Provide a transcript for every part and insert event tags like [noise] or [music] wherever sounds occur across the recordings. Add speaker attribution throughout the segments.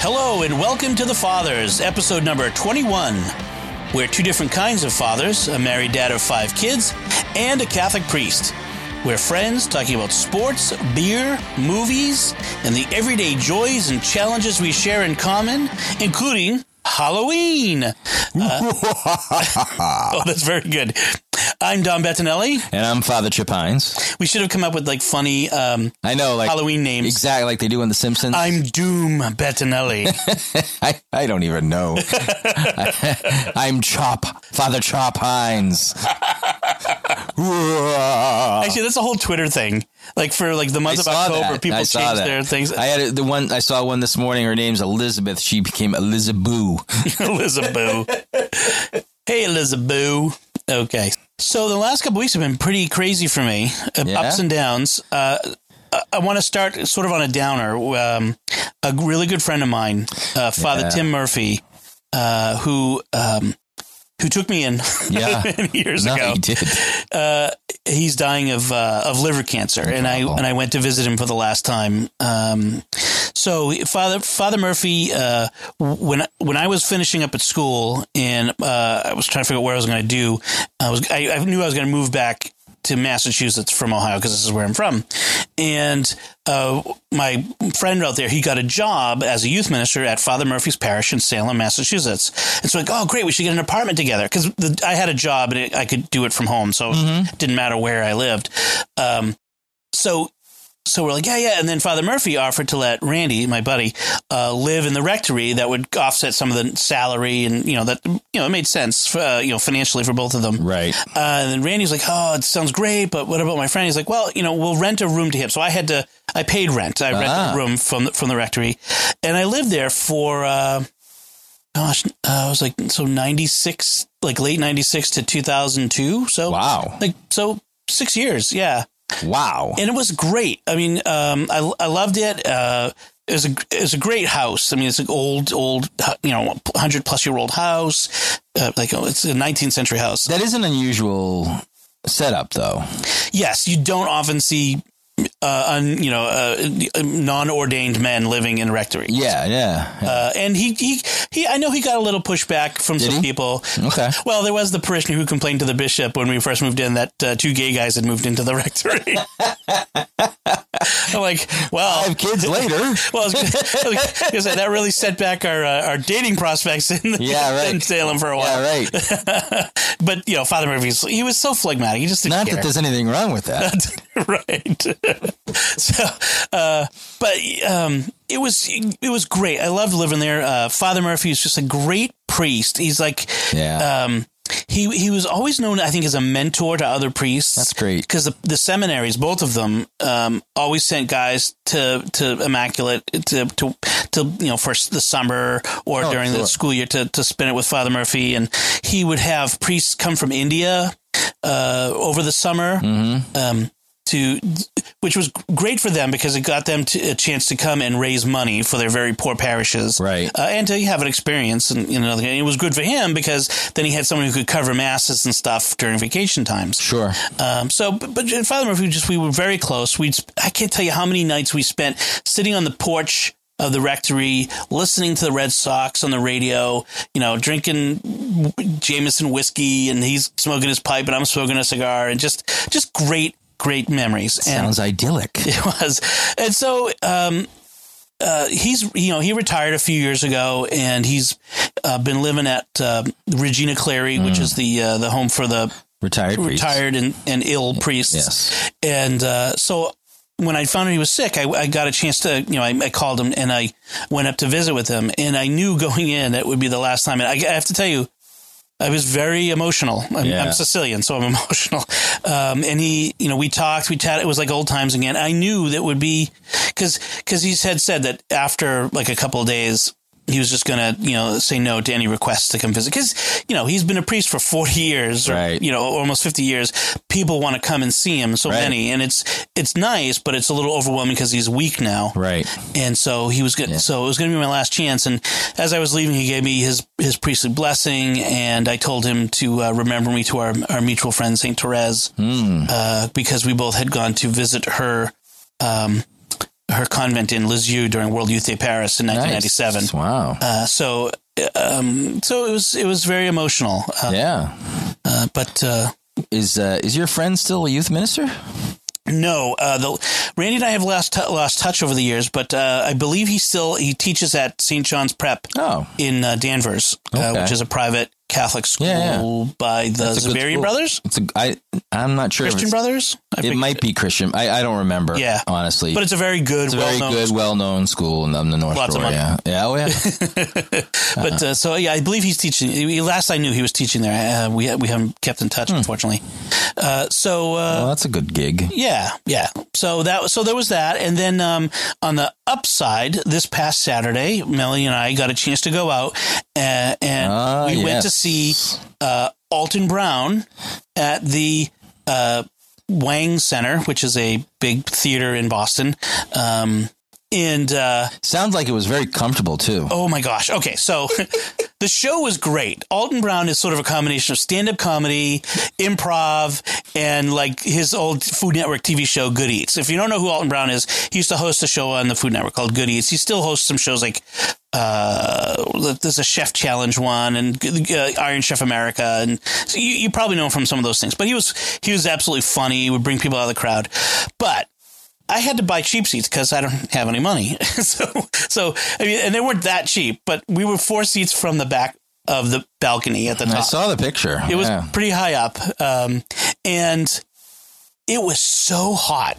Speaker 1: Hello, and welcome to The Fathers, episode number 21. We're two different kinds of fathers a married dad of five kids, and a Catholic priest. We're friends talking about sports, beer, movies, and the everyday joys and challenges we share in common, including Halloween. Uh, [laughs] oh, that's very good. I'm Don Bettinelli.
Speaker 2: And I'm Father Chapines.
Speaker 1: We should have come up with like funny um,
Speaker 2: I know, like
Speaker 1: Halloween names.
Speaker 2: exactly like they do in The Simpsons.
Speaker 1: I'm Doom Bettinelli.
Speaker 2: I, I don't even
Speaker 1: [laughs]
Speaker 2: know. [laughs] I, am Chop, Father Chop Hines. [laughs] I
Speaker 1: Actually, that's a whole Twitter thing. Like for like the month of October, people
Speaker 2: I
Speaker 1: change
Speaker 2: saw that.
Speaker 1: their
Speaker 2: [laughs]
Speaker 1: things. [laughs]
Speaker 2: I had a, the one I saw one this morning. Her name's Elizabeth. She became Elizaboo.
Speaker 1: Elizabeth. hey, Elizabeth. Okay. So the last couple weeks have been pretty crazy for me, uh,
Speaker 2: Yeah?
Speaker 1: ups and downs. Uh, I- I want to start sort of on a downer. Um, a really good friend of mine, uh, Father
Speaker 2: Yeah.
Speaker 1: Tim Murphy, uh, who um, who took me in [laughs]
Speaker 2: Yeah.
Speaker 1: years
Speaker 2: [laughs] no,
Speaker 1: ago.
Speaker 2: he did.
Speaker 1: uh, he's dying of uh, of liver cancer, and I
Speaker 2: problem.
Speaker 1: and I went to visit him for the last time. Um, so Father Father Murphy, uh, when when I was finishing up at school, and uh, I was trying to figure out where I was going to do, I was I, I knew I was going to move back to Massachusetts from Ohio because this is where I'm from, and uh, my friend out there, he got a job as a youth minister at Father Murphy's Parish in Salem, Massachusetts. And so, like, oh, great, we should get an apartment together because I had a job and it, I could do it from home, so it didn't matter where I lived. Um, so, so we're like, yeah, yeah. And then Father Murphy offered to let Randy, my buddy, uh, live in the rectory. That would offset some of the salary, and you know that you know it made sense, uh, you know, financially for both of them.
Speaker 2: Right.
Speaker 1: Uh, and then Randy's like, "Oh, it sounds great, but what about my friend?" He's like, "Well, you know, we'll rent a room to him." So I had to, I paid rent. I rented
Speaker 2: Ah.
Speaker 1: a room from the, from the rectory, and I lived there for, uh, gosh, uh, I was like so ninety six, like late ninety six to two thousand two. So
Speaker 2: Wow.
Speaker 1: like so six years, yeah
Speaker 2: Wow.
Speaker 1: and it was great. I mean, um, I, I loved it. Uh, it was a it was a great house. I mean, it's an old old you know hundred plus year old house. Uh, like oh, it's a nineteenth century house.
Speaker 2: That is an unusual setup, though.
Speaker 1: Yes, you don't often see. Uh, un, you know, uh, non-ordained men living in rectory,
Speaker 2: Yeah. Yeah.
Speaker 1: uh, and he, he, he. I know he got a little pushback from some
Speaker 2: he?
Speaker 1: people.
Speaker 2: Okay.
Speaker 1: Well, there was the parishioner who complained to the bishop when we first moved in that uh, two gay guys had moved into the [laughs] rectory.
Speaker 2: [laughs]
Speaker 1: I'm like, well,
Speaker 2: Five kids
Speaker 1: [laughs]
Speaker 2: later.
Speaker 1: Well, I was gonna, I was gonna say, that really set back our uh, our dating prospects in,
Speaker 2: [laughs] Yeah, right.
Speaker 1: in Salem for a
Speaker 2: Yeah.
Speaker 1: while.
Speaker 2: Right.
Speaker 1: But you know, Father Murphy's he was so phlegmatic. He just didn't
Speaker 2: Not
Speaker 1: care.
Speaker 2: that there's anything wrong with that.
Speaker 1: [laughs] right. [laughs] so, uh, but um, it was it was great. I loved living there. Uh, Father Murphy is just a great priest. He's like,
Speaker 2: Yeah.
Speaker 1: um, he he was always known, I think, as a mentor to other priests.
Speaker 2: That's great.
Speaker 1: because the, the seminaries, both of them, um, always sent guys to to immaculate to to, to you know for s- the summer or
Speaker 2: Oh,
Speaker 1: during the
Speaker 2: sure.
Speaker 1: school year to to spend it with Father Murphy, and he would have priests come from India uh, over the summer.
Speaker 2: Mm-hmm.
Speaker 1: Um, to which was great for them because it got them to, a chance to come and raise money for their very poor parishes,
Speaker 2: Right.
Speaker 1: Uh, and to have an experience, and you know, and it was good for him because then he had someone who could cover masses and stuff during vacation times.
Speaker 2: Sure.
Speaker 1: Um, so, but, but Father Murphy, just we were very close. We, I can't tell you how many nights we spent sitting on the porch of the rectory, listening to the Red Sox on the radio. You know, drinking Jameson whiskey, and he's smoking his pipe, and I'm smoking a cigar, and just, just great, great memories. And
Speaker 2: Sounds idyllic.
Speaker 1: [laughs] it was, and so. Um, uh, he's you know he retired a few years ago and he's uh, been living at uh, Regina Clary, which is the uh, the home for the
Speaker 2: Retired. Hmm. priest.
Speaker 1: retired and, and ill priests.
Speaker 2: Yes.
Speaker 1: And uh, so when I found out he was sick, I, I got a chance to, you know, I, I called him and I went up to visit with him. And I knew [laughs] going in that would be the last time. And I, I have to tell you, I was very emotional. I'm,
Speaker 2: Yeah.
Speaker 1: I'm Sicilian, so I'm [laughs] emotional. Um, and he, you know, we talked, we chatted. It was like old times again. I knew that would be because because he had said that after like a couple of days. He was just gonna, you know, say no to any requests to come visit because, you know, he's been a priest for forty [laughs] years, or
Speaker 2: Right.
Speaker 1: you know, almost fifty years. People want to come and see him, so
Speaker 2: Right.
Speaker 1: many, and it's it's nice, but it's a little overwhelming because he's weak now,
Speaker 2: Right.
Speaker 1: and so he was good. So it was going to be my last chance. And as I was leaving, he gave me his his priestly blessing, and I told him to uh, remember me to our our mutual friend
Speaker 2: Hmm.
Speaker 1: Saint Therese, uh, because we both had gone to visit her. Um, her convent in Lisieux during World Youth Day Paris in 1997.
Speaker 2: Nice. Wow.
Speaker 1: Uh, so, um, so it was it was very emotional. Uh,
Speaker 2: yeah.
Speaker 1: uh, but uh,
Speaker 2: Is uh, is your friend still a youth minister?
Speaker 1: no, uh, the Randy and I have lost t- lost touch over the years. But uh, I believe he still he teaches at St. John's Prep
Speaker 2: Oh,
Speaker 1: in uh, Danvers, uh,
Speaker 2: Okay.
Speaker 1: which is a private Catholic school
Speaker 2: Yeah,
Speaker 1: by the
Speaker 2: That's a good
Speaker 1: Zavarian
Speaker 2: school.
Speaker 1: Brothers,
Speaker 2: it's a, I I'm not sure. if
Speaker 1: Christian
Speaker 2: it's-
Speaker 1: Brothers. I
Speaker 2: It
Speaker 1: think-
Speaker 2: might be Christian. I, I don't remember.
Speaker 1: Yeah.
Speaker 2: honestly,
Speaker 1: but it's a very good,
Speaker 2: it's a
Speaker 1: well
Speaker 2: very
Speaker 1: known.
Speaker 2: good, well-known school in the, in the North
Speaker 1: Lots of
Speaker 2: Shore.
Speaker 1: money.
Speaker 2: yeah, yeah,
Speaker 1: [laughs]
Speaker 2: oh, yeah. uh-huh.
Speaker 1: But uh, so yeah, I believe he's teaching. he- Last I knew, he was teaching there. Uh, we we haven't kept in
Speaker 2: Hmm.
Speaker 1: touch, unfortunately. Uh, so. Uh,
Speaker 2: well, that's a good gig.
Speaker 1: Yeah, yeah. So that so there was that, and then um, on the upside, this past Saturday, Melanie and I got a chance to go out, uh, and
Speaker 2: Ah,
Speaker 1: we went to
Speaker 2: yes.
Speaker 1: see uh, Alton Brown at the uh, Wang Center, which is a big theater in Boston. Um, and uh,
Speaker 2: Sounds like it was very comfortable too.
Speaker 1: oh my gosh, okay, so [laughs] the show was great. Alton Brown is sort of a combination of stand-up comedy, improv, and like his old Food Network TV show Good Eats. If you don't know who Alton Brown is, he used to host a show on the Food Network called Good Eats. He still hosts some shows like uh, there's a Chef Challenge one and uh, Iron Chef America, and so you, you probably know him from some of those things. But he was he was absolutely funny. He would bring people out of the crowd, but. I had to buy cheap seats because I don't have any money. [laughs] so, so I mean, and they weren't that cheap, but we were four seats from the back of the balcony at the
Speaker 2: I
Speaker 1: top.
Speaker 2: saw the picture.
Speaker 1: uh, It was
Speaker 2: Yeah.
Speaker 1: pretty high up, um, and it was so hot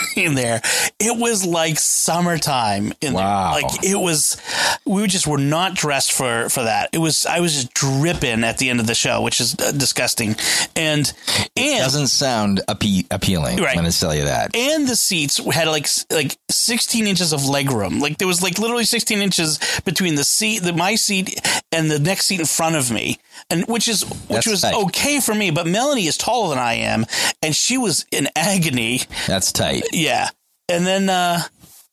Speaker 1: [laughs] in there. It was like summertime in
Speaker 2: Wow.
Speaker 1: there. Like it was, we just were not dressed for for that. It was I was just dripping at the end of the show, which is uh, disgusting. And and
Speaker 2: doesn't sound appe- appealing.
Speaker 1: Right.
Speaker 2: I'm going to tell you that.
Speaker 1: and the seats had like s- like 16 inches of leg room like there was like literally 16 inches between the seat the my seat and the next seat in front of me and which is which
Speaker 2: That's
Speaker 1: was
Speaker 2: tight.
Speaker 1: okay for me but melanie is taller than i am and she was in agony
Speaker 2: That's tight.
Speaker 1: yeah and then uh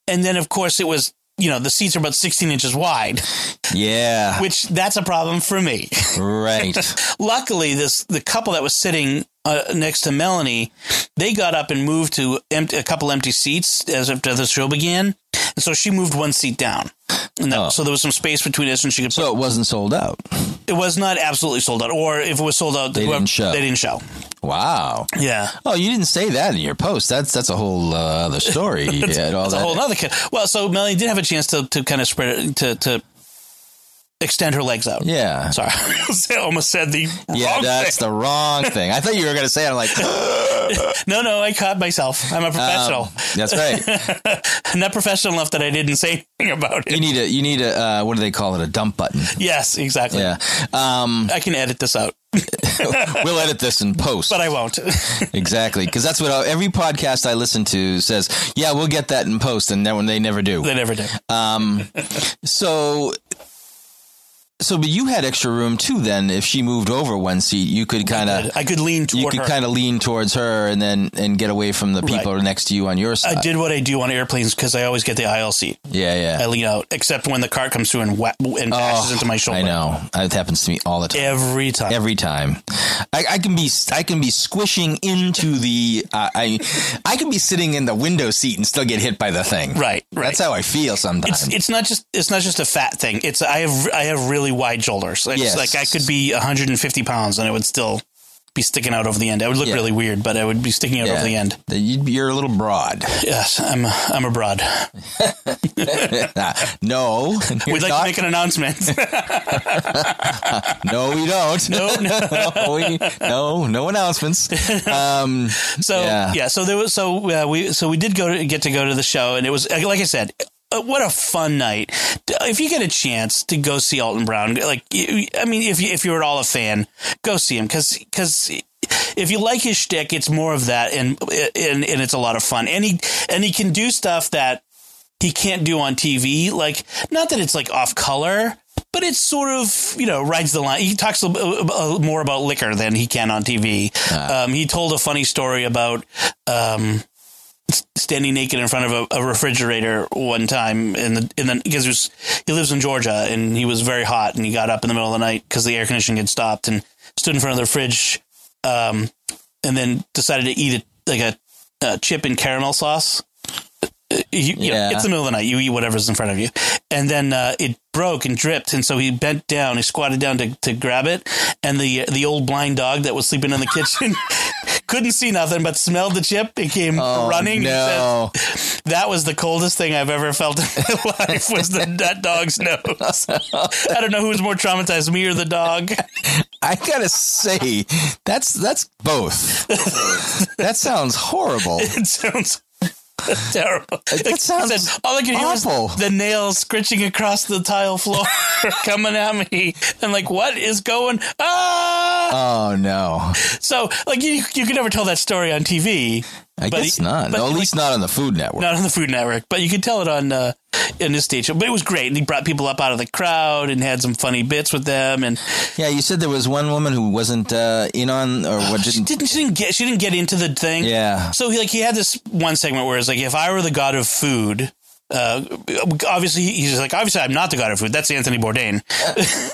Speaker 1: and then of course it was you know the seats are about 16 inches wide [laughs]
Speaker 2: Yeah.
Speaker 1: which that's a problem for me
Speaker 2: right.
Speaker 1: luckily this the couple that was sitting uh, next to Melanie, they got up and moved to empty, a couple empty seats as after the show began, and so she moved one seat down, and that,
Speaker 2: Oh.
Speaker 1: so there was some space between us, and she could.
Speaker 2: So it wasn't sold out.
Speaker 1: it was not absolutely sold out, or if it was sold out,
Speaker 2: They
Speaker 1: whoever-
Speaker 2: didn't show.
Speaker 1: They didn't show.
Speaker 2: Wow.
Speaker 1: Yeah,
Speaker 2: Oh, you didn't say that in your post. That's that's a whole uh, other story.
Speaker 1: [laughs]
Speaker 2: yeah, all
Speaker 1: that's a
Speaker 2: that-
Speaker 1: whole nother. kid. Well, so Melanie did have a chance to to kind of spread it to to extend her legs out.
Speaker 2: yeah.
Speaker 1: Sorry, [laughs] I almost said the
Speaker 2: Yeah,
Speaker 1: wrong
Speaker 2: that's
Speaker 1: thing.
Speaker 2: the wrong thing. I thought you were going to say it.
Speaker 1: [laughs]
Speaker 2: I'm like,
Speaker 1: No, no, I caught myself. I'm a professional.
Speaker 2: um, that's
Speaker 1: [laughs]
Speaker 2: right.
Speaker 1: not professional enough that I didn't say anything about
Speaker 2: You
Speaker 1: it.
Speaker 2: need a you need a uh, what do they call it? A
Speaker 1: [laughs]
Speaker 2: dump button.
Speaker 1: Yes, exactly.
Speaker 2: Yeah. Um,
Speaker 1: I can edit this out,
Speaker 2: we'll edit this in post.
Speaker 1: but I won't. [laughs]
Speaker 2: [laughs] Exactly, because that's what I, every podcast I listen to says. Yeah, we'll get that in post, and then when they never do.
Speaker 1: they never did.
Speaker 2: Um, so, so, but you had extra room too. Then, if she moved over one seat, you could kind of
Speaker 1: I could lean
Speaker 2: you
Speaker 1: toward
Speaker 2: could
Speaker 1: her.
Speaker 2: kind of lean towards her, and then and get away from the people next to you on your
Speaker 1: I
Speaker 2: side.
Speaker 1: did what I do on airplanes because I always get the aisle seat.
Speaker 2: yeah, yeah.
Speaker 1: I lean out, except when the cart comes through and wha- and bashes into my shoulder
Speaker 2: Oh, I know it happens to me all the time.
Speaker 1: every time.
Speaker 2: Every time, I, I can be I can be squishing into the uh, I I can be sitting in the window seat and still get hit by the thing.
Speaker 1: right, right.
Speaker 2: That's how I feel sometimes.
Speaker 1: it's, it's not just it's not just a fat thing. It's I have I have really wide shoulders. It's
Speaker 2: Yes.
Speaker 1: like I could be 150 pounds and it would still be sticking out over the end. I would look
Speaker 2: Yeah.
Speaker 1: really weird, but I would be sticking out
Speaker 2: Yeah.
Speaker 1: over the end.
Speaker 2: That you- You're a little broad.
Speaker 1: Yes, I'm I'm abroad.
Speaker 2: no,
Speaker 1: We'd
Speaker 2: you're
Speaker 1: like
Speaker 2: not.
Speaker 1: to make an announcement.
Speaker 2: no, we
Speaker 1: [laughs]
Speaker 2: don't. No, [laughs] no, we, no, no announcements. Um,
Speaker 1: So yeah.
Speaker 2: Yeah.
Speaker 1: so there was so uh, we so we did go to get to go to the show, and it was uh, like I said. uh, What a fun night! D- If you get a chance to go see Alton Brown, like you- I mean, if you, if you're at all a fan, go see him because if you like his shtick, it's more of that, and and and it's a lot of fun, and he and he can do stuff that he can't do on TV. Like, not that it's like off color, but it's sort of you know rides the line. He talks a, a, a- more about liquor than he can on TV. Um, he told a funny story about. Um, s- Standing naked in front of a, a refrigerator one time in the in the because he, was, he lives in Georgia and he was very hot and he got up in the middle of the night because the air conditioning had stopped and stood in front of the fridge, um, and then decided to eat it like a, a chip and caramel sauce you, you know,
Speaker 2: Yeah.
Speaker 1: it's the middle of the night. You eat whatever's in front of you, and then uh, it broke and dripped, and so he bent down, he squatted down to, to grab it, and the the old blind dog that was sleeping in the kitchen [laughs] couldn't see nothing but smelled the chip. It came
Speaker 2: Oh,
Speaker 1: running. He said,
Speaker 2: No.
Speaker 1: that was the coldest thing I've ever felt in
Speaker 2: [laughs]
Speaker 1: my life was the, that dog's nose. I don't know who was more traumatized, me or the dog. [laughs]
Speaker 2: I gotta say, that's that's both. that sounds horrible.
Speaker 1: It sounds terrible.
Speaker 2: That sounds
Speaker 1: He said, all I could hear was
Speaker 2: awful.
Speaker 1: the nails scritching across the tile floor [laughs] coming at me. And like, what is going ah?
Speaker 2: Oh no!
Speaker 1: So like you you could never tell that story on TV.
Speaker 2: I
Speaker 1: But
Speaker 2: guess
Speaker 1: he-
Speaker 2: not.
Speaker 1: but
Speaker 2: Well, at
Speaker 1: like-
Speaker 2: least not on the Food Network.
Speaker 1: Not on the Food Network, but you could tell it on uh, in this stage. But it was great, and he brought people up out of the crowd and had some funny bits with them. And
Speaker 2: Yeah, you said there was one woman who wasn't uh, in on or what
Speaker 1: she
Speaker 2: didn't.
Speaker 1: didn't she didn't get she didn't get into the thing.
Speaker 2: Yeah.
Speaker 1: So he like he had this one segment where it's like if I were the god of food. Uh, obviously, he's like, obviously, I'm not the god of food. That's Anthony Bourdain.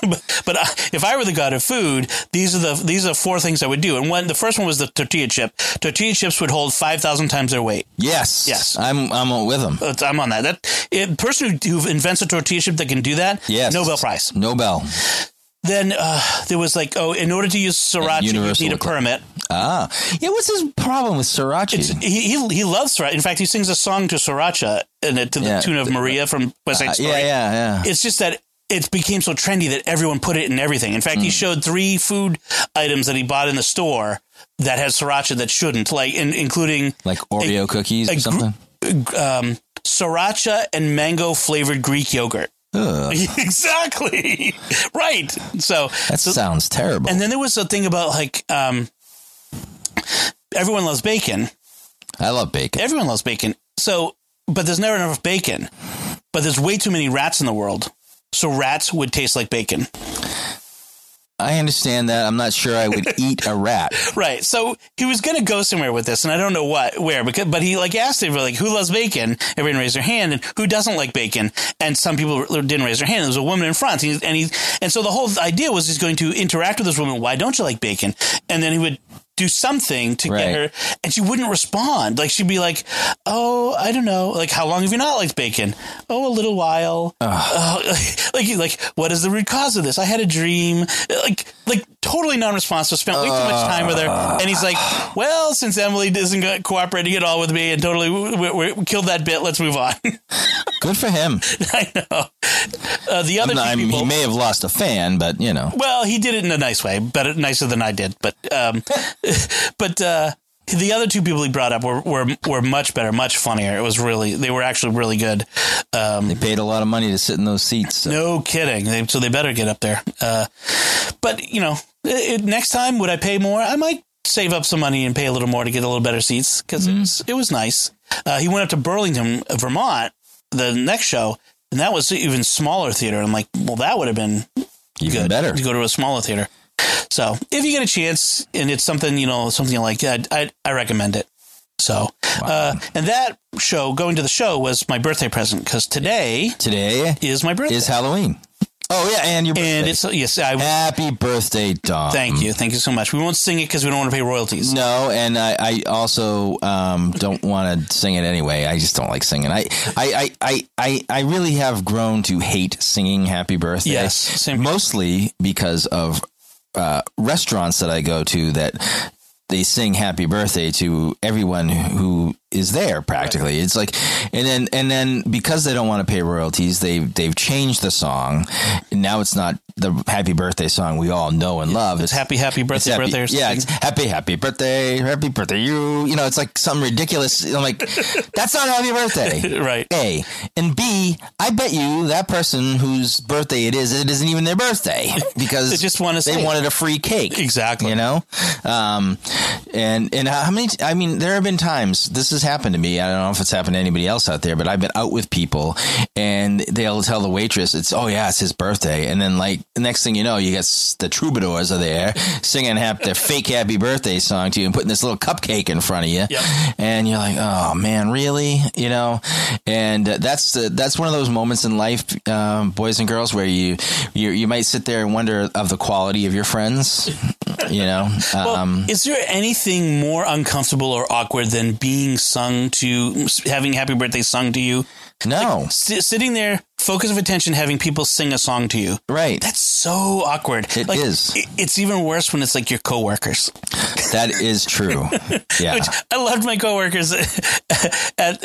Speaker 1: [laughs] but but I, if I were the god of food, these are the these are four things I would do. And one, the first one was the tortilla chip. Tortilla chips would hold five thousand times their weight.
Speaker 2: Yes.
Speaker 1: Yes.
Speaker 2: I'm I'm with him.
Speaker 1: But I'm on that. That it, person who, who invents a tortilla chip that can do that,
Speaker 2: Yes.
Speaker 1: Nobel Prize.
Speaker 2: Nobel.
Speaker 1: Then uh, there was like, oh, in order to use sriracha, you
Speaker 2: universal
Speaker 1: need a
Speaker 2: acclaim.
Speaker 1: permit.
Speaker 2: Ah. Yeah. What's his problem with sriracha?
Speaker 1: he, he he loves sriracha. In fact, he sings a song to sriracha and it to the
Speaker 2: Yeah.
Speaker 1: tune of Maria from West Side
Speaker 2: Uh,
Speaker 1: Story.
Speaker 2: yeah, yeah, yeah.
Speaker 1: It's just that it became so trendy that everyone put it in everything. In fact,
Speaker 2: Hmm.
Speaker 1: he showed three food items that he bought in the store that had sriracha that shouldn't, like in, including
Speaker 2: like Oreo cookies or
Speaker 1: gr-
Speaker 2: something.
Speaker 1: um, sriracha and mango flavored Greek yogurt.
Speaker 2: Ugh,
Speaker 1: [laughs] exactly [laughs] right. So
Speaker 2: that sounds terrible.
Speaker 1: and then there was a thing about like um, everyone loves bacon.
Speaker 2: I love bacon.
Speaker 1: Everyone loves bacon. So, but there's never enough bacon. But there's way too many rats in the world. So rats would taste like bacon. [laughs]
Speaker 2: I understand that. I'm not sure I
Speaker 1: [laughs]
Speaker 2: would eat a rat.
Speaker 1: Right. So he was going to go somewhere with this and I don't know what, where, because, but he like asked everybody, like, who loves bacon? Everyone raised their hand and who doesn't like bacon? And some people r- didn't raise their hand. There was a woman in front and he, and, he, and so the whole idea was he's going to interact with this woman. Why don't you like bacon? And then he would do something to
Speaker 2: Right.
Speaker 1: get her and she wouldn't respond. Like she'd be like, "Oh, I don't know. Like, how long have you not liked bacon? Oh, a little while. Oh, [laughs] like, like, what is the root cause of this? I had a dream. Like, like, totally non-responsive. Spent way too much time with her. And he's like, "Well, since Emily isn't go- cooperating at all with me, and totally we, we, we killed that bit. Let's move on." [laughs]
Speaker 2: Good for him.
Speaker 1: I know. Uh, the other two
Speaker 2: I mean,
Speaker 1: people.
Speaker 2: he may have lost a fan, but you know.
Speaker 1: Well, he did it in a nice way, but nicer than I did. But um, [laughs] but uh, the other two people he brought up were, were were much better, much funnier. It was really they were actually really good. Um,
Speaker 2: They paid a lot of money to sit in those seats. so-
Speaker 1: no kidding. They, so they better get up there. Uh, but you know, it, it- next time would I pay more? I might save up some money and pay a little more to get a little better seats because it was it was nice. Uh, he went up to Burlington, uh, Vermont, the next show. And that was even smaller theater. I'm like, well, that would have been
Speaker 2: Even
Speaker 1: good
Speaker 2: better.
Speaker 1: to go to a smaller theater. So if you get a chance and it's something you know something like that, I I recommend it. So uh, and that show going to the show was my birthday present because today
Speaker 2: Today
Speaker 1: is my birthday
Speaker 2: is Halloween. Oh yeah, and your
Speaker 1: and
Speaker 2: birthday.
Speaker 1: it's yes I
Speaker 2: happy birthday, Dom.
Speaker 1: thank you thank you so much. We won't sing it because we don't want to pay royalties.
Speaker 2: No, and I, I also um, don't want to sing it anyway. I just don't like singing. I, I, I, I, I, I really have grown to hate singing Happy Birthday.
Speaker 1: Yes, same.
Speaker 2: mostly because of uh, restaurants that I go to that they sing Happy Birthday to everyone who is there. Practically, it's like, and then and then because they don't want to pay royalties, they they've changed the song. And now it's not the Happy Birthday song we all know and love. It's
Speaker 1: Happy happy
Speaker 2: Mm. it's
Speaker 1: birthday
Speaker 2: happy,
Speaker 1: birthday or something.
Speaker 2: Yeah, it's happy, happy birthday, happy birthday, you. You know, it's like some ridiculous. I'm
Speaker 1: [laughs]
Speaker 2: like, that's not happy birthday.
Speaker 1: right.
Speaker 2: A and B. I bet you that person whose birthday it is, it isn't even their birthday
Speaker 1: [laughs]
Speaker 2: because
Speaker 1: They just wanna
Speaker 2: they
Speaker 1: sing.
Speaker 2: wanted a free cake.
Speaker 1: Exactly.
Speaker 2: You know, um, and and how many? I mean, there have been times this has happened to me. I don't know if it's happened to anybody else out there, but I've been out with people, and they'll tell the waitress, "It's oh yeah, it's his birthday," and then like the next thing you know, you got s- the troubadours are there singing hap- their fake happy birthday song to you and putting this little cupcake in front of you,
Speaker 1: Yep.
Speaker 2: and you're like, "Oh man, really?" You know, and uh, that's the that's one of those moments in life,
Speaker 1: [laughs]
Speaker 2: um, boys and girls, where you you you might sit there and wonder of the quality of your friends you know.
Speaker 1: Well,
Speaker 2: Um,
Speaker 1: is there anything more uncomfortable or awkward than being sung to, having Happy Birthday sung to you?
Speaker 2: no,
Speaker 1: S- sitting there, focus of attention, having people sing a song to you.
Speaker 2: right?
Speaker 1: That's so awkward.
Speaker 2: It
Speaker 1: like,
Speaker 2: is.
Speaker 1: i- It's even worse when it's like your coworkers.
Speaker 2: That
Speaker 1: [laughs]
Speaker 2: is true. Yeah.
Speaker 1: Which I loved my coworkers [laughs] at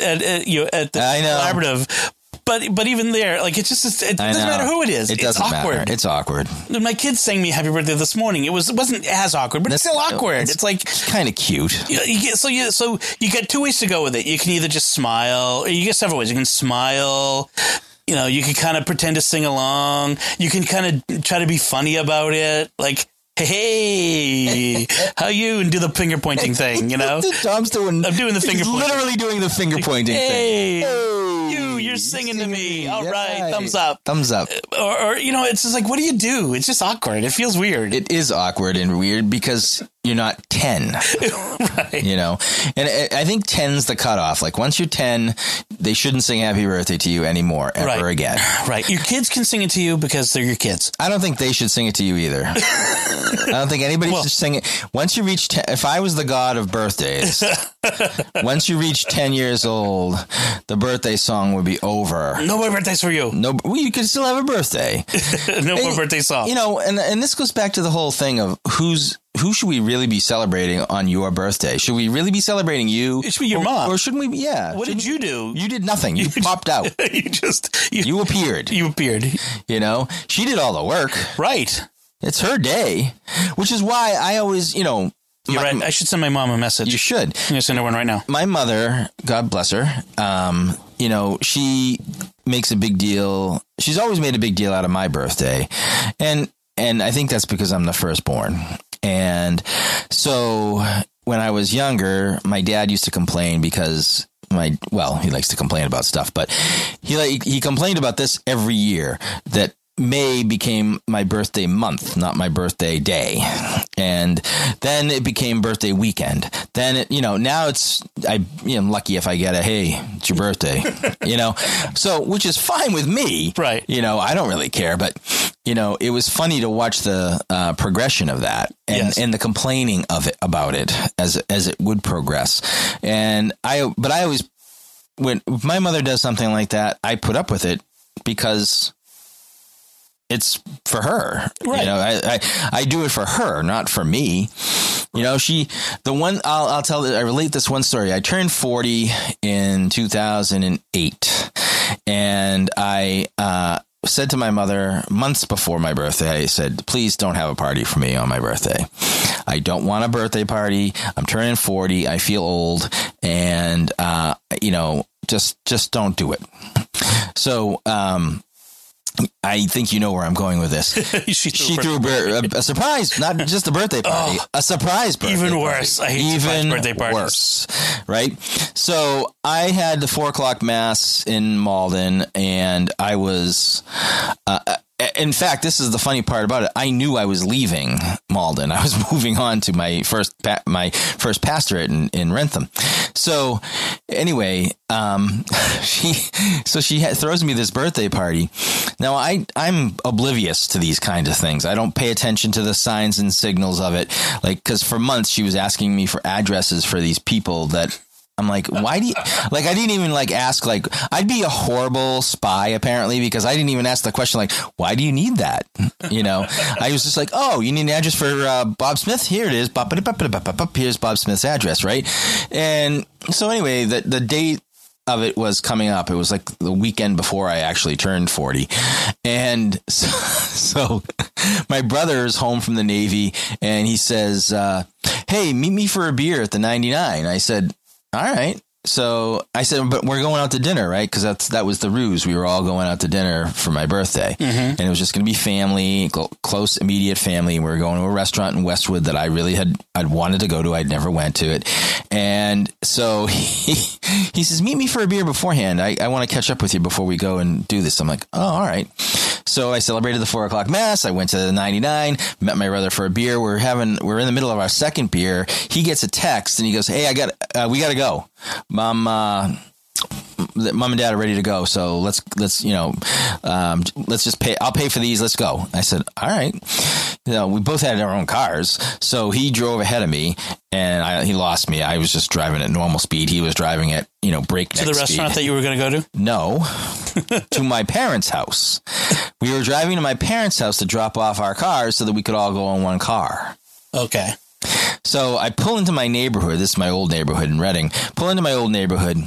Speaker 1: at, at you know, at the
Speaker 2: I know.
Speaker 1: collaborative. But but even there, like it just it,
Speaker 2: I
Speaker 1: doesn't
Speaker 2: know.
Speaker 1: matter who it is.
Speaker 2: It
Speaker 1: it's
Speaker 2: doesn't
Speaker 1: awkward.
Speaker 2: matter. It's awkward.
Speaker 1: When my kids sang me "Happy Birthday" this morning. It was it wasn't as awkward, but it's
Speaker 2: That's-
Speaker 1: still awkward.
Speaker 2: it's-
Speaker 1: It's like
Speaker 2: Kind of cute.
Speaker 1: you, you get so you so you got two ways to go with it. You can either just smile, or you get several ways. You can smile. You know, you can kind of pretend to sing along. You can kind of try to be funny about it, like "Hey, hey, how you?" and do the finger pointing thing. You [laughs]
Speaker 2: [laughs]
Speaker 1: know,
Speaker 2: Tom's doing.
Speaker 1: I'm doing the
Speaker 2: he's
Speaker 1: finger pointing.
Speaker 2: Literally doing the finger pointing thing.
Speaker 1: Hey,
Speaker 2: Hey,
Speaker 1: you, you're singing to me. All
Speaker 2: Yeah,
Speaker 1: right,
Speaker 2: right.
Speaker 1: thumbs up.
Speaker 2: Thumbs up.
Speaker 1: Or, or, you know, it's just like, what do you do? It's just awkward. It feels weird.
Speaker 2: It is awkward and weird because you're not
Speaker 1: [laughs]
Speaker 2: 10,
Speaker 1: right.
Speaker 2: you know? And I I think 10's the cutoff. Like, once you're 10, they shouldn't sing happy birthday to you anymore, ever
Speaker 1: Right.
Speaker 2: again.
Speaker 1: Right. Your kids can sing it to you because they're your kids.
Speaker 2: I don't think they should sing it to you either. I don't think anybody should sing it. Once you reach 10, if I was the god of
Speaker 1: [laughs]
Speaker 2: birthdays, once you reach 10 years old, the birthday song would be over.
Speaker 1: No more birthdays for you. [laughs]
Speaker 2: No, well, you could still have a birthday.
Speaker 1: no more birthday song.
Speaker 2: you know, and and this goes back to the whole thing of who's who should we really be celebrating on your birthday? Should we really be celebrating you?
Speaker 1: It should be your
Speaker 2: or,
Speaker 1: mom.
Speaker 2: or shouldn't we? be- Yeah,
Speaker 1: what did you do?
Speaker 2: you did nothing. You popped out.
Speaker 1: [laughs] You, just you, you
Speaker 2: You
Speaker 1: [laughs]
Speaker 2: appeared.
Speaker 1: appeared.
Speaker 2: You know, she did all the work.
Speaker 1: Right.
Speaker 2: It's her day, which is why I always, you know,
Speaker 1: You're
Speaker 2: my-
Speaker 1: right. I should send my mom a message.
Speaker 2: you should.
Speaker 1: I'm gonna send her one right now.
Speaker 2: my mother, God bless her, um, you know, she makes a big deal. She's always made a big deal out of my birthday. And and I think that's because I'm the firstborn. And so when I was younger, my dad used to complain because my well, he likes to complain about stuff, but he like he complained about this every year that May became my birthday month, not my birthday day. And then it became birthday weekend. Then it, you know, now it's I you know, am lucky if I get a hey, it's your
Speaker 1: [laughs]
Speaker 2: birthday, you know. So, which is fine with me.
Speaker 1: Right.
Speaker 2: You know, I don't really care, but you know, it was funny to watch the uh, progression of that and
Speaker 1: Yes.
Speaker 2: and the complaining of it about it as as it would progress. And I but I always when if my mother does something like that, I put up with it because it's for her.
Speaker 1: Right.
Speaker 2: You know, I, I, I do it for her, not for me. You know, she, the one, I'll, I'll tell, I relate this one story. I turned 40 in 2008 and I, uh, said to my mother months before my birthday, I said, please don't have a party for me on my birthday. I don't want a birthday party. I'm turning 40. I feel old. And, uh, you know, just, just don't do it. So, um, I think you know where I'm going with this.
Speaker 1: [laughs] she threw
Speaker 2: She
Speaker 1: her-
Speaker 2: threw a, bir- a, a surprise, not just a birthday party, a surprise birthday.
Speaker 1: Even
Speaker 2: party.
Speaker 1: worse. I hate surprise
Speaker 2: Even
Speaker 1: birthday parties.
Speaker 2: worse, right? So I had the four o'clock mass in Malden, and I was. Uh, uh, in fact, this is the funny part about it. I knew I was leaving Malden. [laughs] I was moving on to my first pa- my first pastorate in, in Rentham. So, anyway, um, [laughs] she so she ha- throws me this birthday party. Now I I'm oblivious to these kinds of things. I don't pay attention to the signs and signals of it. Like because for months she was asking me for addresses for these people that. I'm like, why do you like? I didn't even like ask. Like, I'd be a horrible spy apparently because I didn't even ask the question. Like, why do you need that? You know, I was just like, oh, you need an address for uh, Bob Smith. Here it is. Bop, bop, bop, bop, bop, bop. Here's Bob Smith's address, right? And so anyway, the the date of it was coming up. It was like the weekend before I actually turned 40. And [laughs] so, so my brother is home from the Navy and he says, uh, Hey, meet me for a beer at the 99. I said, All right. So I said, but we're going out to dinner, right? Because that's that was the ruse. We were all going out to dinner for my birthday, and it was just going to be family, cl- close, immediate family. We were going to a restaurant in Westwood that I really had I'd wanted to go to. I'd never went to it, and so [laughs] he he says, "Meet me for a beer beforehand. I, I want to catch up with you before we go and do this." I'm like, "Oh, all right." So I celebrated the four o'clock mass. I went to the 99, met my brother for a beer. We're having we're in the middle of our second beer. He gets a text and he goes, "Hey, I got uh, we got to go. Mom, uh, that mom and dad are ready to go. So let's let's you know, um, let's just pay. I'll pay for these. Let's go. I said, all right. You know, we both had our own cars, so he drove ahead of me, and I, he lost me. I was just driving at normal speed. He was driving at you know breakneck
Speaker 1: to the restaurant
Speaker 2: speed.
Speaker 1: that you were going to go to?
Speaker 2: No, [laughs] to my parents' house. We were driving to my parents' house to drop off our cars so that we could all go in one car.
Speaker 1: Okay.
Speaker 2: So I pull into my neighborhood. This is my old neighborhood in Reading. Pull into my old neighborhood.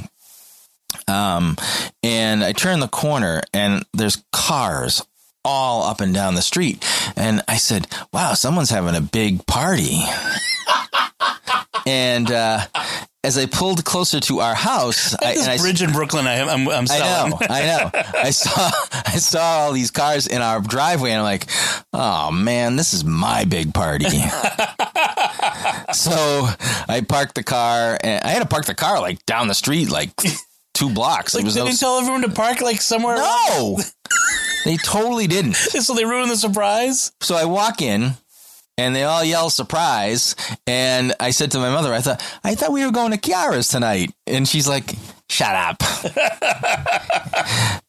Speaker 2: Um, and I turn the corner and there's cars all up and down the street. And I said, wow, someone's having a big party. [laughs] and, uh, as I pulled closer to our house, I,
Speaker 1: This
Speaker 2: and I
Speaker 1: bridge in Brooklyn, I, I'm, I'm
Speaker 2: I
Speaker 1: selling.
Speaker 2: know, I know. I saw, I saw all these cars in our driveway, and I'm like, oh man, this is my big party. so I parked the car, and I had to park the car like down the street, like two blocks.
Speaker 1: Like,
Speaker 2: there was
Speaker 1: did
Speaker 2: no,
Speaker 1: they tell everyone to park like somewhere?
Speaker 2: no, they totally didn't.
Speaker 1: else? So they ruined the surprise.
Speaker 2: So I walk in. And they all yell surprise. And I said to my mother, I thought, I thought we were going to Kiara's tonight. And she's like, shut up.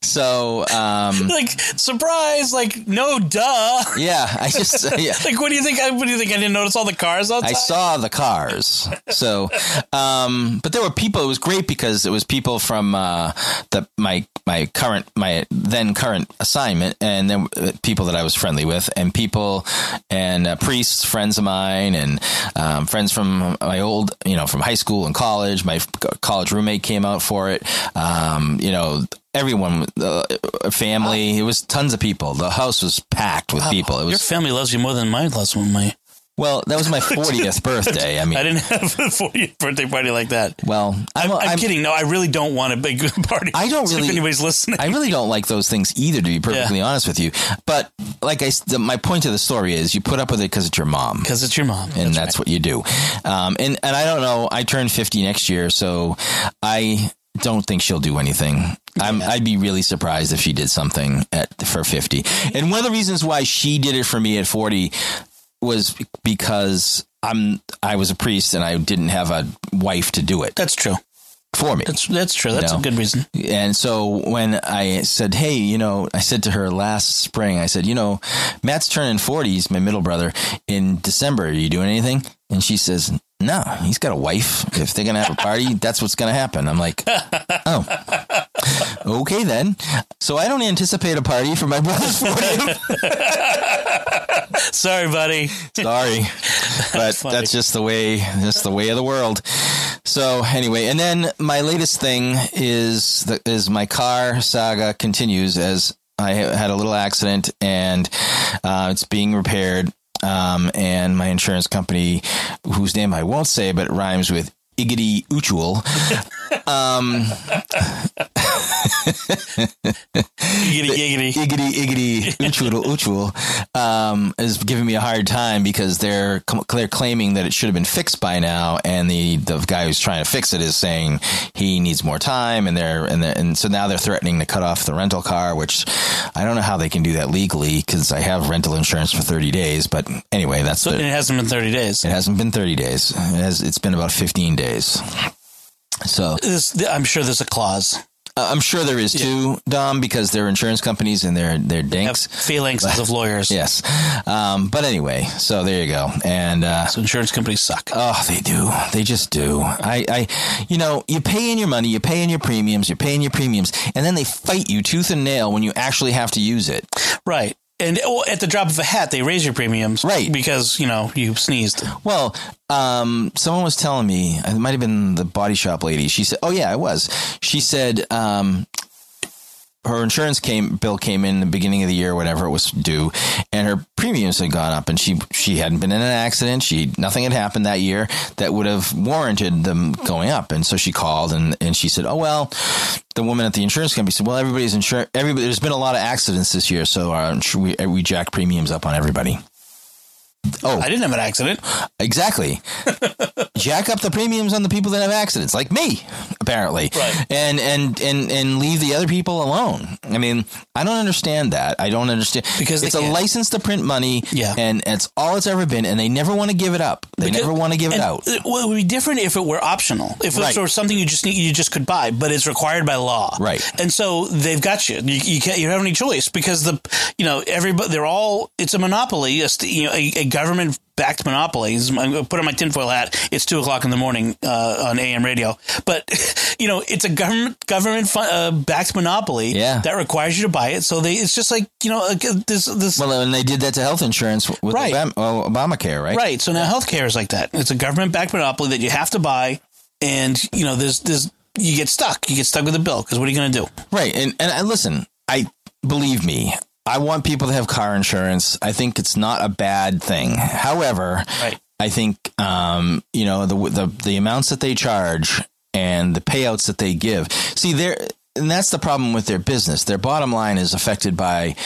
Speaker 2: so, um,
Speaker 1: Like surprise. Like no, [laughs] duh.
Speaker 2: Yeah, I just [laughs] yeah.
Speaker 1: Like what do you think? I, what do you think? I didn't notice all the cars outside.
Speaker 2: I saw the cars. So, um, but there were people. It was great because it was people from uh, the my my current my then current assignment, and then uh, people that I was friendly with, and people and uh, priests, friends of mine, and um, friends from my old you know from high school and college. My f- college roommate came out for it. Um, you know. Everyone, uh, family, it was tons of people. The house was packed with people. It was
Speaker 1: Your family loves you more than mine loves me.
Speaker 2: Well, that was my 40th birthday. I
Speaker 1: I
Speaker 2: mean,
Speaker 1: didn't have a 40th birthday party like that.
Speaker 2: well, I'm, I'm,
Speaker 1: I'm, kidding. No, I really don't want a big [laughs] party.
Speaker 2: I don't
Speaker 1: So
Speaker 2: really-
Speaker 1: If anybody's listening,
Speaker 2: I really don't like those things either, to be perfectly honest with you. But like I, s- the, my point of the story is you put up with it because it's your mom.
Speaker 1: because it's your mom.
Speaker 2: and that's what you do. Um, and and I don't know. I turn fifty next year, so I don't think she'll do anything. I'm, I'd be really surprised if she did something at for fifty. And one of the reasons why she did it for me at forty was because I'm I was a priest and I didn't have a wife to do it
Speaker 1: That's true.
Speaker 2: for me.
Speaker 1: That's that's true. That's
Speaker 2: know.
Speaker 1: a good
Speaker 2: [laughs]
Speaker 1: reason.
Speaker 2: And so when I said, "Hey, you know," I said to her last spring, I said, "You know, Matt's turning 40, he's my middle brother in December. Are you doing anything?" And she says, "No, he's got a wife. If they're going to have a party, [laughs] that's what's going to happen." I'm like, "Oh. Okay then." So I don't anticipate a party for my brother's 40th.
Speaker 1: Sorry, buddy.
Speaker 2: Sorry. But
Speaker 1: funny.
Speaker 2: that's just the way that's the way of the world. So anyway, and then my latest thing is the, is my car saga continues as I ha- had a little accident and uh, it's being repaired. Um, and my insurance company, whose name I won't say, but it rhymes with Iggity Utual,
Speaker 1: Giggity
Speaker 2: [laughs]
Speaker 1: giggity.
Speaker 2: Iggity Iggity Utual Utual, um, is giving me a hard time because they're cl- they're claiming that it should have been fixed by now, and the the guy who's trying to fix it is saying he needs more time, and they're and they're, and so now they're threatening to cut off the rental car, which I don't know how they can do that legally because I have rental insurance for thirty days, but anyway, that's
Speaker 1: And
Speaker 2: the,
Speaker 1: it hasn't been 30 days.
Speaker 2: it hasn't been thirty days, it has, it's been about fifteen days, so.
Speaker 1: This, I'm sure there's a clause.
Speaker 2: Uh, I'm sure there is too, Dom, because they're insurance companies and they're they're
Speaker 1: Have
Speaker 2: dinks.
Speaker 1: phalanxes of lawyers.
Speaker 2: Yes. Um, but anyway, so there you go. And uh,
Speaker 1: So insurance companies suck.
Speaker 2: oh, they do. They just do. I, I, you know, you pay in your money, you pay in your premiums, you're paying your premiums, and then they fight you tooth and nail when you actually have to use it.
Speaker 1: Right. And well, at the drop of a hat, they raise your premiums.
Speaker 2: Right.
Speaker 1: Because, you know, you sneezed.
Speaker 2: Well, um, someone was telling me, it might have been the body shop lady. She said, "Oh yeah, I was." She said, um, her insurance came bill came in the beginning of the year, whatever it was due, and her premiums had gone up, and she she hadn't been in an accident. She nothing had happened that year that would have warranted them going up, and so she called and and she said, "Oh well." The woman at the insurance company said, "Well, everybody's insurance. uh, Everybody, there's been a lot of accidents this year, so our, insur- we we jack premiums up on everybody." Oh.
Speaker 1: I didn't have an accident. [laughs]
Speaker 2: Exactly. Jack up the premiums on the people that have accidents, like me, apparently.
Speaker 1: Right.
Speaker 2: And and and and leave the other people alone. I mean, I don't understand that. I don't understand
Speaker 1: Because they
Speaker 2: it's a
Speaker 1: can't.
Speaker 2: license to print money.
Speaker 1: Yeah.
Speaker 2: And it's all it's ever been, and they never want to give it up. They
Speaker 1: Because-
Speaker 2: never want to give it
Speaker 1: and
Speaker 2: out.
Speaker 1: It would be different if it were optional, if
Speaker 2: Right.
Speaker 1: it was something you just need, you just could buy, but it's required by law.
Speaker 2: Right.
Speaker 1: And so they've got you. You, you can't. You don't have any choice because the you know everybody they're all it's a monopoly. It's the- you know a, a government backed monopoly. This is my- I'm gonna put on my tinfoil hat. It's two o'clock in the morning uh, on AM radio, but [laughs] you know it's a government government fu- uh, backed monopoly
Speaker 2: Yeah.
Speaker 1: that requires you to buy it. So they it's just like you know a- this this.
Speaker 2: Well, and they did that to health insurance with
Speaker 1: Right.
Speaker 2: Obam- oh, Obamacare, right?
Speaker 1: Right. So now healthcare is like that. It's a government backed monopoly that you have to buy, and you know there's there's you get stuck. You get stuck with a bill because what are you going to do?
Speaker 2: Right. And and I, listen, I believe me. I want people to have car insurance. I think it's not a bad thing. However,
Speaker 1: Right.
Speaker 2: I think um, you know the the the amounts that they charge and the payouts that they give. See, there and that's the problem with their business. Their bottom line is affected by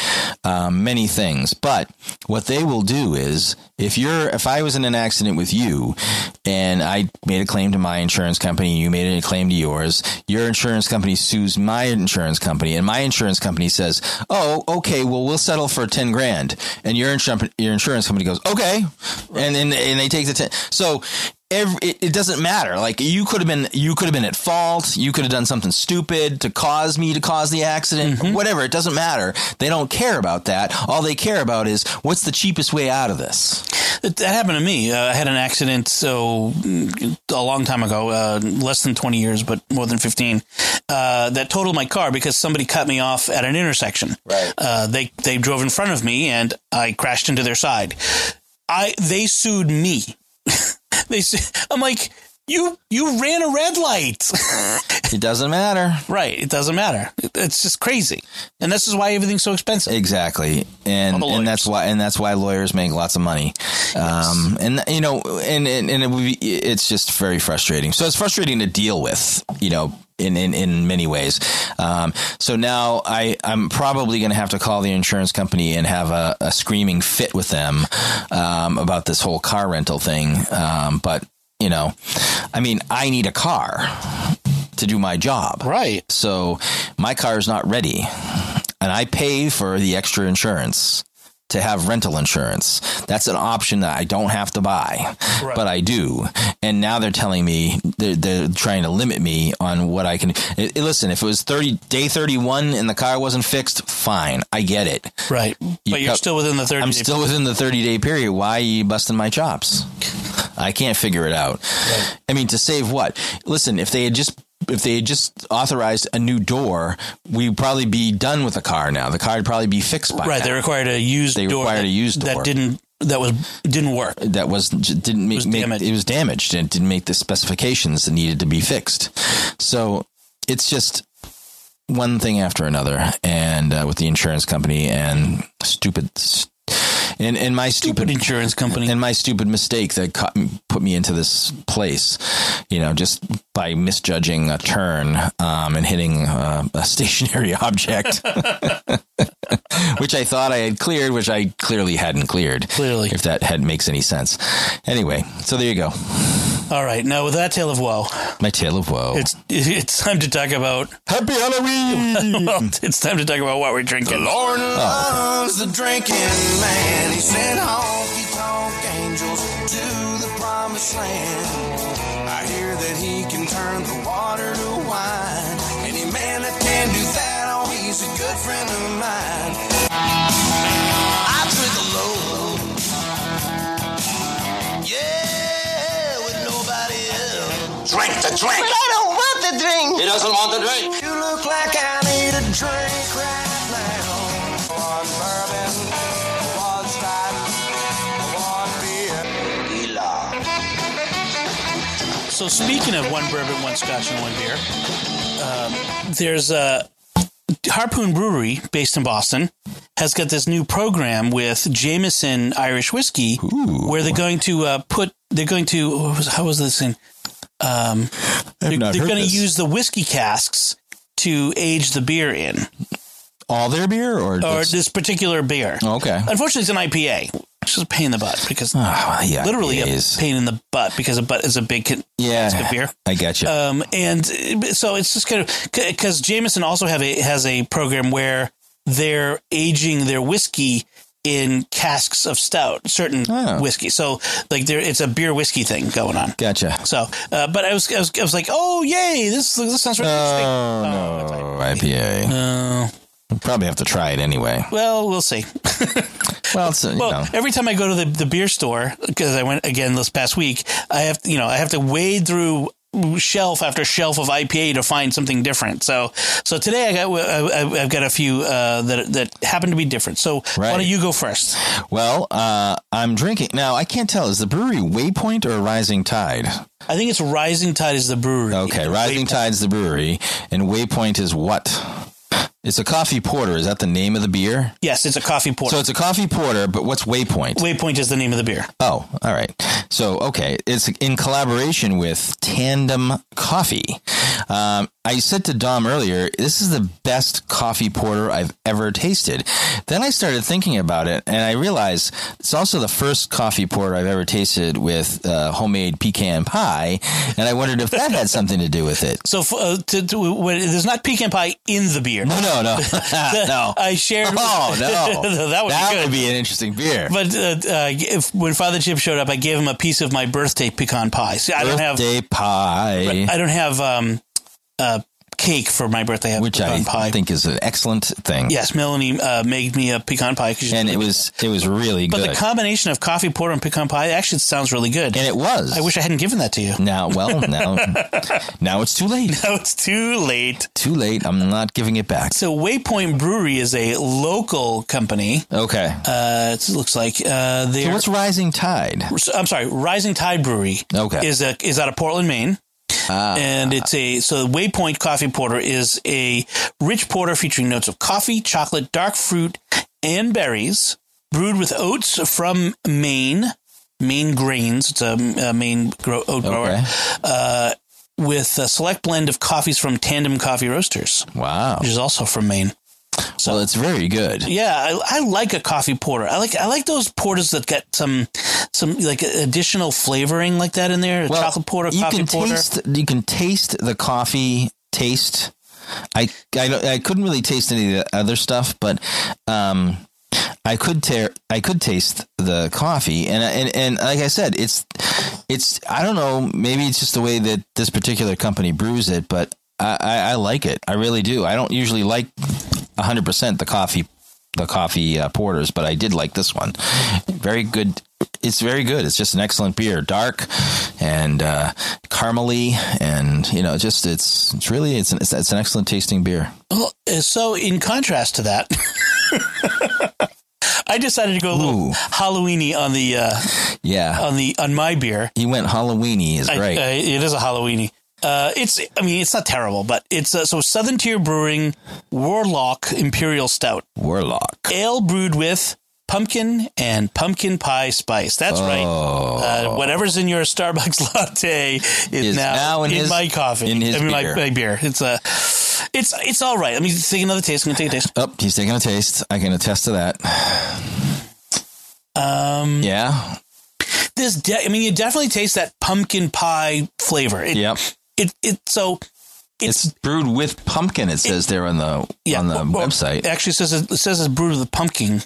Speaker 2: um, many things. But what they will do is, if you're, if I was in an accident with you, and I made a claim to my insurance company, you made a claim to yours, your insurance company sues my insurance company, and my insurance company says, "Oh, okay, well, we'll settle for ten grand," and your insurance your insurance company goes, "Okay," and then and they take the ten. So every it, it doesn't matter like you could have been you could have been at fault you could have done something stupid to cause me to cause the accident whatever it doesn't matter they don't care about that all they care about is what's the cheapest way out of this
Speaker 1: That that happened to me. Uh, I had an accident so mm, a long time ago, uh, less than 20 years, but more than 15, uh, that totaled my car because somebody cut me off at an intersection.
Speaker 2: Right.
Speaker 1: Uh, they, they drove in front of me and I crashed into their side. I, they sued me. [laughs] they, su- I'm like, you, you ran a red light. [laughs]
Speaker 2: it doesn't matter
Speaker 1: Right. It doesn't matter. It- It's just crazy. And this is why everything's so expensive.
Speaker 2: Exactly, and
Speaker 1: the lawyers.
Speaker 2: and that's why and that's why lawyers make lots of money. Um, and you know, and and, and it would be, it's just very frustrating. So it's frustrating to deal with, you know, in in, in many ways. Um, so now I I'm probably going to have to call the insurance company and have a, a screaming fit with them um, about this whole car rental thing. Um, but you know, I mean, I need a car to do my job.
Speaker 1: Right.
Speaker 2: So my car is not ready, and I pay for the extra insurance to have rental insurance. That's an option that I don't have to buy,
Speaker 1: Right.
Speaker 2: but I do. And now they're telling me they're, they're trying to limit me on what I can. eh, eh, listen, if it was thirty day thirty one and the car wasn't fixed, fine, I get it.
Speaker 1: Right. but you're
Speaker 2: cut-
Speaker 1: still within the 30
Speaker 2: I'm
Speaker 1: day-
Speaker 2: still within the 30 day period. Why are you busting my chops? I can't figure it out. I mean, to save what? Listen, if they had just if they had just authorized a new door, we'd probably be done with the car now. The car would probably be fixed by
Speaker 1: Right.
Speaker 2: now.
Speaker 1: They required a used
Speaker 2: They
Speaker 1: door
Speaker 2: required
Speaker 1: that,
Speaker 2: a used door.
Speaker 1: that didn't, that was, didn't work.
Speaker 2: that was didn't make, make
Speaker 1: damaged.
Speaker 2: it was damaged and it didn't make the specifications that needed to be fixed. So it's just one thing after another, and uh, with the insurance company and stupid. And, and my
Speaker 1: Stupid
Speaker 2: stupid
Speaker 1: insurance company.
Speaker 2: and my stupid mistake that caught, put me into this place, you know, just by misjudging a turn um, and hitting uh, a [laughs] stationary object, [laughs] which I thought I had cleared, which I clearly hadn't cleared.
Speaker 1: Clearly.
Speaker 2: if that had, makes any sense. Anyway, so there you go,
Speaker 1: All right. Now, with that tale of woe,
Speaker 2: my tale of woe.
Speaker 1: it's [laughs] it's time to talk about. [laughs]
Speaker 2: Happy Halloween.
Speaker 1: Well, it's time to talk about what we're drinking.
Speaker 3: Lord loves the drinking man. He sent honky tonk angels to the promised land. I hear that he can turn the water to wine. Any man that can do that, oh, he's a good friend of mine. I drink alone. Yeah, with nobody else. Drink the drink. But I don't want the drink. He doesn't want the drink. You look like I need a drink right now. One bourbon, one spot, one beer. Gila.
Speaker 1: So, speaking of one bourbon, one scotch, and one beer, um, there's a Harpoon Brewery based in Boston has got this new program with Jameson Irish whiskey, where they're going to uh, put they're going to what was, how was this in [laughs] they're,
Speaker 2: not
Speaker 1: they're
Speaker 2: heard
Speaker 1: going to
Speaker 2: this.
Speaker 1: use the whiskey casks to age the beer in
Speaker 2: All their beer or,
Speaker 1: or
Speaker 2: just-
Speaker 1: this particular beer.
Speaker 2: okay.
Speaker 1: Unfortunately, it's an IPA. which is a pain in the butt because
Speaker 2: Oh, yeah,
Speaker 1: literally
Speaker 2: it
Speaker 1: a
Speaker 2: is.
Speaker 1: pain in the butt because a butt is a big con-
Speaker 2: [laughs]
Speaker 1: cask of
Speaker 2: Yeah,
Speaker 1: beer.
Speaker 2: I got you.
Speaker 1: Um, and uh, so it's just kind of because Jameson also have a has a program where they're aging their whiskey in casks of stout, certain
Speaker 2: Oh.
Speaker 1: whiskey. So like there, it's a beer whiskey thing going on.
Speaker 2: gotcha.
Speaker 1: So, uh, but I was, I was I was like, oh yay, this this sounds really
Speaker 2: Oh,
Speaker 1: interesting.
Speaker 2: no, IPA.
Speaker 1: Uh,
Speaker 2: Probably have to try it anyway.
Speaker 1: well, we'll see.
Speaker 2: Well, it's, uh, you
Speaker 1: Well,
Speaker 2: know.
Speaker 1: every time I go to the, the beer store because I went again this past week, I have you know I have to wade through shelf after shelf of IPA to find something different. So so today I got I, I- I've got a few uh, that that happen to be different. So why
Speaker 2: Right.
Speaker 1: don't you go first?
Speaker 2: Well, uh, I'm drinking now. I can't tell. Is the brewery Waypoint or Rising Tide?
Speaker 1: I think it's Rising Tide is the brewery.
Speaker 2: Okay, Rising Tide's the brewery, and Waypoint is what? It's a coffee porter. Is that the name of the beer?
Speaker 1: Yes, it's a coffee porter.
Speaker 2: So it's a coffee porter, but what's Waypoint?
Speaker 1: Waypoint is the name of the beer.
Speaker 2: Oh, all right. So, okay, it's in collaboration with Tandem Coffee. Um, I said to Dom earlier, this is the best coffee porter I've ever tasted. Then I started thinking about it, and I realized it's also the first coffee porter I've ever tasted with uh, homemade pecan pie, and I wondered if that had something to do with it.
Speaker 1: So f- uh, to, to, when, there's not pecan pie in the beer.
Speaker 2: No, no, [laughs]
Speaker 1: [laughs]
Speaker 2: no, no.
Speaker 1: I shared.
Speaker 2: Oh
Speaker 1: [laughs]
Speaker 2: no,
Speaker 1: that would be good.
Speaker 2: an interesting beer.
Speaker 1: But uh, uh, if, when Father Chip showed up, I gave him a piece of my birthday pecan pie. See, I don't have
Speaker 2: Birthday pie.
Speaker 1: I don't have um, uh, cake for my birthday. I have
Speaker 2: which
Speaker 1: pecan
Speaker 2: I
Speaker 1: pie.
Speaker 2: think is an excellent thing.
Speaker 1: yes, Melanie uh, made me a pecan pie. 'cause she-
Speaker 2: and it was it was really
Speaker 1: but
Speaker 2: good.
Speaker 1: the combination of coffee porter and pecan pie actually sounds really good.
Speaker 2: and it was.
Speaker 1: I wish I hadn't given that
Speaker 2: [laughs]
Speaker 1: to you.
Speaker 2: now.
Speaker 1: [laughs]
Speaker 2: Well, now, now it's too late.
Speaker 1: No, it's too late.
Speaker 2: Too late. I'm not giving it back.
Speaker 1: So Waypoint Brewery is a local company.
Speaker 2: Okay.
Speaker 1: Uh, it looks like uh, they're.
Speaker 2: so what's Rising Tide?
Speaker 1: I'm sorry, Rising Tide Brewery
Speaker 2: Okay. Ah.
Speaker 1: is a, is out of Portland, Maine. and it's a so the Waypoint Coffee Porter is a rich porter featuring notes of coffee, chocolate, dark fruit, and berries, brewed with oats from Maine, Maine grains. It's a, a Maine grow, oat grower
Speaker 2: Okay.
Speaker 1: uh, with a select blend of coffees from Tandem Coffee Roasters,
Speaker 2: Wow.
Speaker 1: which is also from Maine.
Speaker 2: Well, it's very good.
Speaker 1: Yeah, I, I like a coffee porter. I like I like those porters that got some some like additional flavoring like that in there. A
Speaker 2: Well,
Speaker 1: chocolate porter,
Speaker 2: you
Speaker 1: coffee
Speaker 2: can
Speaker 1: porter.
Speaker 2: taste. You can taste the coffee taste. I I, don't- I couldn't really taste any of the other stuff, but um, I could tear. I could taste the coffee, and and and like I said, it's it's. I don't know. Maybe it's just the way that this particular company brews it, but I I, I like it. I really do. I don't usually like hundred percent the coffee the coffee uh, porters, but I did like this one. Very good. It's very good. It's just an excellent beer, dark and uh, caramely, and you know, just it's it's really it's an, it's, it's an excellent tasting beer.
Speaker 1: Well, uh, so in contrast to that, [laughs] I decided to go a little
Speaker 2: Ooh.
Speaker 1: Halloweeny on the uh,
Speaker 2: Yeah,
Speaker 1: on the on my beer.
Speaker 2: he went Halloweeny is
Speaker 1: I,
Speaker 2: right.
Speaker 1: uh, it is a Halloweeny. Uh, it's I mean it's not terrible, but it's uh, so Southern Tier Brewing Warlock Imperial Stout
Speaker 2: Warlock.
Speaker 1: ale brewed with pumpkin and pumpkin pie spice. That's right.
Speaker 2: Oh,
Speaker 1: Uh, whatever's in your Starbucks [laughs] latte is, now,
Speaker 2: now in
Speaker 1: in,
Speaker 2: his-
Speaker 1: my coffee.
Speaker 2: in his
Speaker 1: I mean,
Speaker 2: beer.
Speaker 1: My, my beer. It's uh, it's it's all right. Let me take another taste. I'm gonna take a taste.
Speaker 2: oh, he's taking a taste. I can attest to that. Um. Yeah.
Speaker 1: this de- I mean you definitely taste that pumpkin pie flavor. It,
Speaker 2: Yep.
Speaker 1: It it so
Speaker 2: It's,
Speaker 1: it's,
Speaker 2: brewed with pumpkin. It says there on the
Speaker 1: yeah,
Speaker 2: on the
Speaker 1: or- or
Speaker 2: website.
Speaker 1: Actually it says it, it says it's brewed with pumpkin.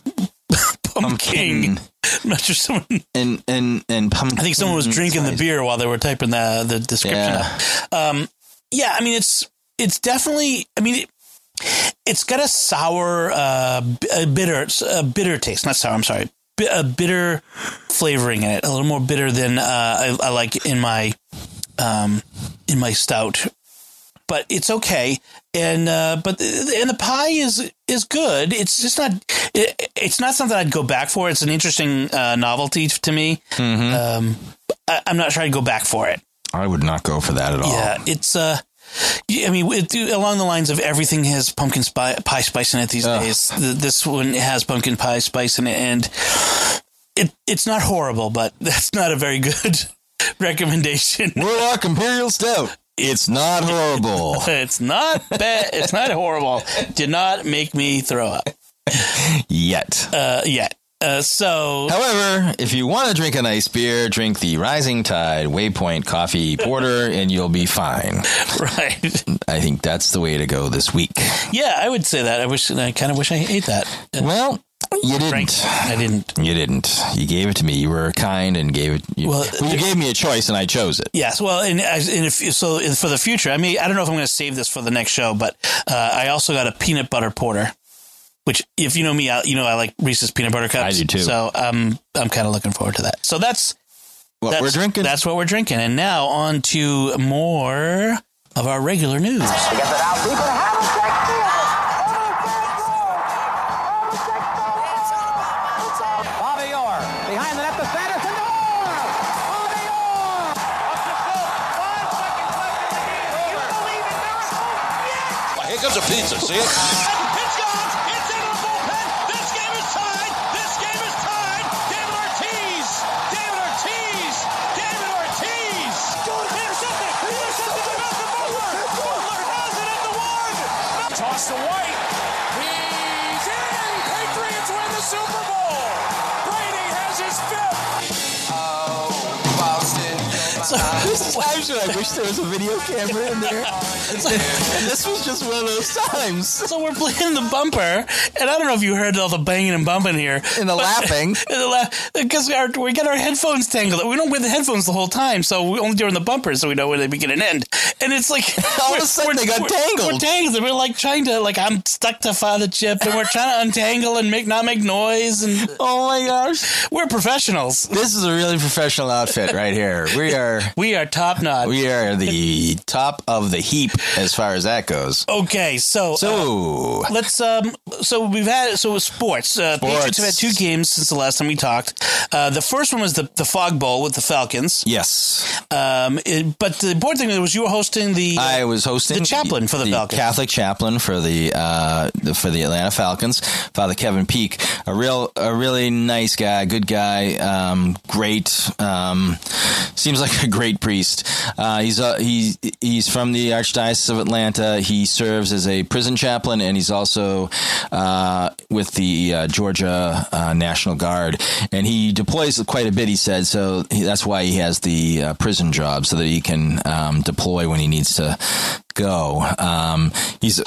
Speaker 1: [laughs] pumpkin. [laughs] I'm not sure someone
Speaker 2: and and and pumpkin.
Speaker 1: I think someone was drinking the beer while they were typing the the description
Speaker 2: Mm-hmm. Yeah.
Speaker 1: up. Um yeah, I mean it's it's definitely I mean it, it's got a sour uh b- a bitter a bitter taste, not sour, I'm sorry. Bi- A bitter flavoring in it, a little more bitter than uh, I, I like in my um, in my stout, but it's okay. And uh, but the, and the pie is is good. It's just not it, it's not something I'd go back for. It's an interesting uh, novelty to me. Um, I, I'm not sure I'd go back for it.
Speaker 2: I would not go for that at all.
Speaker 1: Yeah, it's uh. y- I mean, it, along the lines of everything has pumpkin spy, pie spice in it these
Speaker 2: Ugh.
Speaker 1: days. Th this one has pumpkin pie spice in it, and it it's not horrible, but [laughs] that's not a very good [laughs] recommendation. [laughs]
Speaker 2: Warlock Imperial Stout. It's
Speaker 1: [laughs]
Speaker 2: not horrible.
Speaker 1: It's not bad. It's not horrible. Did not make me throw up
Speaker 2: Yet.
Speaker 1: uh, yet. Uh, so [laughs]
Speaker 2: However, if you want to drink a nice beer, drink the Rising Tide Waypoint Coffee Porter, and you'll be fine.
Speaker 1: right,
Speaker 2: I think that's the way to go this week.
Speaker 1: yeah, I would say that. I wish. I kind of wish I ate that. Uh,
Speaker 2: Well, you
Speaker 1: Frank,
Speaker 2: didn't.
Speaker 1: I didn't.
Speaker 2: You didn't. You gave it to me. You were kind and gave it. You,
Speaker 1: Well,
Speaker 2: well, you gave me a choice, and I chose it.
Speaker 1: Yes, well, and, as- and if, so and for the future, I mean, I don't know if I'm going to save this for the next show, but uh, I also got a peanut butter porter, which, if you know me, I, you know I like Reese's peanut butter cups.
Speaker 2: I do too.
Speaker 1: So um, I'm kind of looking forward to that. So that's
Speaker 2: What
Speaker 1: that's
Speaker 2: we're drinking? [laughs]
Speaker 1: That's what we're drinking, and now on to more of our regular news.
Speaker 4: Get it out, people. Havlicek Field.
Speaker 5: Bobby Orr behind the net to Sanderson. Orr! Bobby Orr!
Speaker 6: Here comes a pizza, see it?
Speaker 3: [laughs]
Speaker 7: It's gone. It's into the bullpen. This game is tied. This game is tied. David Ortiz. David Ortiz. David Ortiz. Intercepted. Intercepted by Malcolm Butler. Butler has it at the one. Toss to White. He's in. Patriots win the Super Bowl. Brady has his fifth.
Speaker 2: times when I wish there was a video camera
Speaker 1: [laughs]
Speaker 2: in there. this was just one of those times.
Speaker 1: So we're playing the bumper, and I don't know if you heard all the banging and bumping here,
Speaker 2: And
Speaker 1: [laughs]
Speaker 2: the laughing.
Speaker 1: because our, we got our headphones tangled. We don't wear the headphones the whole time, so we only during the bumper, so we know where they begin and end. And it's like
Speaker 2: [laughs] All of a
Speaker 1: we're-
Speaker 2: sudden
Speaker 1: we're-
Speaker 2: they got
Speaker 1: we're-
Speaker 2: tangled.
Speaker 1: We're tangled. We're like trying to like I'm stuck to Father Chip, and we're trying to untangle and make not make noise. And
Speaker 2: Oh my gosh!
Speaker 1: we're professionals.
Speaker 2: This is a really professional outfit right here. We are.
Speaker 1: We are top notch.
Speaker 2: We are the top of the heap as far as that goes.
Speaker 1: okay, so.
Speaker 2: So,
Speaker 1: Let's um. So we've had so it was sports. Uh, Patriots have had
Speaker 2: Sports.
Speaker 1: two games since the last time we talked. Uh, the first one was the the Fog Bowl with the Falcons.
Speaker 2: yes,
Speaker 1: Um, it- but the important thing was you were hosting the.
Speaker 2: I was hosting
Speaker 1: The chaplain for the Falcons.
Speaker 2: Catholic chaplain for the, uh, the for the Atlanta Falcons, Father Kevin Peak, a real a really nice guy, good guy, um, great. Um, seems like a great priest. Uh, he's uh, he he's from the Archdiocese of Atlanta. He serves as a prison chaplain, and he's also uh, with the uh, Georgia uh, National Guard, and he deploys quite a bit. He said so. He, that's why he has the uh, prison job so that he can um, deploy when he needs to go. Um, he's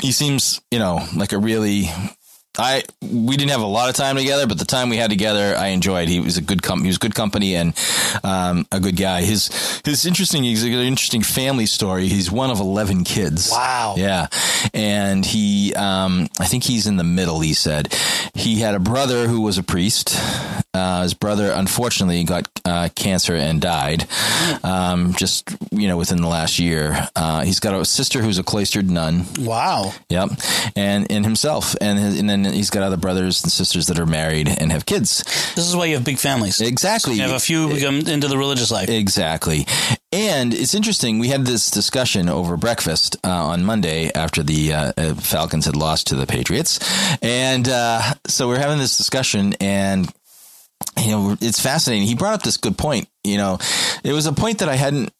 Speaker 2: he seems you know like a really. I we didn't have a lot of time together, but the time we had together, I enjoyed. He was a good com- he was good company and um, a good guy. His his interesting he's got an interesting family story. He's one of eleven kids.
Speaker 1: Wow.
Speaker 2: Yeah, and he, um, I think he's in the middle. He said he had a brother who was a priest. Uh, his brother, unfortunately, got uh, cancer and died. Um, just you know, within the last year, uh, he's got a sister who's a cloistered nun.
Speaker 1: wow.
Speaker 2: Yep, and and himself, and his, and then he's got other brothers and sisters that are married and have kids.
Speaker 1: This is why you have big families.
Speaker 2: Exactly.
Speaker 1: You have a few who come into the religious life.
Speaker 2: Exactly. And it's interesting. We had this discussion over breakfast uh, on Monday after the uh, uh, Falcons had lost to the Patriots. And uh, so we we're having this discussion, and you know, it's fascinating. He brought up this good point. You know, it was a point that I hadn't.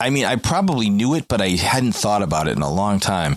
Speaker 2: I mean, I probably knew it, but I hadn't thought about it in a long time.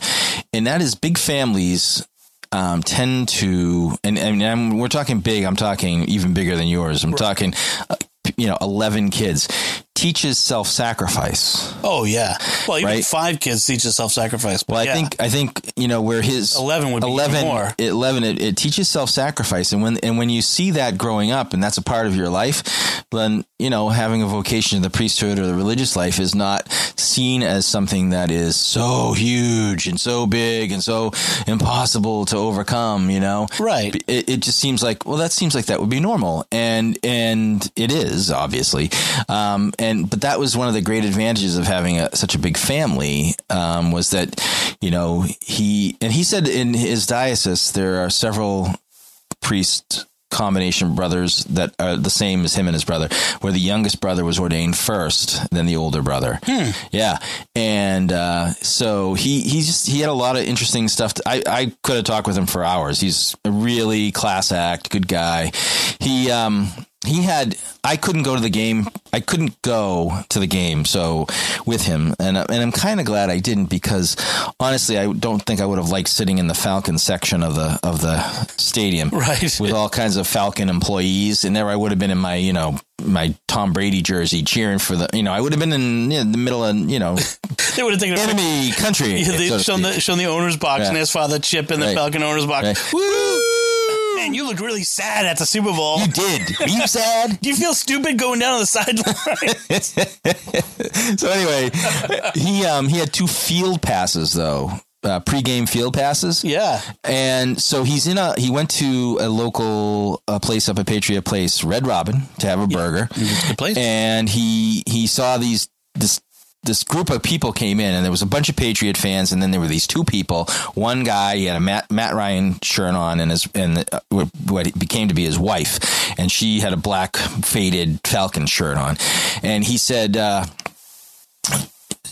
Speaker 2: And that is big families um, tend to, and, and I'm, we're talking big. I'm talking even bigger than yours. I'm talking, uh, you know, 11 kids teaches self sacrifice.
Speaker 1: oh yeah. Well, even
Speaker 2: Right.
Speaker 1: five kids teach us self-sacrifice.
Speaker 2: Well, I
Speaker 1: yeah.
Speaker 2: think I think you know where his
Speaker 1: 11 would be even more.
Speaker 2: Eleven, it, it teaches self sacrifice, and when and when you see that growing up, and that's a part of your life, then you know having a vocation to the priesthood or the religious life is not seen as something that is so huge and so big and so impossible to overcome. You know,
Speaker 1: Right.
Speaker 2: It, it just seems like well, that seems like that would be normal, and and it is obviously, um, and but that was one of the great advantages of having a, such a big family um, was that you know he and he said in his diocese there are several priest combination brothers that are the same as him and his brother, where the youngest brother was ordained first, then the older brother. Yeah, and uh, so he he just he had a lot of interesting stuff. to- I I could have talked with him for hours. He's a really class act, good guy. He um he had I couldn't go to the game. I couldn't go to the game so with him and uh, and I'm kind of glad I didn't because honestly I don't think I would have liked sitting in the Falcon section of the of the stadium
Speaker 1: [laughs] Right.
Speaker 2: with all kinds of Falcon employees and there I would have been in my, you know, my Tom Brady jersey cheering for the, you know, I would have been in, in the middle of,
Speaker 1: [laughs]
Speaker 2: you know,
Speaker 1: They would have taken a picture.
Speaker 2: enemy
Speaker 1: [laughs]
Speaker 2: country.
Speaker 1: Yeah,
Speaker 2: so
Speaker 1: they've
Speaker 2: to
Speaker 1: shown
Speaker 2: speak.
Speaker 1: the shown the owner's box
Speaker 2: Yeah.
Speaker 1: and his father chip in the
Speaker 2: Right.
Speaker 1: Falcon owner's box.
Speaker 2: Right.
Speaker 1: Woo! Man, you look really sad at the Super Bowl.
Speaker 2: you did. Were you sad? [laughs]
Speaker 1: Do you feel stupid going down on the sideline? [laughs]
Speaker 2: so anyway, he um he had two field passes though. Uh, pre-game field passes,
Speaker 1: yeah.
Speaker 2: and so he's in a. He went to a local uh, place up at Patriot Place, Red Robin, to have a burger,
Speaker 1: It's a good place.
Speaker 2: and he he saw these this this group of people came in, and there was a bunch of Patriot fans, and then there were these two people. One guy, he had a Matt Matt Ryan shirt on, and his and uh, what- what became to be his wife, and she had a black faded Falcon shirt on, and he said. Uh,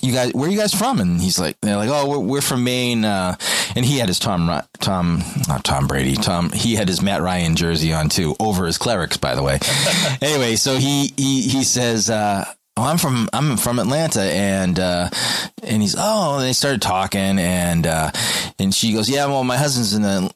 Speaker 2: you guys, where are you guys from? And he's like, they're like, oh, we're, we're from Maine. Uh, and he had his Tom, Ry- Tom, not Tom Brady, Tom, he had his Matt Ryan jersey on too, over his clerics, by the way. anyway, so he, he, he says, uh, well, I'm from I'm from Atlanta, and uh, and he's oh, and they started talking, and uh, and she goes, yeah, well, my husband's in the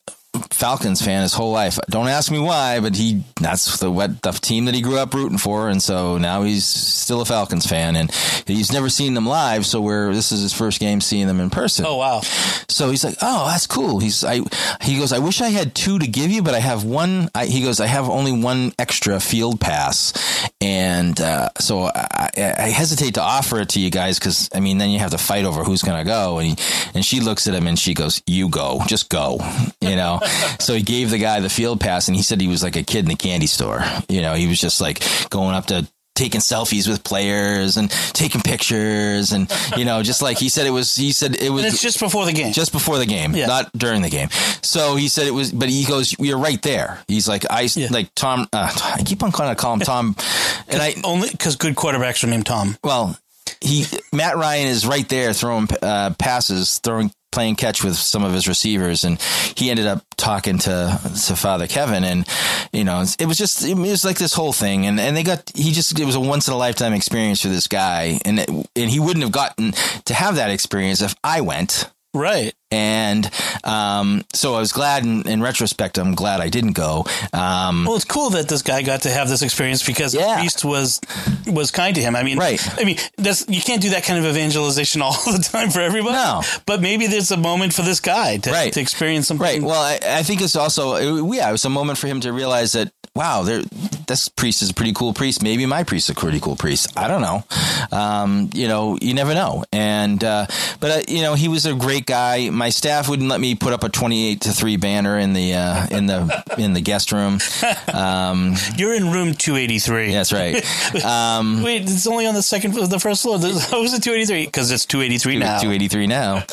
Speaker 2: Falcons fan his whole life. Don't ask me why, but he that's the what the team that he grew up rooting for, and so now he's still a Falcons fan, and he's never seen them live. So we're this is his first game seeing them in person.
Speaker 1: Oh wow.
Speaker 2: So he's like, "Oh, that's cool." He's I he goes, "I wish I had two to give you, but I have one." I, he goes, "I have only one extra field pass." And uh, so I, I I hesitate to offer it to you guys because I mean, then you have to fight over who's going to go. And he, and she looks at him and she goes, "You go, just go," [laughs] you know. so he gave the guy the field pass, and he said he was like a kid in the candy store. You know, he was just like going up to taking selfies with players and taking pictures, and you know, just like he said it was. He said it was
Speaker 1: And it's just before the game.
Speaker 2: just before the game,
Speaker 1: Yeah.
Speaker 2: not during the game. So he said it was, but he goes, "You're right there." He's like, "I
Speaker 1: Yeah.
Speaker 2: like Tom." Uh, I keep on calling, calling
Speaker 1: [laughs]
Speaker 2: him Tom, and I
Speaker 1: only because good quarterbacks are named Tom.
Speaker 2: well, he Matt Ryan is right there throwing uh, passes, throwing playing catch with some of his receivers, and he ended up talking to to Father Kevin, and you know it was just it was like this whole thing, and and they got he just it was a once in a lifetime experience for this guy, and it, and he wouldn't have gotten to have that experience if I went.
Speaker 1: Right.
Speaker 2: And um, so I was glad in, in retrospect, I'm glad I didn't go. Um,
Speaker 1: Well, it's cool that this guy got to have this experience because
Speaker 2: Yeah.
Speaker 1: Priest was was kind to him. I mean,
Speaker 2: Right.
Speaker 1: I mean, that's you can't do that kind of evangelization [laughs] all the time for everybody.
Speaker 2: No.
Speaker 1: But maybe there's a moment for this guy to,
Speaker 2: Right.
Speaker 1: to experience something.
Speaker 2: right. Well, I, I think it's also, it, yeah, it was a moment for him to realize that, wow, there, this priest is a pretty cool priest. Maybe my priest is a pretty cool priest. I don't know. Um, you know, you never know. And, uh, but, uh, you know, he was a great guy. My staff wouldn't let me put up a 28 to 3 banner in the, uh, in the, in the guest room.
Speaker 1: You're in room 283.
Speaker 2: That's right.
Speaker 1: Wait, it's only on the second, the first floor. [laughs] There's- How is it 283? Because it's 283 now.
Speaker 2: 283 now.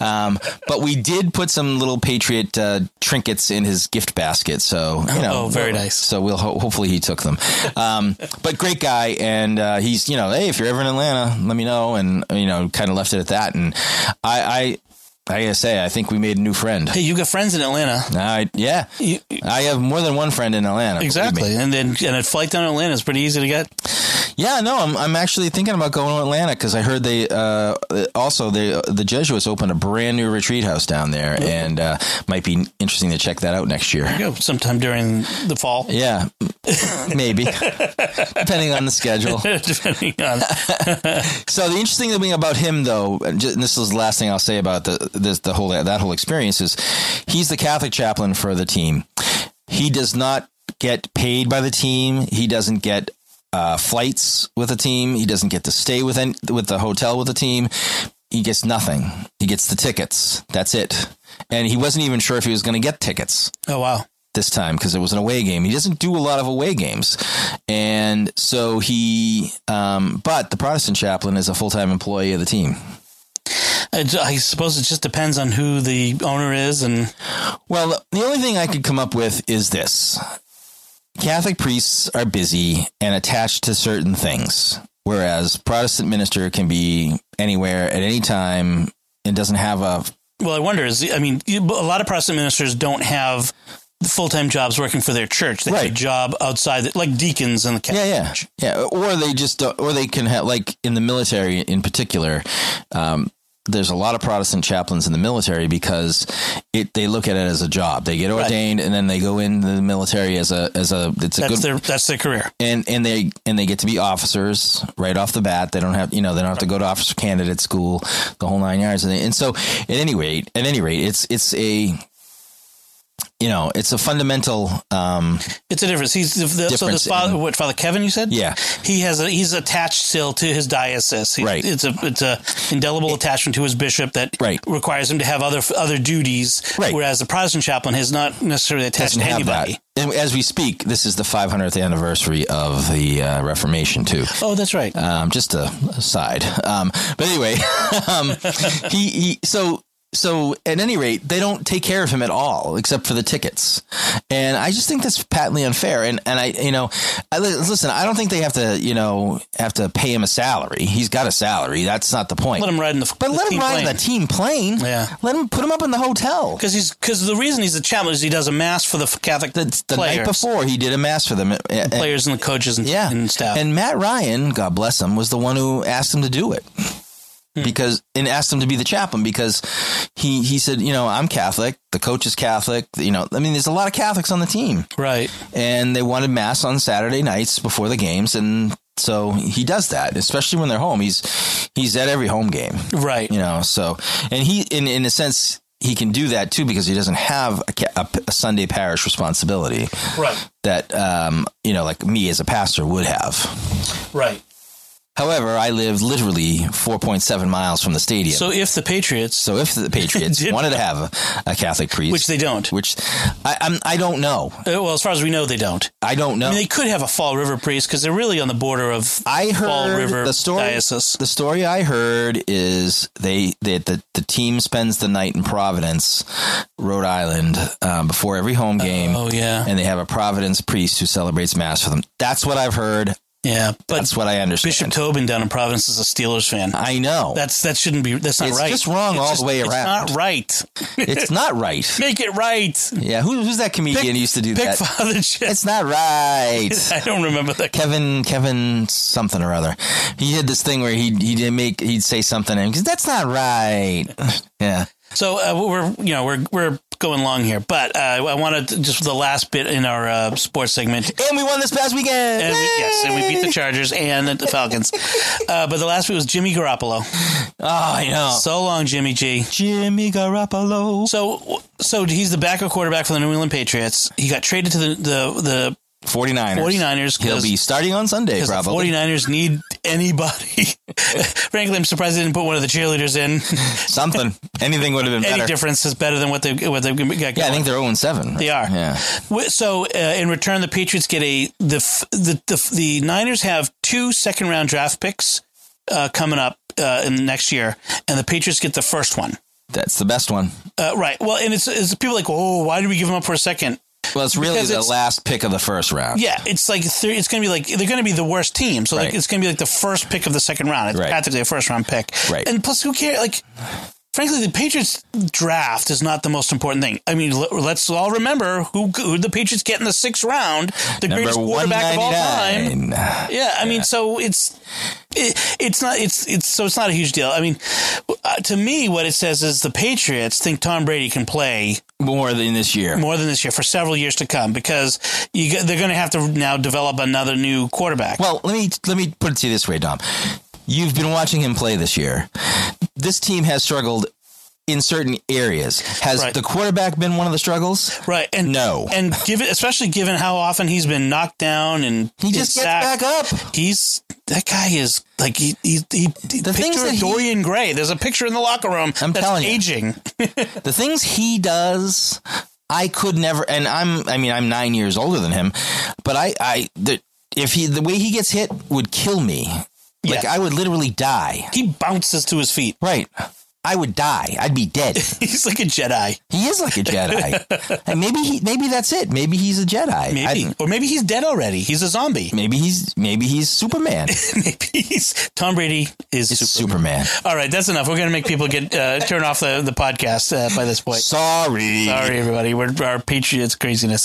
Speaker 2: Um, but we did put some little Patriot uh, trinkets in his gift basket. So, you know.
Speaker 1: Oh, very
Speaker 2: we'll-
Speaker 1: nice.
Speaker 2: So we'll ho- hopefully he took them. Um, but great guy. And uh, he's, you know, hey, if you're ever in Atlanta, let me know. And, you know, kind of left it at that. And I, I, I gotta say, I think we made a new friend.
Speaker 1: Hey, you got friends in Atlanta.
Speaker 2: I, yeah.
Speaker 1: You-
Speaker 2: I have more than one friend in Atlanta. believe me.
Speaker 1: exactly. And then and a flight down to Atlanta is pretty easy to get.
Speaker 2: Yeah, no, I'm, I'm actually thinking about going to Atlanta because I heard they uh, also they, the Jesuits opened a brand new retreat house down there, and uh, might be interesting to check that out next year.
Speaker 1: You know, sometime during the fall.
Speaker 2: Yeah, maybe depending on the schedule.
Speaker 1: [laughs] Depending on
Speaker 2: So the interesting thing about him, though, and ju- and this is the last thing I'll say about the this, the whole that whole experience is he's the Catholic chaplain for the team. He does not get paid by the team. He doesn't get uh, flights with the team. He doesn't get to stay with any, with the hotel with the team. He gets nothing. He gets the tickets. That's it. And he wasn't even sure if he was going to get tickets
Speaker 1: Oh wow.
Speaker 2: this time because it was an away game. He doesn't do a lot of away games, and so he. Um, but the Protestant chaplain is a full time employee of the team.
Speaker 1: I, I suppose it just depends on who the owner is and
Speaker 2: Well, the only thing I could come up with is this: Catholic priests are busy and attached to certain things, whereas Protestant minister can be anywhere at any time and doesn't have a
Speaker 1: well I wonder is I mean you- a lot of Protestant ministers don't have full time jobs working for their church. They have
Speaker 2: Right.
Speaker 1: a job outside, the, like deacons in the Catholic
Speaker 2: Yeah, yeah,
Speaker 1: church.
Speaker 2: yeah. Or they just, don't- or they can have, like in the military in particular. Um, there's a lot of Protestant chaplains in the military because it they look at it as a job. They get ordained and then they go into the military as a as a it's a
Speaker 1: That's
Speaker 2: good
Speaker 1: their that's their career.
Speaker 2: and and they and they get to be officers right off the bat. They don't have you know they don't have to go to officer candidate school the whole nine yards. And, and so at any rate, at any rate, it's it's a you know it's a fundamental um,
Speaker 1: It's a difference. He's the, the, so
Speaker 2: Difference
Speaker 1: this father,
Speaker 2: in-
Speaker 1: what Father Kevin? You said,
Speaker 2: Yeah.
Speaker 1: He has a he's attached still to his diocese. He-
Speaker 2: Right.
Speaker 1: It's a it's a indelible attachment to his bishop that
Speaker 2: Right.
Speaker 1: requires him to have other other duties.
Speaker 2: Right.
Speaker 1: Whereas the Protestant chaplain is not necessarily attached
Speaker 2: doesn't
Speaker 1: to
Speaker 2: have
Speaker 1: anybody.
Speaker 2: that. And as we speak, this is the 500th anniversary of the uh, Reformation too.
Speaker 1: Oh, that's right.
Speaker 2: um, just a aside. Um, but anyway, [laughs] um, he, he so so at any rate, they don't take care of him at all except for the tickets, and I just think that's patently unfair. And and I you know, I, li- listen, I don't think they have to you know have to pay him a salary. He's got a salary. That's not the point.
Speaker 1: let him ride in the
Speaker 2: but
Speaker 1: the
Speaker 2: let him
Speaker 1: team
Speaker 2: ride
Speaker 1: plane.
Speaker 2: the team plane.
Speaker 1: Yeah.
Speaker 2: Let him put him up in the hotel.
Speaker 1: Because he's because the reason he's a chaplain is he does a mass for the Catholic
Speaker 2: The, the
Speaker 1: players,
Speaker 2: night before, he did a mass for them. Uh,
Speaker 1: players and the coaches and,
Speaker 2: yeah.
Speaker 1: and staff.
Speaker 2: And Matt Ryan, God bless him, was the one who asked him to do it. Because and asked him to be the chaplain because he he said you know I'm Catholic the coach is Catholic you know I mean there's a lot of Catholics on the team
Speaker 1: right.
Speaker 2: and they wanted mass on Saturday nights before the games and so he does that especially when they're home he's he's at every home game
Speaker 1: Right.
Speaker 2: you know so and he in in a sense he can do that too because he doesn't have a, ca- a p- a Sunday parish responsibility
Speaker 1: Right.
Speaker 2: that um you know like me as a pastor would have
Speaker 1: Right.
Speaker 2: However, I live literally 4.7 miles from the stadium. So,
Speaker 1: So if the Patriots,
Speaker 2: if the
Speaker 1: [laughs]
Speaker 2: Patriots
Speaker 1: Did-
Speaker 2: wanted to have a, a Catholic priest,
Speaker 1: which they don't,
Speaker 2: which I, I'm, I don't know,
Speaker 1: Uh, well, as far as we know, they don't.
Speaker 2: I don't know.
Speaker 1: I mean, they could have a Fall River priest because they're really on the border of
Speaker 2: I heard
Speaker 1: Fall River
Speaker 2: the story.
Speaker 1: diocese.
Speaker 2: The story I heard is they that the, the team spends the night in Providence, Rhode Island, um, before every home game,
Speaker 1: Oh yeah,
Speaker 2: and they have a Providence priest who celebrates mass for them. That's what I've heard.
Speaker 1: yeah. But
Speaker 2: That's what I understand.
Speaker 1: Bishop Tobin down in Providence is a Steelers fan.
Speaker 2: I know
Speaker 1: That's that shouldn't be. That's not
Speaker 2: It's
Speaker 1: right.
Speaker 2: just wrong all the way around.
Speaker 1: It's not right.
Speaker 2: [laughs] it's not right.
Speaker 1: [laughs] Make it right.
Speaker 2: Yeah, who, who's that comedian who used to do
Speaker 1: Pick
Speaker 2: that?
Speaker 1: Father Jeff.
Speaker 2: It's
Speaker 1: [laughs]
Speaker 2: not right.
Speaker 1: I don't remember that.
Speaker 2: Kevin, Kevin, something or other. He had this thing where he he did make he'd say something and because that's not right. [laughs] Yeah,
Speaker 1: So uh, we're you know we're we're going long here, but uh, I wanted to, just the last bit in our uh, sports segment
Speaker 2: and we won this past weekend.
Speaker 1: And we, yes, and we beat [laughs] the
Speaker 2: Yay!
Speaker 1: Chargers and the
Speaker 2: [laughs]
Speaker 1: Falcons. Uh, but the last week was Jimmy Garoppolo.
Speaker 2: Oh, I know.
Speaker 1: So long, Jimmy G.
Speaker 2: Jimmy Garoppolo.
Speaker 1: So, so he's the backup quarterback for the New England Patriots. He got traded to the the,
Speaker 2: 49ers.
Speaker 1: the 49ers
Speaker 2: He'll be starting on Sunday,
Speaker 1: because the
Speaker 2: probably.
Speaker 1: 49ers need
Speaker 2: [laughs]
Speaker 1: anybody. Frankly, I'm surprised they didn't put one of the cheerleaders in. [laughs]
Speaker 2: Something. Anything would have been
Speaker 1: Any
Speaker 2: better.
Speaker 1: difference is better than what they what they've got.
Speaker 2: Yeah, I
Speaker 1: going.
Speaker 2: think they're 0 7.
Speaker 1: They are.
Speaker 2: Yeah.
Speaker 1: Wi- So uh, in return, the Patriots get a the f- the the, the Niners have two second round draft picks uh, coming up uh, in the next year, and the Patriots get the first one.
Speaker 2: That's the best one.
Speaker 1: Uh, right. Well, and it's, it's people like, oh, why did we give them up for a second?
Speaker 2: Well, it's really
Speaker 1: Because
Speaker 2: the
Speaker 1: it's-
Speaker 2: last pick of the first round.
Speaker 1: Yeah, it's like th- it's going to be like they're going to be the worst team, so
Speaker 2: Right.
Speaker 1: like, it's going to be like the first pick of the second round. It's
Speaker 2: Right.
Speaker 1: practically a first round pick.
Speaker 2: Right.
Speaker 1: And plus, who cares? Like, frankly, the Patriots draft is not the most important thing. I mean, l- let's all remember who, who the Patriots get in the sixth round, the
Speaker 2: Number
Speaker 1: greatest quarterback of all time.
Speaker 2: 199.
Speaker 1: Yeah, I mean, so it's it, it's not it's it's so it's not a huge deal. I mean, uh, to me, what it says is the Patriots think Tom Brady can play
Speaker 2: More than this year.
Speaker 1: more than this year for several years to come because you, g- they're going to have to now develop another new quarterback.
Speaker 2: Well, let me let me put it to you this way, Dom. You've been watching him play this year. This team has struggled in certain areas. Has
Speaker 1: Right.
Speaker 2: the quarterback been one of the struggles?
Speaker 1: right, and
Speaker 2: No.
Speaker 1: and given especially given how often he's been knocked down and
Speaker 2: He just gets back up.
Speaker 1: He's that guy is like he he, he the
Speaker 2: things
Speaker 1: picture
Speaker 2: that
Speaker 1: of
Speaker 2: he-
Speaker 1: Dorian Gray. There's a picture in the locker room.
Speaker 2: I'm
Speaker 1: that's
Speaker 2: telling you.
Speaker 1: aging.
Speaker 2: The things he does, I could never. And I'm I mean I'm nine years older than him, but I I the, if he the way he gets hit would kill me. Like
Speaker 1: Yeah.
Speaker 2: I would literally die.
Speaker 1: He bounces to his feet. [laughs]
Speaker 2: Right. I would die. I'd be dead.
Speaker 1: He's like a Jedi,
Speaker 2: He is like a Jedi. and maybe he, maybe that's it. Maybe he's a Jedi.
Speaker 1: maybe,
Speaker 2: I-
Speaker 1: or maybe he's dead already. He's a zombie. [laughs]
Speaker 2: maybe he's maybe he's Superman.
Speaker 1: maybe he's Tom Brady is
Speaker 2: He's
Speaker 1: super.
Speaker 2: Superman.
Speaker 1: All right, that's enough. We're going to make people get uh, turn off the the podcast uh, by this point.
Speaker 2: Sorry.
Speaker 1: Sorry, everybody. We're our Patriots craziness.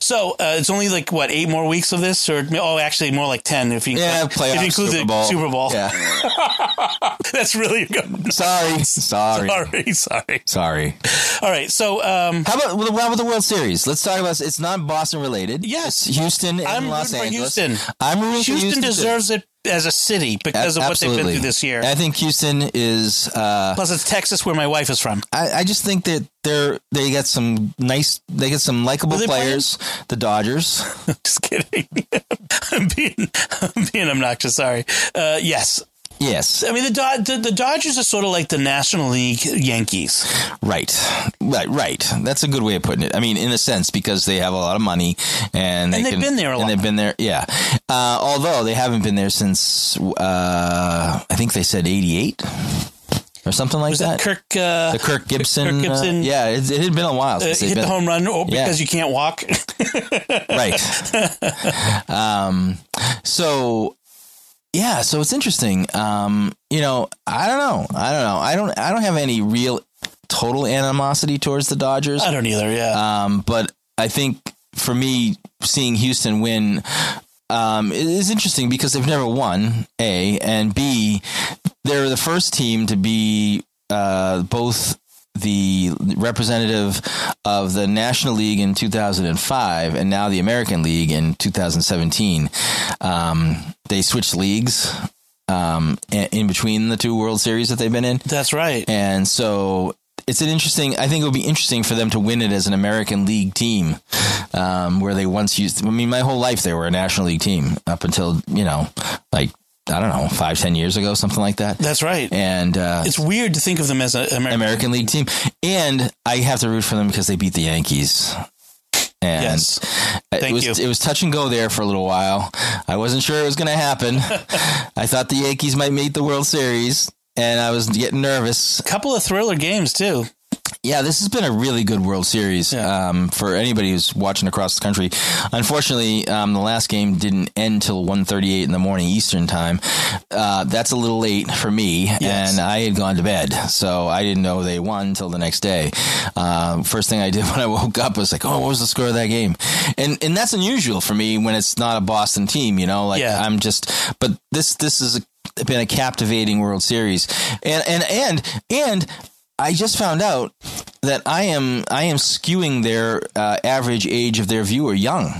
Speaker 1: So uh, it's only like what eight more weeks of this, or oh, actually more like ten if you
Speaker 2: Yeah, playoffs,
Speaker 1: if you include
Speaker 2: Super
Speaker 1: the
Speaker 2: Bowl.
Speaker 1: Super Bowl.
Speaker 2: Yeah.
Speaker 1: [laughs] That's really good.
Speaker 2: Sorry. Sorry. Sorry.
Speaker 1: Sorry, sorry. All right, so um,
Speaker 2: How about well, how about the World Series? Let's talk about it's not Boston related.
Speaker 1: Yes.
Speaker 2: It's Houston and
Speaker 1: I'm
Speaker 2: Los
Speaker 1: rooting for
Speaker 2: Angeles.
Speaker 1: Houston.
Speaker 2: I'm rooting for
Speaker 1: Houston,
Speaker 2: Houston too.
Speaker 1: deserves it as a city because of
Speaker 2: A-
Speaker 1: what they've
Speaker 2: absolutely.
Speaker 1: been through this year.
Speaker 2: I think Houston is. Uh,
Speaker 1: Plus, it's Texas where my wife is from. [laughs]
Speaker 2: I, I just think that they're they got some nice they got some likable
Speaker 1: Are they
Speaker 2: players. The Dodgers.
Speaker 1: Just kidding. [laughs] I'm being I'm being obnoxious. Sorry. Uh, yes,
Speaker 2: yes.
Speaker 1: I mean the, Dod- the the Dodgers are sort of like the National League Yankees.
Speaker 2: Right. Right. Right. That's a good way of putting it. I mean, in a sense, because they have a lot of money and, they
Speaker 1: And they've
Speaker 2: can-
Speaker 1: been there a
Speaker 2: and
Speaker 1: lot.
Speaker 2: they've been there. Yeah. Uh, although they haven't been there since uh, I think they said '88 or something like
Speaker 1: Was that Kirk? Uh,
Speaker 2: the Kirk Gibson.
Speaker 1: Kirk
Speaker 2: uh,
Speaker 1: Gibson-
Speaker 2: yeah, it, it had been a while.
Speaker 1: uh,
Speaker 2: Since they've
Speaker 1: hit the
Speaker 2: been-
Speaker 1: home run or
Speaker 2: Yeah.
Speaker 1: because you can't walk. [laughs]
Speaker 2: right. um, so yeah, so it's interesting. Um, you know, I don't know. I don't know. I don't. I don't have any real total animosity towards the Dodgers.
Speaker 1: I don't either. Yeah.
Speaker 2: Um, but I think for me, seeing Houston win um, is interesting because they've never won. A and B, they're the first team to be uh, both the representative of the National League in 2005 and now the American League in 2017. Um, they switched leagues um, in in between the two World Series that they've been in.
Speaker 1: That's right.
Speaker 2: And so it's an interesting. I think it would be interesting for them to win it as an American League team, um, where they once used. I mean, my whole life they were a National League team up until you know, like I don't know, five ten years ago, something like that.
Speaker 1: That's right.
Speaker 2: And uh,
Speaker 1: It's weird to think of them as an American.
Speaker 2: American League team, and I have to root for them because they beat the Yankees. And
Speaker 1: Yes.
Speaker 2: it
Speaker 1: Thank
Speaker 2: was
Speaker 1: you.
Speaker 2: it was touch and go there for a little while. I wasn't sure it was going
Speaker 1: [laughs]
Speaker 2: to happen. I thought the Yankees might make the World Series, and I was getting nervous.
Speaker 1: couple of thriller games too.
Speaker 2: Yeah, this has been a really good World Series
Speaker 1: Yeah.
Speaker 2: um, for anybody who's watching across the country. Unfortunately, um, the last game didn't end till 1.38 in the morning Eastern time. Uh, that's a little late for me,
Speaker 1: Yes.
Speaker 2: and I had gone to bed, so I didn't know they won until the next day. Uh, first thing I did [laughs] when I woke up was like, "Oh, what was the score of that game?" And and that's unusual for me when it's not a Boston team, you know. Like
Speaker 1: Yeah.
Speaker 2: I'm just, but this this is a been a captivating World Series, and and and and I just found out that I am I am skewing their uh, average age of their viewer young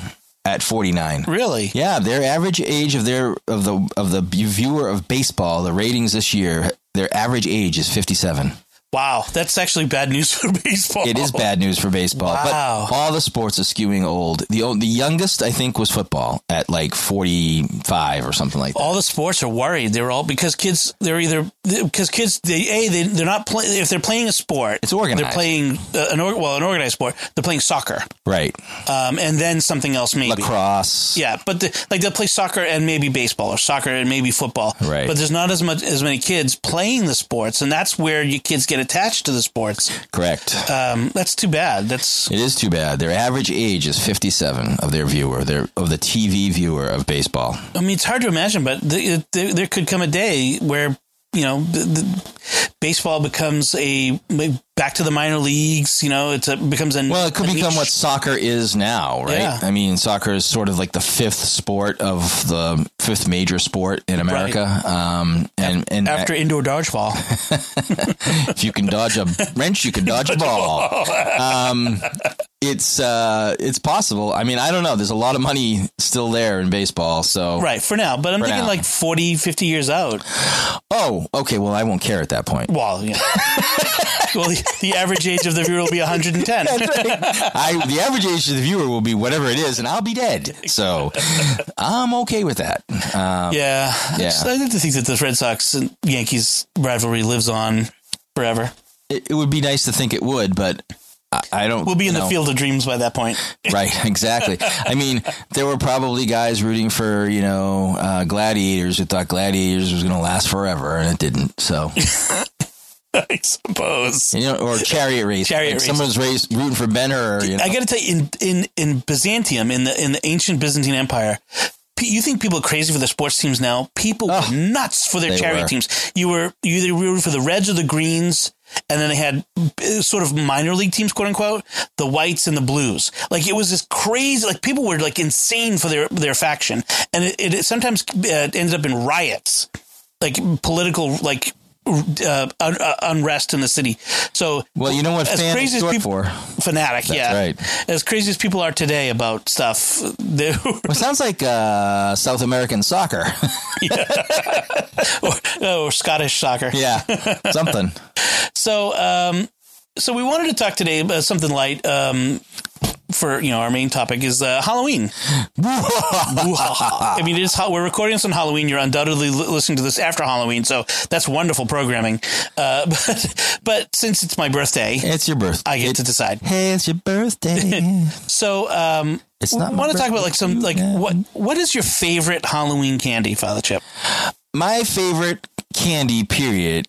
Speaker 2: at forty nine.
Speaker 1: Really?
Speaker 2: Yeah, their average age of their of the of the viewer of baseball, the ratings this year, their average age is fifty seven.
Speaker 1: Wow. That's actually bad news [laughs] for baseball.
Speaker 2: It is bad news for baseball,
Speaker 1: Wow.
Speaker 2: but all the sports are skewing old. the o- The youngest I think was football at like forty five or something like that.
Speaker 1: All the sports are worried. They're all because kids. They're either because kids. They a they they're not playing. If they're playing a sport,
Speaker 2: It's organized.
Speaker 1: They're playing uh, an or, well an organized sport. They're playing soccer,
Speaker 2: Right,
Speaker 1: um, and then something else maybe.
Speaker 2: lacrosse.
Speaker 1: Yeah, but the, like they'll play soccer and maybe baseball, or soccer and maybe football.
Speaker 2: Right.
Speaker 1: But there's not as much as many kids playing the sports, and that's where your kids get attached to the sports.
Speaker 2: correct.
Speaker 1: Um, that's too bad. That's
Speaker 2: It is too bad. Their average age is 57 of their viewer, their of the TV viewer of baseball.
Speaker 1: I mean, it's hard to imagine, but th- th- there could come a day where you know the, the baseball becomes a back to the minor leagues. You know, it's a becomes a
Speaker 2: Well, it could
Speaker 1: a
Speaker 2: become
Speaker 1: niche.
Speaker 2: what soccer is now, right?
Speaker 1: Yeah.
Speaker 2: I mean, soccer is sort of like the fifth sport of the fifth major sport in America. Um, and and [laughs]
Speaker 1: after indoor dodgeball.
Speaker 2: if you can
Speaker 1: [laughs]
Speaker 2: dodge a wrench, you can dodge a ball. Um, it's uh, it's possible. I mean, I don't know. There's a lot of money still there in baseball, so
Speaker 1: right for now, but I'm
Speaker 2: For
Speaker 1: thinking
Speaker 2: now.
Speaker 1: like 40, 50 years out.
Speaker 2: Oh, okay. Well, I won't care at that point.
Speaker 1: Well, yeah. [laughs] well, the, the average age of the viewer will be
Speaker 2: [laughs]
Speaker 1: 110.
Speaker 2: I the average age of the viewer will be whatever it is, and I'll be dead. So I'm okay with that. Um,
Speaker 1: Yeah. I,
Speaker 2: Yeah.
Speaker 1: just- I like to think that the Red Sox and Yankees rivalry lives on forever.
Speaker 2: it, it would be nice to think it would, but I, I don't.
Speaker 1: We'll be in
Speaker 2: you
Speaker 1: the
Speaker 2: know.
Speaker 1: field of dreams by that point.
Speaker 2: [laughs]
Speaker 1: [laughs]
Speaker 2: right? Exactly. I mean, there were probably guys rooting for you know uh, gladiators who thought gladiators was going to last forever, and it didn't. So
Speaker 1: I suppose.
Speaker 2: You know, or chariot race.
Speaker 1: Chariot
Speaker 2: Like,
Speaker 1: race.
Speaker 2: Someone's race rooting for Benner. Or, you know.
Speaker 1: I got to tell you, in, in in Byzantium, in the in the ancient Byzantine Empire, pe- you think people are crazy for their sports teams now? People
Speaker 2: Oh,
Speaker 1: were nuts for their
Speaker 2: they
Speaker 1: charity
Speaker 2: were.
Speaker 1: teams. You were you either rooted for the Reds or the Greens, and then they had uh, sort of minor league teams, quote unquote, the Whites and the Blues. Like it was this crazy. Like people were like insane for their their faction, and it, it, sometimes uh, ends up in riots, like political like. Uh, un- uh, unrest in the city. So,
Speaker 2: well, you know what
Speaker 1: as
Speaker 2: fans
Speaker 1: crazy as
Speaker 2: short
Speaker 1: people-
Speaker 2: for.
Speaker 1: fanatic. yeah,
Speaker 2: right.
Speaker 1: As crazy as people are today about stuff, [laughs] they
Speaker 2: Well, it sounds like uh, South American soccer. [laughs]
Speaker 1: or, or Scottish soccer.
Speaker 2: yeah, something.
Speaker 1: So, um, so we wanted to talk today about something light. Um, for you know, our main topic is uh,
Speaker 2: [laughs]
Speaker 1: Halloween. I mean, it is. ha- We're recording this on Halloween. You're undoubtedly li- listening to this after Halloween, so that's wonderful programming. Uh, [laughs] but, but since it's my birthday,
Speaker 2: It's your birthday.
Speaker 1: I get to decide.
Speaker 2: Hey, it's your
Speaker 1: [laughs]
Speaker 2: birthday.
Speaker 1: So, um,
Speaker 2: It's
Speaker 1: we
Speaker 2: not my
Speaker 1: want to talk about like some like
Speaker 2: birthday, yeah.
Speaker 1: what what is your favorite Halloween candy, Father Chip?
Speaker 2: my favorite candy period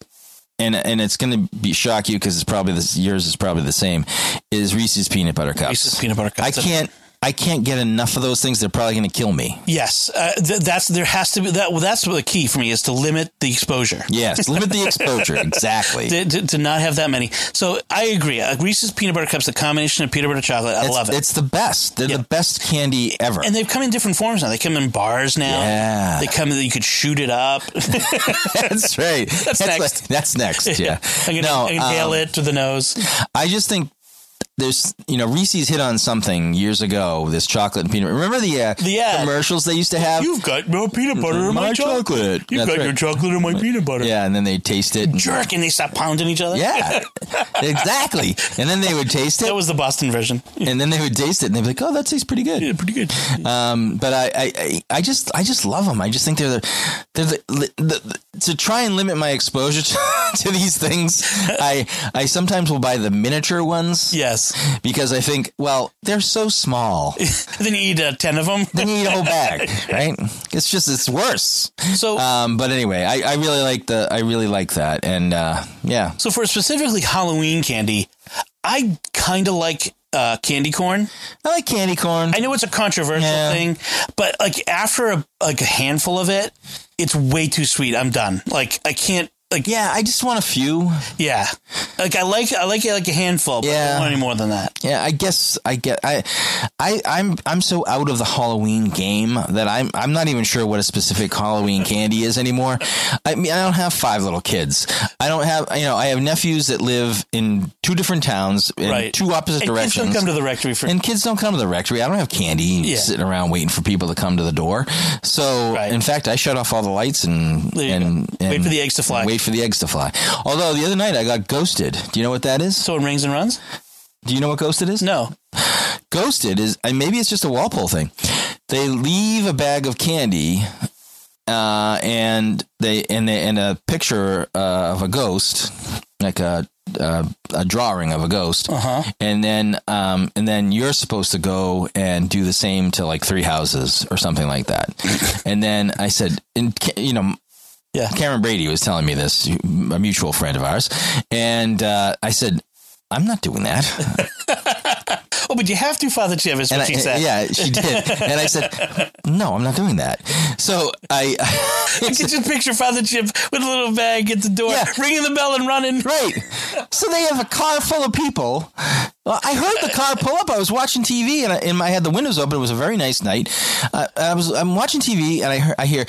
Speaker 2: and and it's going to be shock you because it's probably this yours is probably the same is reese's peanut butter cups
Speaker 1: Reese's peanut butter cups.
Speaker 2: i can't i can't get enough of those things they're probably going to kill me
Speaker 1: Yes, uh, th- that's there has to be that. Well, that's the key for me is to limit the exposure.
Speaker 2: yes limit the
Speaker 1: [laughs]
Speaker 2: exposure exactly
Speaker 1: To, to, to not have that many. So I agree. Uh, Reese's peanut butter cups, the combination of peanut butter chocolate, I
Speaker 2: it's,
Speaker 1: love it.
Speaker 2: it's the best they're
Speaker 1: Yeah.
Speaker 2: the best candy ever
Speaker 1: and they've come in different forms now. They come in bars now.
Speaker 2: Yeah.
Speaker 1: They come that you could shoot it up.
Speaker 2: [laughs]
Speaker 1: [laughs]
Speaker 2: that's right
Speaker 1: next.
Speaker 2: that's, like-
Speaker 1: [laughs]
Speaker 2: that's next [laughs] yeah
Speaker 1: I'm gonna
Speaker 2: No,
Speaker 1: inhale
Speaker 2: um,
Speaker 1: it to the nose.
Speaker 2: I just think there's, you know, Reese's hit on something years ago. This chocolate and peanut. Remember the uh,
Speaker 1: The ad.
Speaker 2: commercials they used to have?
Speaker 1: You've got no peanut butter in my,
Speaker 2: My
Speaker 1: chocolate.
Speaker 2: chocolate.
Speaker 1: You've
Speaker 2: That's
Speaker 1: got
Speaker 2: right.
Speaker 1: your chocolate in my peanut butter.
Speaker 2: yeah, and then they taste it.
Speaker 1: Jerk, and they stop pounding each other. [laughs]
Speaker 2: Yeah, exactly. And then they would taste
Speaker 1: That
Speaker 2: it,
Speaker 1: was the Boston version.
Speaker 2: and then they would taste it, and they'd be like, "Oh, that tastes pretty
Speaker 1: Yeah,
Speaker 2: good."
Speaker 1: pretty good.
Speaker 2: Um, but I, I, I, I just, I just love them. I just think they're the, they're the, the, the to try and limit my exposure [laughs] to, to these things. I, I sometimes will buy the miniature ones
Speaker 1: Yes. [laughs]
Speaker 2: because I think, well, they're so small.
Speaker 1: then you eat uh, 10 of
Speaker 2: [laughs]
Speaker 1: them.
Speaker 2: then you eat a whole bag, right? It's just it's worse.
Speaker 1: So-
Speaker 2: um, but anyway, I, I really like the I really like that, and uh, yeah,
Speaker 1: So for specifically Halloween candy, I kind of like uh, candy corn.
Speaker 2: I like candy corn.
Speaker 1: I know it's a controversial
Speaker 2: Yeah.
Speaker 1: thing, but like after a, like a handful of it, it's way too sweet. I'm done. Like I can't. Like yeah,
Speaker 2: yeah, I just want a few.
Speaker 1: Like I like I like it like a handful. But I
Speaker 2: Yeah.
Speaker 1: don't want any more than that.
Speaker 2: Yeah, I guess I get I, I I'm I'm so out of the Halloween game that I'm I'm not even sure what a specific Halloween candy is anymore. I mean, I don't have five little kids. I don't have you know I have nephews that live in two different towns in
Speaker 1: Right.
Speaker 2: two opposite
Speaker 1: And kids
Speaker 2: directions.
Speaker 1: don't come to the rectory for.
Speaker 2: And kids don't come to the rectory. I don't have candy sitting around waiting for people to come to the door. So,
Speaker 1: Right.
Speaker 2: in fact, I shut off all the lights and
Speaker 1: There you
Speaker 2: and,
Speaker 1: go. Wait
Speaker 2: and-
Speaker 1: for the eggs to fly.
Speaker 2: Wait for the eggs to fly. Although the other night I got ghosted. Do you know what that is?
Speaker 1: so it rings and runs.
Speaker 2: Do you know what ghosted is?
Speaker 1: No,
Speaker 2: Ghosted is and maybe it's just a Walpole thing. They leave a bag of candy. Uh, and they and they and a picture uh, of a ghost, like a uh, a drawing of a ghost, and then um, and then you're supposed to go and do the same to like three houses or something like that. and then I said, and ca- you know.
Speaker 1: Yeah.
Speaker 2: Karen Brady was telling me this, a mutual friend of ours, and uh, I said, "I'm not doing that." [laughs]
Speaker 1: oh, but you have to, Father Chip, is what
Speaker 2: and
Speaker 1: she
Speaker 2: I,
Speaker 1: said.
Speaker 2: Yeah,
Speaker 1: [laughs]
Speaker 2: she did. and I said, no, I'm not doing that. So I, [laughs]
Speaker 1: I can just picture Father Chip with a little bag at the door,
Speaker 2: Yeah.
Speaker 1: ringing the bell and running.
Speaker 2: right. So they have a car full of people. Well, I heard the car pull up. I was watching TV and I, and I had the windows open. It was a very nice night. Uh, I was, I'm watching TV and I, hear I hear, [laughs]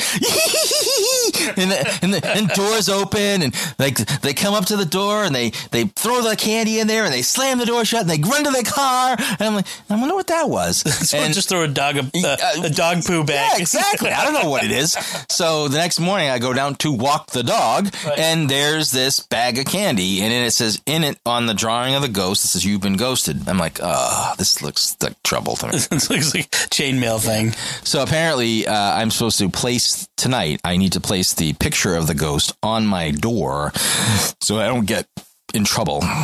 Speaker 2: and, the, and, the, and doors open and like they come up to the door and they, they throw the candy in there and they slam the door shut and they run to their car. And I'm like, I wonder what
Speaker 1: [laughs]
Speaker 2: that was.
Speaker 1: Someone
Speaker 2: And-
Speaker 1: just throw a dog a, a,
Speaker 2: Uh,
Speaker 1: a dog poo bag. [laughs]
Speaker 2: Yeah, exactly. I don't know what it is. So the next morning, I go down to walk the dog, and there's this bag of candy, and in it says in it on the drawing of the ghost, it says "You've been ghosted." I'm like, oh, this looks like trouble to me.
Speaker 1: [laughs] It's like a chainmail thing.
Speaker 2: so apparently, uh, I'm supposed to place tonight. I need to place the picture of the ghost on my door, so I don't get in trouble. [coughs]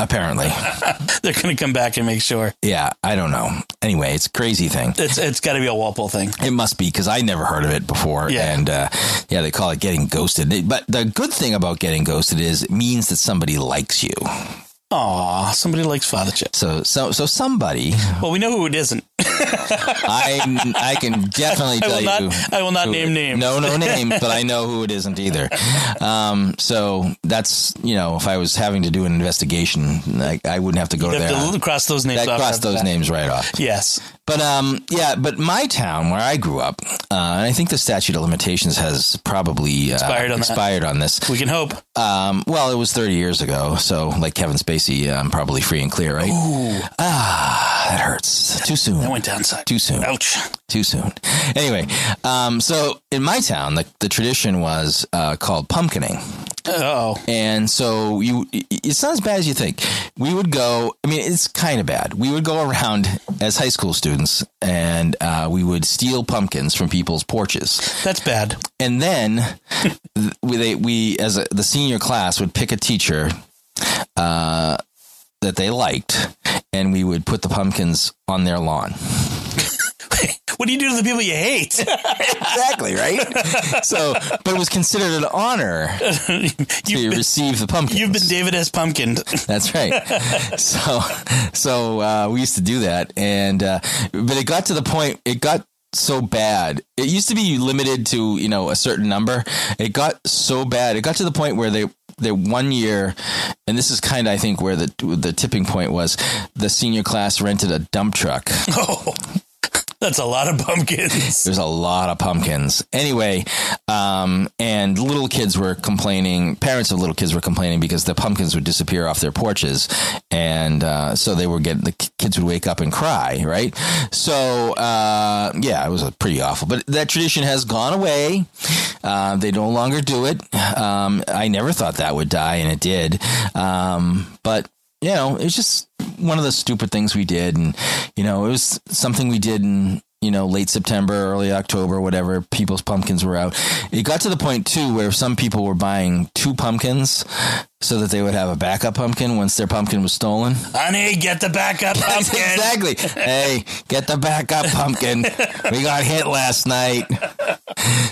Speaker 2: Apparently,
Speaker 1: They're going to come back and make sure.
Speaker 2: yeah. I don't know. Anyway, it's a crazy thing.
Speaker 1: It's it's got to be a Walpole thing.
Speaker 2: It must be because I never heard of it before,
Speaker 1: Yeah.
Speaker 2: and uh, yeah, they call it getting ghosted. They- But the good thing about getting ghosted is it means that somebody likes you.
Speaker 1: Aw, somebody likes Father Chip.
Speaker 2: So, so,
Speaker 1: [laughs]
Speaker 2: so somebody,
Speaker 1: Well, we know who it isn't.
Speaker 2: I, I can definitely
Speaker 1: I
Speaker 2: tell
Speaker 1: will not.
Speaker 2: you.
Speaker 1: I will not [laughs]
Speaker 2: who-
Speaker 1: name names.
Speaker 2: No,
Speaker 1: [laughs]
Speaker 2: no names, but I know who it isn't either. Um, so that's you know, if I was having to do an investigation, I, I wouldn't have to go
Speaker 1: You
Speaker 2: there.
Speaker 1: have to cross those names
Speaker 2: I'd
Speaker 1: off.
Speaker 2: cross those names right off.
Speaker 1: Yes.
Speaker 2: But um, yeah, but my town where I grew up, uh, and I think the statute of limitations has probably uh,
Speaker 1: Expired on that.
Speaker 2: expired on this.
Speaker 1: We can hope.
Speaker 2: Um, well, it was 30 years ago, so like Kevin Spacey, I'm probably free and clear, right? Ah, that hurts. Too soon.
Speaker 1: That went downside.
Speaker 2: Too soon.
Speaker 1: Ouch.
Speaker 2: Too soon. Anyway, um, so in my town, the, the tradition was uh, called pumpkining.
Speaker 1: Oh,
Speaker 2: And so you, it's not as bad as you think. We would go. I mean, it's kind of bad. We would go around as high school students, and uh, we would steal pumpkins from people's porches.
Speaker 1: that's bad.
Speaker 2: And then [laughs] th- we, they, we, as a, the senior class, would pick a teacher uh, that they liked, and we would put the pumpkins on their lawn.
Speaker 1: What do you do to the people you
Speaker 2: [laughs]
Speaker 1: hate? [laughs]
Speaker 2: Exactly right. [laughs] so, but it was considered an honor to
Speaker 1: you've, been,
Speaker 2: receive the pumpkins.
Speaker 1: you've been David S. Pumpkin. [laughs]
Speaker 2: That's right. so, so uh, we used to do that, and uh, but it got to the point. It got so bad. It used to be limited to you know a certain number. It got so bad. It got to the point where they. They one year, and this is kind of I think where the the tipping point was. The senior class rented a dump truck.
Speaker 1: Oh, that's a lot of pumpkins.
Speaker 2: [laughs] There's a lot of pumpkins. Anyway, um, and little kids were complaining. Parents of little kids were complaining because the pumpkins would disappear off their porches, and uh, so they were getting the kids would wake up and cry. Right. So uh, yeah, it was a pretty awful. But that tradition has gone away. Uh, they no longer do it. Um, I never thought that would die, and it did. Um, but you know, it's just one of the stupid things we did, and you know, it was something we did in you know late September, early October, whatever. People's pumpkins were out. It got to the point too where some people were buying two pumpkins so that they would have a backup pumpkin once their pumpkin was stolen.
Speaker 1: Honey, get the backup pumpkin.
Speaker 2: [laughs] Exactly. hey, get the backup pumpkin. We got hit last night.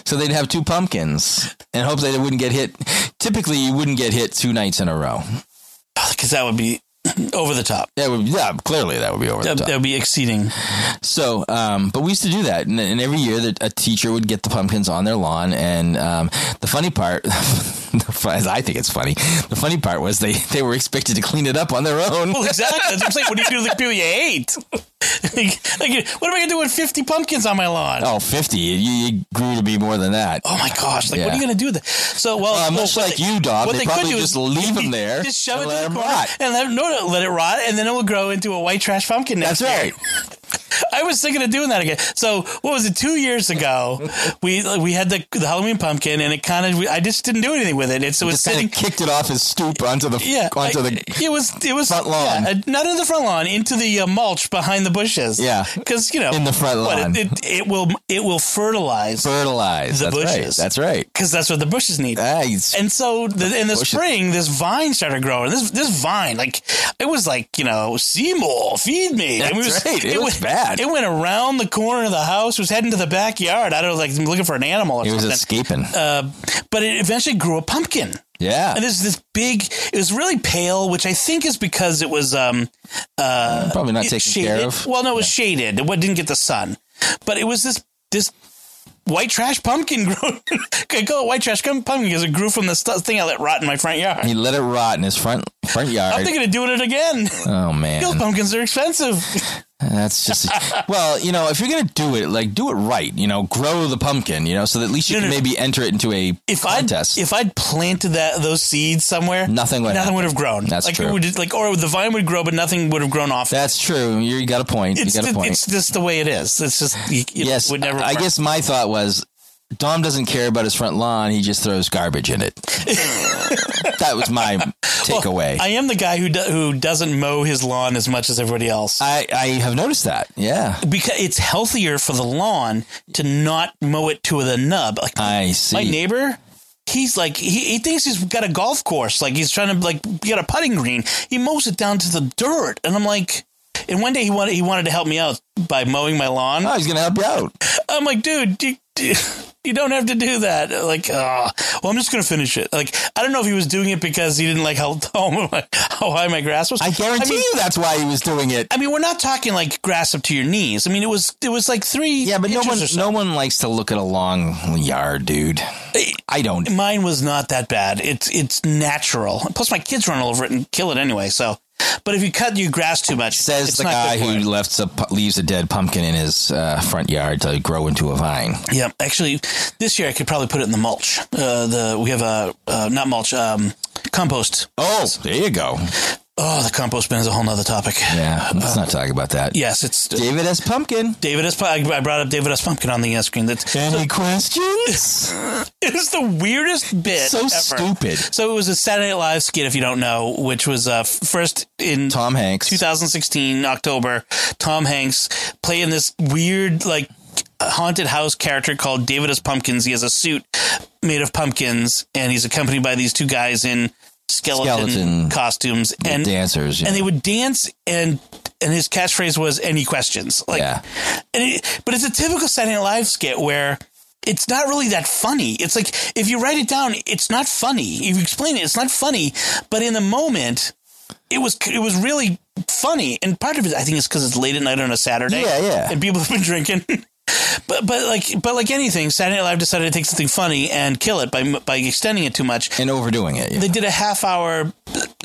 Speaker 2: So they'd have two pumpkins and hope they wouldn't get hit. Typically, you wouldn't get hit two nights in a row.
Speaker 1: [sighs] Because that would be over the top.
Speaker 2: That would, yeah, clearly that would be over the
Speaker 1: That,
Speaker 2: top.
Speaker 1: that would be exceeding.
Speaker 2: So, um, but we used to do that, and, and every year that a teacher would get the pumpkins on their lawn. And um, the funny part, [laughs] the fun- as I think it's funny, the funny part was they they were expected to clean it up on their own.
Speaker 1: Well, exactly. That's what I'm saying. What do you do to the people you hate? [laughs] like, like, what am I going to do with 50 pumpkins on my lawn?
Speaker 2: [laughs] Oh, 50. You, you grew to be more than that.
Speaker 1: Oh my gosh! Like, what are
Speaker 2: Yeah.
Speaker 1: you going to do with that? So, well,
Speaker 2: Well,
Speaker 1: well,
Speaker 2: much
Speaker 1: what
Speaker 2: like you, Dob,
Speaker 1: what
Speaker 2: they
Speaker 1: could
Speaker 2: probably
Speaker 1: do is
Speaker 2: just
Speaker 1: [laughs]
Speaker 2: leave 'em there
Speaker 1: Just shove
Speaker 2: and
Speaker 1: it
Speaker 2: let
Speaker 1: to the
Speaker 2: 'em
Speaker 1: corner
Speaker 2: rot.
Speaker 1: and let, no, no, let it rot, and then it will grow into a white trash pumpkin. Next
Speaker 2: That's right.
Speaker 1: Year. I was thinking of doing that again. So, what was it? Two years ago, we we had the, the Halloween pumpkin, and it kind of I just didn't do anything with it. It's it was
Speaker 2: Just kind
Speaker 1: sitting.
Speaker 2: of kicked it off his stoop onto the
Speaker 1: Yeah,
Speaker 2: onto
Speaker 1: I-
Speaker 2: the
Speaker 1: it was it was
Speaker 2: front lawn.
Speaker 1: yeah, uh, not in the front lawn, into the uh, mulch behind the bushes.
Speaker 2: Yeah.
Speaker 1: because you know
Speaker 2: In the front
Speaker 1: what,
Speaker 2: lawn.
Speaker 1: it, it, it will it will fertilize
Speaker 2: fertilize.
Speaker 1: The
Speaker 2: That's right.
Speaker 1: bushes.
Speaker 2: That's right.
Speaker 1: because that's what the bushes need.
Speaker 2: Ah, he's-
Speaker 1: And so the, in the
Speaker 2: Bushes.
Speaker 1: spring, this vine started growing. This this vine, like it was like you know, Seymour, feed me. I mean,
Speaker 2: That's right. It was
Speaker 1: went,
Speaker 2: bad.
Speaker 1: It went around the corner of the house. Was heading to the backyard. I don't know, like looking for an animal. Or
Speaker 2: he was
Speaker 1: something.
Speaker 2: escaping.
Speaker 1: uh, but it eventually grew a pumpkin.
Speaker 2: yeah.
Speaker 1: And this this big. It was really pale, which I think is because it was um uh
Speaker 2: Probably not
Speaker 1: it
Speaker 2: taken
Speaker 1: shaded.
Speaker 2: care of.
Speaker 1: Well, no, it was shaded. It didn't get the sun, but it was this this white trash pumpkin [laughs] grew. I call it white trash cum- pumpkin because it grew from the stu- thing I let rot in my front yard.
Speaker 2: He let it rot in his front front yard.
Speaker 1: I'm thinking of doing it
Speaker 2: [laughs]
Speaker 1: again.
Speaker 2: oh man.
Speaker 1: Those pumpkins are expensive.
Speaker 2: That's just well, you know, if you're gonna do it, like do it right. You know, grow the pumpkin. You know, so that at least you
Speaker 1: No,
Speaker 2: can
Speaker 1: no, no.
Speaker 2: maybe enter it into a
Speaker 1: If I
Speaker 2: contest.
Speaker 1: if I'd planted that those seeds somewhere,
Speaker 2: Nothing would
Speaker 1: nothing
Speaker 2: happen.
Speaker 1: would have grown.
Speaker 2: That's
Speaker 1: like
Speaker 2: true.
Speaker 1: It would, like or the vine would grow, but nothing would have grown off.
Speaker 2: That's true. You got a point.
Speaker 1: it's
Speaker 2: you got a
Speaker 1: ju-
Speaker 2: point.
Speaker 1: it's just the way it is. It's just you, it
Speaker 2: yes,
Speaker 1: would never.
Speaker 2: I
Speaker 1: work.
Speaker 2: guess my thought was. Dom doesn't care about his front lawn. He just throws
Speaker 1: [laughs]
Speaker 2: garbage in it. that was my takeaway.
Speaker 1: I am the guy who do, who doesn't mow his lawn as much as everybody else.
Speaker 2: I, I have noticed that. Yeah.
Speaker 1: because it's healthier for the lawn to not mow it to the nub. Like
Speaker 2: I see.
Speaker 1: my neighbor he's like he, he thinks he's got a golf course, like he's trying to like get a putting green. He mows it down to the dirt, and I'm like. And one day he wanted he wanted to help me out by mowing my lawn.
Speaker 2: Oh, he's gonna help you out.
Speaker 1: I'm like, dude, you, you don't have to do that. Like, oh, well, I'm just gonna finish it. Like, I don't know if he was doing it because he didn't like how [laughs] how, how high my grass was.
Speaker 2: I guarantee
Speaker 1: mean-
Speaker 2: you that's why he was doing it.
Speaker 1: I mean, we're not talking like grass up to your knees. I mean, it was it was like three.
Speaker 2: Yeah, but no
Speaker 1: inches
Speaker 2: one
Speaker 1: or so.
Speaker 2: no one likes to look at a long yard, dude. I don't.
Speaker 1: Mine was not that bad. It's it's natural. Plus, my kids run all over it and kill it anyway. So, but if you cut your grass too much,
Speaker 2: [laughs] Says
Speaker 1: it's
Speaker 2: the
Speaker 1: not
Speaker 2: guy
Speaker 1: good for
Speaker 2: who
Speaker 1: it.
Speaker 2: left a, pu- leaves a dead pumpkin in his uh, front yard to grow into a vine.
Speaker 1: Yeah, actually, this year I could probably put it in the mulch. Uh, the we have a uh, not mulch, um, compost.
Speaker 2: Oh, there you go.
Speaker 1: Oh, the compost bin is a whole nother topic.
Speaker 2: Yeah, let's not talk about that.
Speaker 1: Yes, it's
Speaker 2: David S. Pumpkin.
Speaker 1: David S. Pu- I brought up David S. Pumpkin on the uh, screen. That's
Speaker 2: Any questions?
Speaker 1: [laughs] it is the weirdest bit.
Speaker 2: so
Speaker 1: ever.
Speaker 2: stupid.
Speaker 1: So it was a Saturday Night Live skit, if you don't know, which was uh, f- first in
Speaker 2: Tom Hanks.
Speaker 1: 2016 October. Tom Hanks playing this weird like haunted house character called David as Pumpkins. He has a suit made of pumpkins, and he's accompanied by these two guys in skeleton,
Speaker 2: Skeleton.
Speaker 1: costumes and
Speaker 2: dancers, yeah.
Speaker 1: and they would dance and. And his catchphrase was "Any questions?" Like,
Speaker 2: Yeah.
Speaker 1: and it, but it's a typical Saturday Night Live skit where it's not really that funny. It's like if you write it down, it's not funny. If you explain it, it's not funny. But in the moment, it was it was really funny, and part of it I think is because it's late at night on a Saturday.
Speaker 2: Yeah, yeah.
Speaker 1: and people [laughs] have been drinking. But, but like but like anything, Saturday Night Live decided to take something funny and kill it by by extending it too much.
Speaker 2: and overdoing it. yeah.
Speaker 1: They did a half hour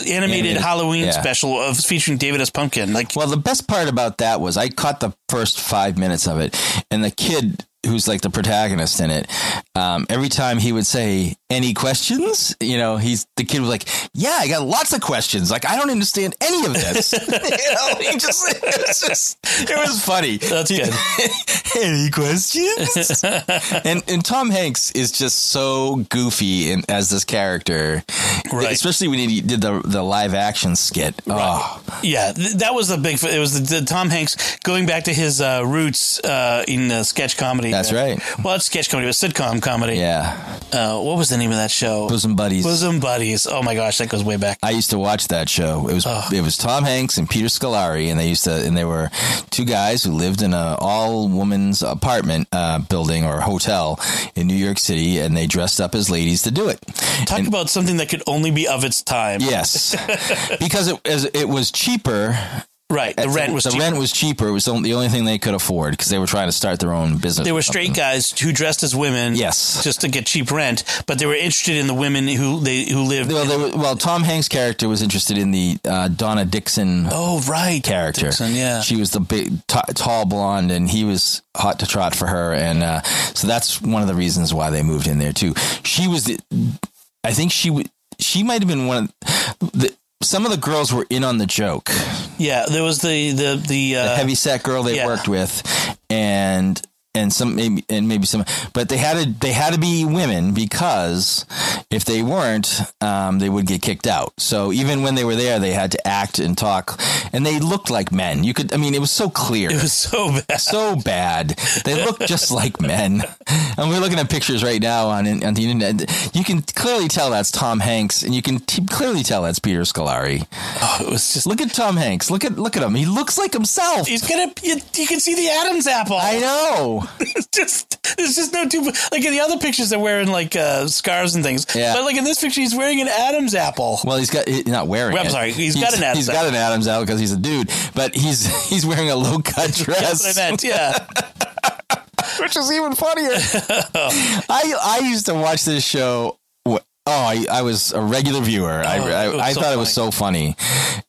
Speaker 1: animated, Halloween
Speaker 2: yeah.
Speaker 1: special of featuring David as Pumpkin. Like
Speaker 2: Well, the best part about that was I caught the first five minutes of it, and the kid who's like the protagonist in it, um, every time he would say, "Any questions?" You know, he's the kid was like, "Yeah, I got lots of questions. Like, I don't understand any of this." [laughs] you know, he just, it was just it was funny.
Speaker 1: That's good.
Speaker 2: [laughs] any questions? and and Tom Hanks is just so goofy in, as this character,
Speaker 1: Right.
Speaker 2: especially when he did the the live action skit. Oh.
Speaker 1: [laughs] Yeah, th- that was the big. It was the, the Tom Hanks going back to his uh, roots uh, in uh, sketch comedy.
Speaker 2: That's
Speaker 1: Uh,
Speaker 2: right.
Speaker 1: Well, it's sketch comedy, but sitcom comedy.
Speaker 2: Yeah,
Speaker 1: Uh, what was the name of that show?
Speaker 2: bosom buddies.
Speaker 1: Bosom Buddies. Oh my gosh, that goes way back.
Speaker 2: I used to watch that show. It was it was Tom Hanks and Peter Scolari, and they used to and they were two guys who lived in a all woman's apartment uh, building or hotel in New York City, and they dressed up as ladies to do it.
Speaker 1: Talk about something that could only be of its time. [laughs]
Speaker 2: Yes, because it as it was cheaper.
Speaker 1: Right. The rent was
Speaker 2: the
Speaker 1: cheap.
Speaker 2: rent was cheaper. It was the the only thing they could afford because they were trying to start their own business.
Speaker 1: They
Speaker 2: or
Speaker 1: were straight
Speaker 2: something.
Speaker 1: guys who dressed as women.
Speaker 2: Yes.
Speaker 1: Just to get cheap rent, but they were interested in the women who they who lived.
Speaker 2: Well, they were, well, Tom Hanks' character was interested in the uh, Donna Dixon
Speaker 1: oh right,
Speaker 2: character.
Speaker 1: Dixon, yeah.
Speaker 2: She was the big, t- tall blonde, and he was hot to trot for her, and uh, so that's one of the reasons why they moved in there too. She was, the, I think she w- she might have been one of the. Some of the girls were in on the joke.
Speaker 1: yeah. There was the the the, uh,
Speaker 2: The heavy set girl they
Speaker 1: yeah.
Speaker 2: worked with, and and some maybe and maybe some, but they had to they had to be women because if they weren't, um, they would get kicked out. So even when they were there, they had to act and talk, and they looked like men. You could, I mean, it was so clear.
Speaker 1: [laughs] [laughs] It was so bad.
Speaker 2: so bad. They look just like men. And we're looking at pictures right now on, on the internet. You can clearly tell that's Tom Hanks, and you can t- clearly tell that's Peter Scolari.
Speaker 1: It was just.
Speaker 2: Look at Tom Hanks. Look at look at him. He looks like himself.
Speaker 1: He's gonna. You, you can see the Adam's apple.
Speaker 2: I know.
Speaker 1: It's [laughs] just there's just no two like in the other pictures they're wearing like uh, scarves and things
Speaker 2: Yeah.
Speaker 1: but like in this picture he's wearing an adam's apple
Speaker 2: Well, he's got he's not wearing.
Speaker 1: Well, I'm
Speaker 2: it.
Speaker 1: sorry. He's got an Adam's
Speaker 2: He's got an Adam's apple because he's a dude, but he's [laughs] he's wearing a low cut
Speaker 1: that's what
Speaker 2: dress.
Speaker 1: i meant yeah
Speaker 2: which is even funnier. I I used to watch this show. wh- Oh, I, I was a regular viewer. I,
Speaker 1: Oh,
Speaker 2: I,
Speaker 1: it was
Speaker 2: I
Speaker 1: so
Speaker 2: thought it was so funny,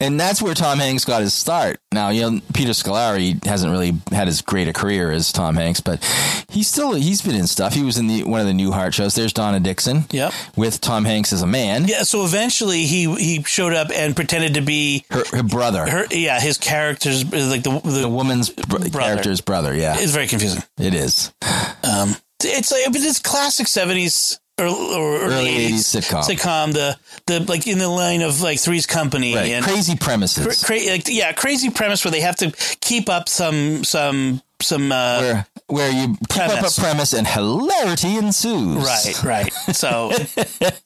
Speaker 2: and that's where Tom Hanks got his start. Now, you know, Peter Scolari hasn't really had as great a career as Tom Hanks, but he's still he's been in stuff. He was in the one of the Newhart shows. There's Donna Dixon.
Speaker 1: Yep.
Speaker 2: with Tom Hanks as a man.
Speaker 1: yeah so eventually he he showed up and pretended to be
Speaker 2: Her, her brother,
Speaker 1: her yeah his characters uh, like the
Speaker 2: the
Speaker 1: the
Speaker 2: woman's br- character's brother. Yeah,
Speaker 1: it's very confusing
Speaker 2: it is.
Speaker 1: it's like but it's classic 70s or, or
Speaker 2: Early
Speaker 1: early
Speaker 2: 80s sitcom.
Speaker 1: sitcom the the like in the line of like three's company
Speaker 2: Right.
Speaker 1: and
Speaker 2: Crazy premises.
Speaker 1: cra- like, yeah crazy premise where they have to keep up some some some uh
Speaker 2: where where you keep up
Speaker 1: Premise.
Speaker 2: a premise and hilarity ensues.
Speaker 1: Right, right. So
Speaker 2: [laughs]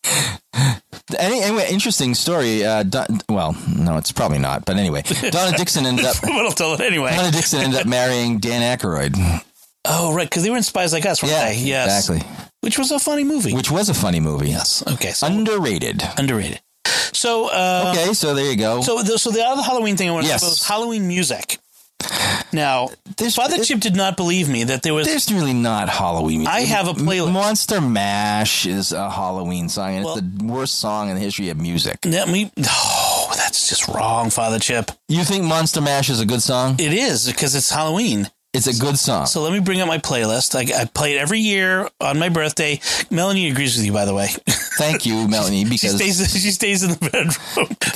Speaker 1: [laughs]
Speaker 2: Any, anyway, interesting story. Uh, Don, well, no, it's probably not. But
Speaker 1: [laughs]
Speaker 2: anyway, Donna Dixon ended up.
Speaker 1: but I'll tell it anyway.
Speaker 2: Donna Dixon ended up marrying Dan Aykroyd.
Speaker 1: Oh, right, because they were in Spies Like Us, weren't
Speaker 2: Yeah,
Speaker 1: they? Yes,
Speaker 2: exactly.
Speaker 1: Which was a funny movie.
Speaker 2: Which was a funny movie.
Speaker 1: yes. Okay. So
Speaker 2: Underrated.
Speaker 1: underrated. So uh,
Speaker 2: Okay, so there you go.
Speaker 1: So, the, so the other Halloween thing I want to
Speaker 2: Yes.
Speaker 1: talk about is Halloween music. Now,
Speaker 2: There's-
Speaker 1: Father
Speaker 2: it-
Speaker 1: Chip did not believe me that there was.
Speaker 2: There's really not Halloween.
Speaker 1: I have a playlist.
Speaker 2: Monster Mash is a Halloween song, and
Speaker 1: Well-
Speaker 2: it's the worst song in the history of music.
Speaker 1: Let me. Oh, that's just wrong, Father Chip.
Speaker 2: You think Monster Mash is a good song?
Speaker 1: It is because it's Halloween.
Speaker 2: It's a good song.
Speaker 1: So let me bring up my playlist. I, I play it every year on my birthday. Melanie agrees with you, by the way. [laughs]
Speaker 2: Thank you, Melanie.
Speaker 1: She
Speaker 2: Because
Speaker 1: stays. [laughs] She stays in the bedroom.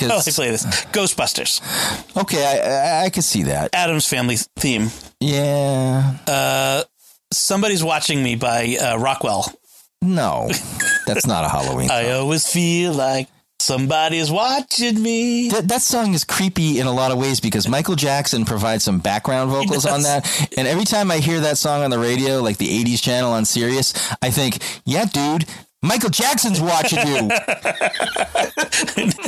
Speaker 1: while I play this. Ghostbusters.
Speaker 2: okay, I, I I could see that.
Speaker 1: Adam's Family theme.
Speaker 2: Yeah,
Speaker 1: Somebody's watching me by uh, Rockwell.
Speaker 2: no, that's not a Halloween.
Speaker 1: [laughs]
Speaker 2: Song.
Speaker 1: I uh, always feel like somebody's watching me. [laughs]
Speaker 2: That, that song is creepy in a lot of ways because Michael Jackson provides some background vocals on
Speaker 1: does.
Speaker 2: that. And every time I hear that song on the radio, like the 80s channel on Sirius, I think, yeah, dude, Michael Jackson's watching you. [laughs]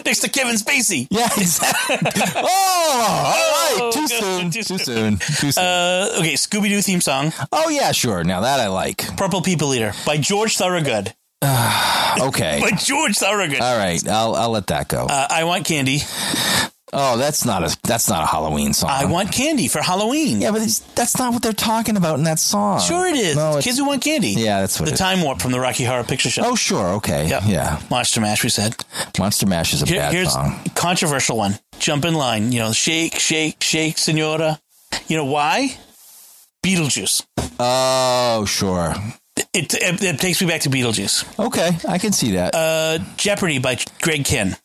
Speaker 1: next to Kevin Spacey.
Speaker 2: yeah, exactly.
Speaker 1: [laughs]
Speaker 2: Oh, all right. Too
Speaker 1: Oh,
Speaker 2: soon.
Speaker 1: God.
Speaker 2: Too soon. Too soon.
Speaker 1: Uh, okay, Scooby Doo theme song,
Speaker 2: oh, yeah, sure. Now that I like.
Speaker 1: "Purple People Eater" by George Thorogood. [laughs]
Speaker 2: Okay.
Speaker 1: By George Thorogood.
Speaker 2: all right. I'll, I'll let that go.
Speaker 1: Uh, I want candy.
Speaker 2: oh, that's not a that's not a Halloween song.
Speaker 1: I want candy for Halloween.
Speaker 2: yeah, but it's, that's not what they're talking about in that song.
Speaker 1: Sure, it is.
Speaker 2: No, it's-
Speaker 1: Kids who want candy.
Speaker 2: Yeah, that's what
Speaker 1: the
Speaker 2: it is.
Speaker 1: time warp from the Rocky Horror Picture Show.
Speaker 2: Oh, sure. Okay.
Speaker 1: Yep.
Speaker 2: Yeah.
Speaker 1: Monster Mash. We said.
Speaker 2: Monster Mash is a
Speaker 1: Here-
Speaker 2: bad
Speaker 1: here's
Speaker 2: song.
Speaker 1: a controversial one. Jump in line. You know, shake, shake, shake, Senora. You know why? Beetlejuice.
Speaker 2: Oh, sure.
Speaker 1: It, it, it takes me back to Beetlejuice.
Speaker 2: Okay, I can see that.
Speaker 1: Uh, Jeopardy by Greg Kinn.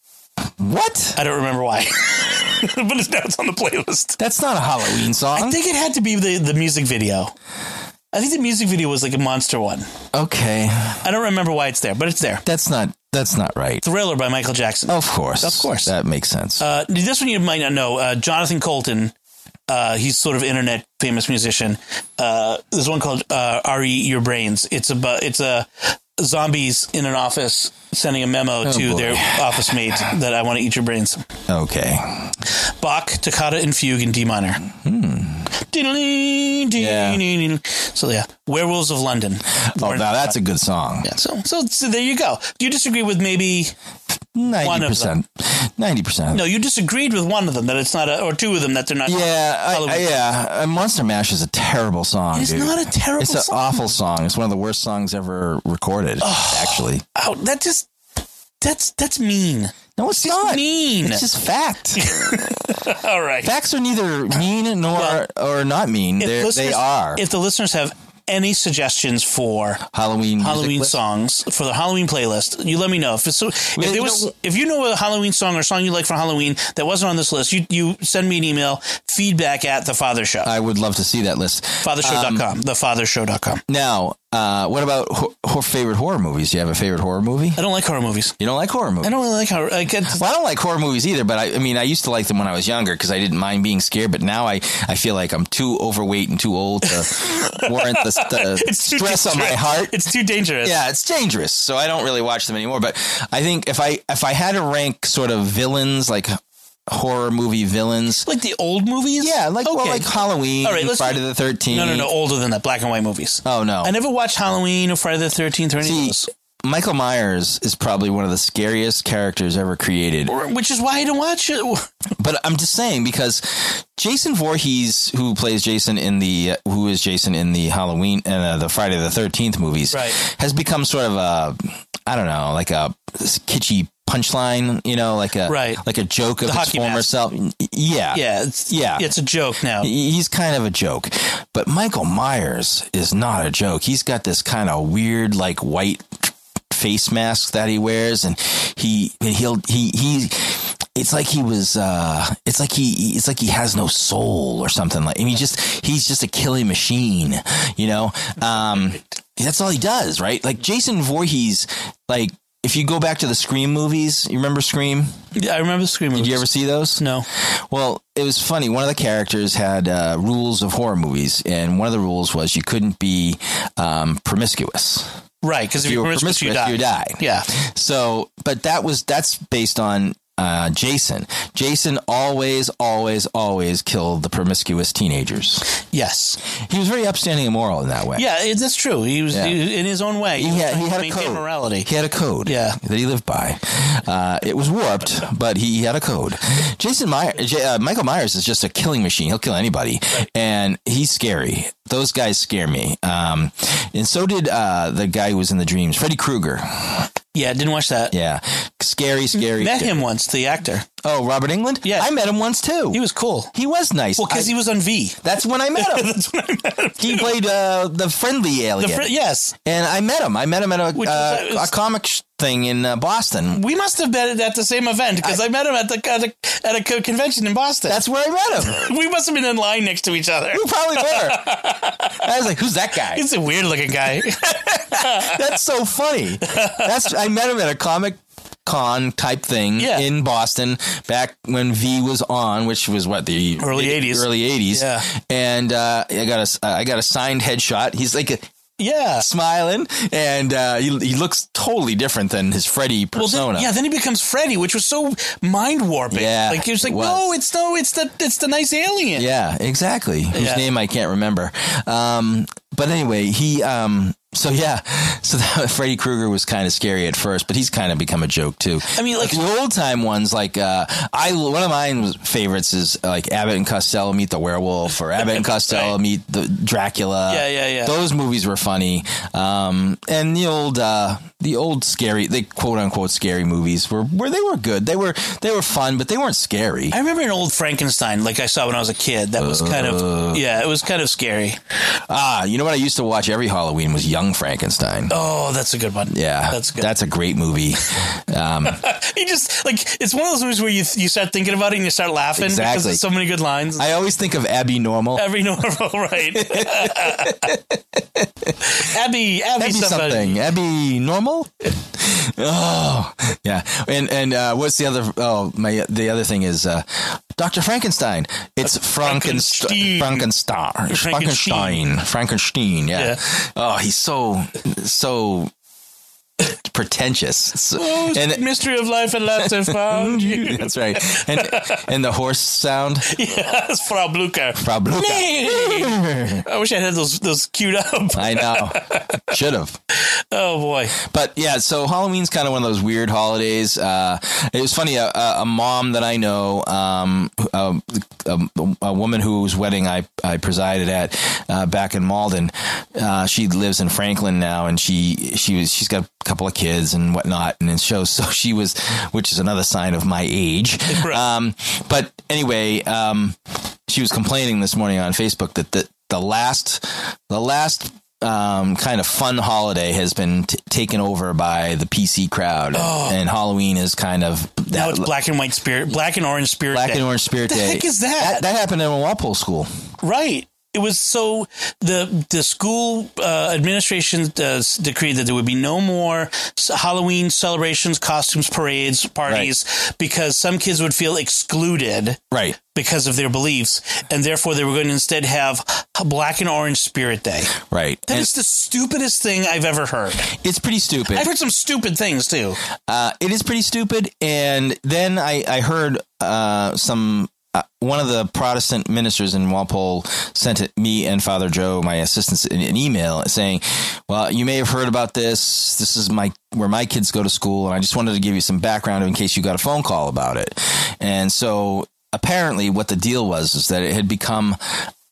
Speaker 2: what?
Speaker 1: I don't remember why, [laughs] but it's now it's on the playlist.
Speaker 2: That's not a Halloween song.
Speaker 1: I think it had to be the, the music video. I think the music video was like a monster one.
Speaker 2: okay,
Speaker 1: I don't remember why it's there, but it's there.
Speaker 2: that's not that's not right.
Speaker 1: Thriller by Michael Jackson.
Speaker 2: Of course,
Speaker 1: Of course.
Speaker 2: that makes sense.
Speaker 1: Uh, this one you might not know. Uh, Jonathan Colton. Uh, he's sort of internet famous musician. Uh, there's one called uh, "Re Your Brains." It's about it's a zombies in an office sending a memo to
Speaker 2: Oh, boy.
Speaker 1: their office
Speaker 2: [laughs]
Speaker 1: mate that I want to eat your brains.
Speaker 2: okay,
Speaker 1: Bach, Toccata, and Fugue in D minor. Hmm. So yeah, Werewolves of London.
Speaker 2: oh, now that's a good song.
Speaker 1: So, so, so there you go. You disagree with maybe
Speaker 2: Ninety
Speaker 1: of them.
Speaker 2: percent, ninety percent.
Speaker 1: no, you disagreed with one of them that it's not a, or two of them that they're not.
Speaker 2: Yeah, I, I,
Speaker 1: Halloween.
Speaker 2: yeah. uh, Monster Mash is a terrible song.
Speaker 1: It's
Speaker 2: dude.
Speaker 1: not a terrible
Speaker 2: It's an
Speaker 1: song.
Speaker 2: awful song. It's one of the worst songs ever recorded. Actually,
Speaker 1: Ow, Oh, that just that's that's mean.
Speaker 2: no, it's not.
Speaker 1: mean.
Speaker 2: It's just
Speaker 1: [laughs]
Speaker 2: fact.
Speaker 1: All right.
Speaker 2: Facts are neither mean nor
Speaker 1: Well,
Speaker 2: or not mean.
Speaker 1: If
Speaker 2: They're- They
Speaker 1: listeners-
Speaker 2: are
Speaker 1: If the listeners have any suggestions for
Speaker 2: Halloween. music
Speaker 1: Halloween
Speaker 2: list.
Speaker 1: songs for the Halloween playlist, you let me know. If it's so, if
Speaker 2: Well,
Speaker 1: there
Speaker 2: you
Speaker 1: was
Speaker 2: know-
Speaker 1: if you know a Halloween song or song you like for Halloween that wasn't on this list, you you send me an email feedback at the Father Show.
Speaker 2: I would love to see that list. Um,
Speaker 1: Fathershow.com. The thefathershow.com.
Speaker 2: Now, uh, what about ho- ho- favorite horror movies? Do you have a favorite horror movie?
Speaker 1: I don't like horror movies.
Speaker 2: You don't like horror movies.
Speaker 1: I don't really like horror. I get, [laughs]
Speaker 2: well, I don't like horror movies either, but I, I mean, I used to like them when I was younger because I didn't mind being scared. But now I, I feel like I'm too overweight and too old to warrant the, the
Speaker 1: [laughs] It's too
Speaker 2: stress on my
Speaker 1: dangerous.
Speaker 2: heart.
Speaker 1: It's too dangerous.
Speaker 2: Yeah, it's dangerous. So I don't really watch them anymore. But I think if I if I had to rank sort of villains, like horror movie villains,
Speaker 1: Like the old movies?
Speaker 2: yeah, like well,
Speaker 1: Okay.
Speaker 2: like Halloween,
Speaker 1: All right, let's-
Speaker 2: Friday the Thirteenth.
Speaker 1: No, no, no. Older than that. Black and white movies.
Speaker 2: Oh no,
Speaker 1: I never watched Halloween or Friday the 13th or any of
Speaker 2: See,
Speaker 1: those.
Speaker 2: Michael Myers is probably one of the scariest characters ever created.
Speaker 1: Which is why I didn't watch it.
Speaker 2: But I'm just saying because Jason Voorhees, who plays Jason in the uh, who is Jason in the Halloween and uh, the Friday the Thirteenth movies,
Speaker 1: Right.
Speaker 2: has become sort of a I don't know like a kitschy punchline, you know, like a
Speaker 1: Right.
Speaker 2: like a joke of
Speaker 1: The
Speaker 2: his
Speaker 1: hockey
Speaker 2: former
Speaker 1: mask.
Speaker 2: self. Yeah,
Speaker 1: Yeah. It's,
Speaker 2: Yeah.
Speaker 1: It's a joke now.
Speaker 2: he's kind of a joke. But Michael Myers is not a joke. He's got this kind of weird, like white face mask that he wears, and he he'll he he. It's like he was. Uh, it's like he. It's like he has no soul or something. Like, and he just. He's just a killing machine. You know. Um, that's all he does, right? Like Jason Voorhees. Like if you go back to the Scream movies, you remember Scream?
Speaker 1: Yeah, I remember screaming.
Speaker 2: Did you ever see those?
Speaker 1: No.
Speaker 2: Well, it was funny. One of the characters had uh, rules of horror movies, and one of the rules was you couldn't be um, promiscuous.
Speaker 1: Right, because if you were promiscuous, you die.
Speaker 2: you die.
Speaker 1: Yeah.
Speaker 2: So, but that was that's based on uh, Jason. Jason always, always, always killed the promiscuous teenagers.
Speaker 1: Yes.
Speaker 2: He was very upstanding and moral in that way.
Speaker 1: Yeah, it, that's true. He was
Speaker 2: Yeah.
Speaker 1: he- in his own way.
Speaker 2: He had, he had a
Speaker 1: maintained
Speaker 2: code.
Speaker 1: morality.
Speaker 2: He had a code.
Speaker 1: Yeah.
Speaker 2: That he lived by. Uh, it was warped, but he, he had a code. Jason Meyer, J, uh, Michael Myers is just a killing machine. He'll kill anybody, and he's scary. Those guys scare me. Um, and so did uh, the guy who was in the dreams, Freddy Krueger.
Speaker 1: Yeah, didn't watch that.
Speaker 2: Yeah, scary, scary.
Speaker 1: Met
Speaker 2: scary.
Speaker 1: him once, the actor.
Speaker 2: Oh, Robert England.
Speaker 1: Yes.
Speaker 2: I met him once too.
Speaker 1: He was cool.
Speaker 2: He was nice.
Speaker 1: Well, because
Speaker 2: I-
Speaker 1: he was on V. [laughs]
Speaker 2: That's when I met him.
Speaker 1: That's what I met him.
Speaker 2: he played uh, the friendly
Speaker 1: The
Speaker 2: alien,
Speaker 1: fr- yes.
Speaker 2: and I met him. I met him at a
Speaker 1: Which
Speaker 2: uh,
Speaker 1: was-
Speaker 2: a comic sh- thing in uh, Boston.
Speaker 1: We must have been at the same event because I, met him at the at a, at a co- convention in Boston.
Speaker 2: That's where I met
Speaker 1: [laughs]
Speaker 2: him.
Speaker 1: we must have been in line next to each other.
Speaker 2: We probably were. I was like, "Who's that guy?"
Speaker 1: He's a weird looking
Speaker 2: [laughs]
Speaker 1: guy.
Speaker 2: That's so funny. That's I met him at a comic con type thing
Speaker 1: Yeah.
Speaker 2: in Boston back when V was on, which was what the
Speaker 1: Early 80s.
Speaker 2: early eighties.
Speaker 1: Yeah.
Speaker 2: and uh, I got a I got a signed headshot. He's like uh,
Speaker 1: yeah.
Speaker 2: smiling, and uh, he he looks totally different than his Freddy
Speaker 1: Well,
Speaker 2: persona.
Speaker 1: then, yeah, then he becomes Freddy, which was so mind warping.
Speaker 2: Yeah,
Speaker 1: like he was like,
Speaker 2: it was.
Speaker 1: no, it's no, it's the it's the nice alien.
Speaker 2: Yeah, exactly. Whose
Speaker 1: Yeah.
Speaker 2: name I can't remember. Um, but anyway, he. Um, so yeah, [laughs] so that, Freddy Krueger was kind of scary at first, but he's kind of become a joke too.
Speaker 1: I mean, like-
Speaker 2: But the old time ones, like uh, I one of my favorites is uh, like Abbott and Costello meet the werewolf, or
Speaker 1: [laughs]
Speaker 2: Abbott and Costello
Speaker 1: Right.
Speaker 2: meet the Dracula.
Speaker 1: Yeah, yeah, yeah.
Speaker 2: Those movies were funny, um, and the old uh, the old scary, the quote unquote scary movies were where they were good. They were they were fun, but they weren't scary.
Speaker 1: I remember an old Frankenstein, like I saw when I was a kid. That was kind
Speaker 2: Uh.
Speaker 1: of yeah, it was kind of scary.
Speaker 2: Ah, you know what I used to watch every Halloween was Young Frankenstein.
Speaker 1: Oh, that's a good one.
Speaker 2: yeah,
Speaker 1: that's good.
Speaker 2: That's a great movie. Um,
Speaker 1: [laughs] you just like it's one of those movies where you you start thinking about it and you start laughing because
Speaker 2: Exactly.
Speaker 1: there's so many good lines.
Speaker 2: I always think of Abby Normal.
Speaker 1: Every normal,
Speaker 2: [laughs]
Speaker 1: right? Abby, Abby,
Speaker 2: Abby
Speaker 1: somebody.
Speaker 2: something. Abby
Speaker 1: [laughs]
Speaker 2: Normal. oh, yeah. And and uh, what's the other? Oh, my. The other thing is uh, Doctor Frankenstein. It's Frankenstein.
Speaker 1: Frankenstein.
Speaker 2: Frankenstein. Frankenstein. Frankenstein. Yeah.
Speaker 1: Yeah.
Speaker 2: Oh, he's so so pretentious. It's-
Speaker 1: Oh,
Speaker 2: and
Speaker 1: mystery of life and laughter
Speaker 2: [laughs]
Speaker 1: found you.
Speaker 2: that's right. And and the horse sound.
Speaker 1: Yes, Frau Blucher.
Speaker 2: Frau Blucher.
Speaker 1: Nay. [laughs] I wish I had those those queued up. [laughs]
Speaker 2: I know. Should have.
Speaker 1: Oh boy.
Speaker 2: But yeah, so Halloween's kind of one of those weird holidays. Uh, it was funny. A, a a mom that I know, um, a, a, a woman whose wedding I, I presided at uh, back in Malden, uh, she lives in Franklin now, and she she was she's got a couple of kids and whatnot, and it shows. So she was, which is another sign of my age.
Speaker 1: Right.
Speaker 2: Um, but anyway, um, she was complaining this morning on Facebook that the the last the last um, kind of fun holiday has been t- taken over by the PC crowd, and, Halloween is kind of
Speaker 1: Now
Speaker 2: that
Speaker 1: it's black and white spirit, black and orange spirit.
Speaker 2: black
Speaker 1: Day.
Speaker 2: and orange spirit
Speaker 1: The
Speaker 2: day.
Speaker 1: heck is that?
Speaker 2: that? happened in Walpole School.
Speaker 1: Right. It was so the the school uh, administration uh, decreed that there would be no more s- Halloween celebrations, costumes, parades, parties, because some kids would feel excluded
Speaker 2: Right.
Speaker 1: because of their beliefs, and therefore they were going to instead have a black and orange spirit day.
Speaker 2: Right.
Speaker 1: That
Speaker 2: And
Speaker 1: is the stupidest thing I've ever heard.
Speaker 2: it's pretty stupid.
Speaker 1: I've heard some stupid things too.
Speaker 2: Uh, it is pretty stupid. And then I, I heard uh, some. Uh, one of the Protestant ministers in Walpole sent it, me and Father Joe, my assistants, an, an email saying, "Well, you may have heard about this. This is my where my kids go to school, and I just wanted to give you some background in case you got a phone call about it." And so, apparently, what the deal was is that it had become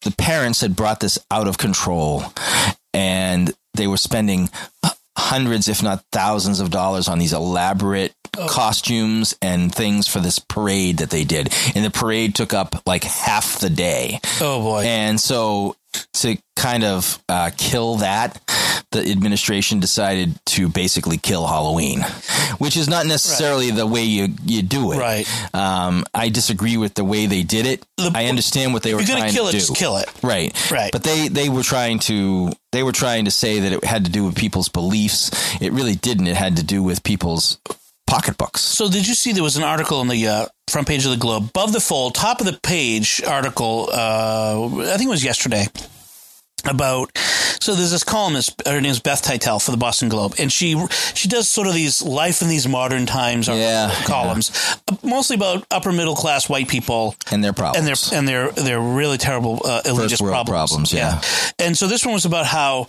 Speaker 2: the parents had brought this out of control, and they were spending uh, hundreds, if not thousands of dollars on these elaborate
Speaker 1: Oh.
Speaker 2: costumes and things for this parade that they did. And the parade took up like half the day.
Speaker 1: Oh boy.
Speaker 2: And so to kind of uh, kill that, the administration decided to basically kill Halloween, which is not necessarily the way you, you do it.
Speaker 1: Right.
Speaker 2: Um, I disagree with the way they did it.
Speaker 1: The-
Speaker 2: I understand what they were
Speaker 1: If you're
Speaker 2: trying
Speaker 1: gonna kill
Speaker 2: to
Speaker 1: it,
Speaker 2: do.
Speaker 1: just kill it.
Speaker 2: Right.
Speaker 1: Right.
Speaker 2: But they they were trying to they were trying to say that it had to do with people's beliefs. It really didn't. It had to do with people's pocketbooks.
Speaker 1: So did you see there was an article on the uh, front page of the Globe, above the fold, top of the page article? Uh, I think it was yesterday about. So there's this columnist. uh, Her name is Beth Titel for the Boston Globe, and she she does sort of these life in these modern times articles-
Speaker 2: Yeah, yeah.
Speaker 1: columns, uh, mostly about upper middle class white people
Speaker 2: And their problems.
Speaker 1: and they're and they're they're really terrible uh, religious
Speaker 2: world
Speaker 1: problems.
Speaker 2: problems, yeah.
Speaker 1: and so this one was about how.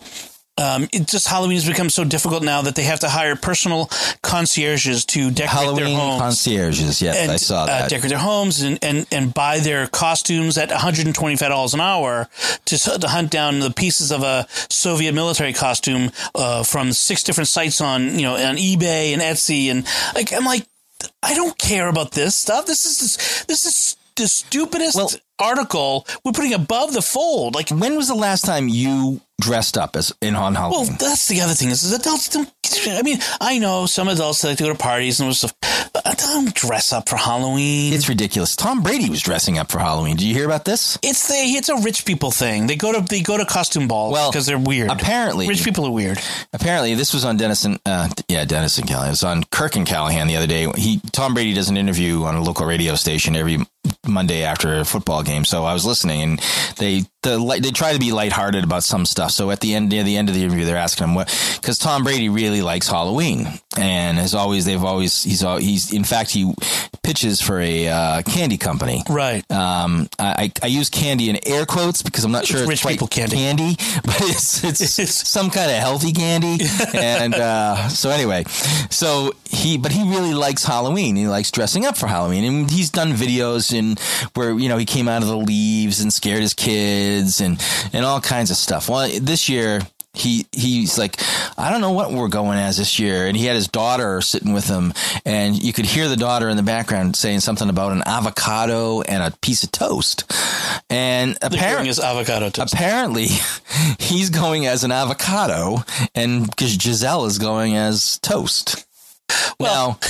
Speaker 1: Um, it just Halloween has become so difficult now that they have to hire personal concierges to decorate their
Speaker 2: Halloween
Speaker 1: homes
Speaker 2: concierges. Yes,
Speaker 1: and
Speaker 2: I saw
Speaker 1: Uh,
Speaker 2: that.
Speaker 1: decorate their homes and, and, and buy their costumes at $125 an hour to, s- to hunt down the pieces of a Soviet military costume uh, from six different sites on you know on eBay and Etsy and like I'm like I don't care about this stuff. This is this is the stupidest
Speaker 2: Well-
Speaker 1: article we're putting above the fold. Like
Speaker 2: when was the last time you dressed up as in on
Speaker 1: well,
Speaker 2: Halloween?
Speaker 1: that's the other thing is, is adults don't. I mean, I know some adults like to go to parties and all this stuff. But I don't dress up for Halloween.
Speaker 2: it's ridiculous. Tom Brady was dressing up for Halloween. Did you hear about this?
Speaker 1: It's the it's a rich people thing. They go to they go to costume balls
Speaker 2: Well,
Speaker 1: because they're weird.
Speaker 2: apparently-
Speaker 1: rich people are weird.
Speaker 2: Apparently, this was on Dennison. Uh, yeah, Dennison Callahan. It was on Kirk and Callahan the other day. He Tom Brady does an interview on a local radio station every Monday after a football game. So I was listening, and they the light- they try to be lighthearted about some stuff. So at the end near the end of the interview, they're asking him what because Tom Brady really likes Halloween, and as always, they've always he's al- he's in fact he pitches for a uh, candy company.
Speaker 1: Right.
Speaker 2: Um, I, I I use candy in air quotes because I'm not sure
Speaker 1: rich
Speaker 2: quite
Speaker 1: people candy.
Speaker 2: candy, [laughs] but it's it's,
Speaker 1: It's-
Speaker 2: some kind of healthy candy. and uh, so anyway, so he but he really likes Halloween. He likes dressing up for Halloween, and he's done videos in where you know he came out of the leaves and scared his kids and and all kinds of stuff. Well, this year. He he's like, I don't know what we're going as this year, and he had his daughter sitting with him, and you could hear the daughter in the background saying something about an avocado and a piece of toast, and
Speaker 1: The thing
Speaker 2: apparently
Speaker 1: is avocado toast.
Speaker 2: apparently [laughs] he's going as an avocado and G- Giselle is going as toast. Well,
Speaker 1: [laughs]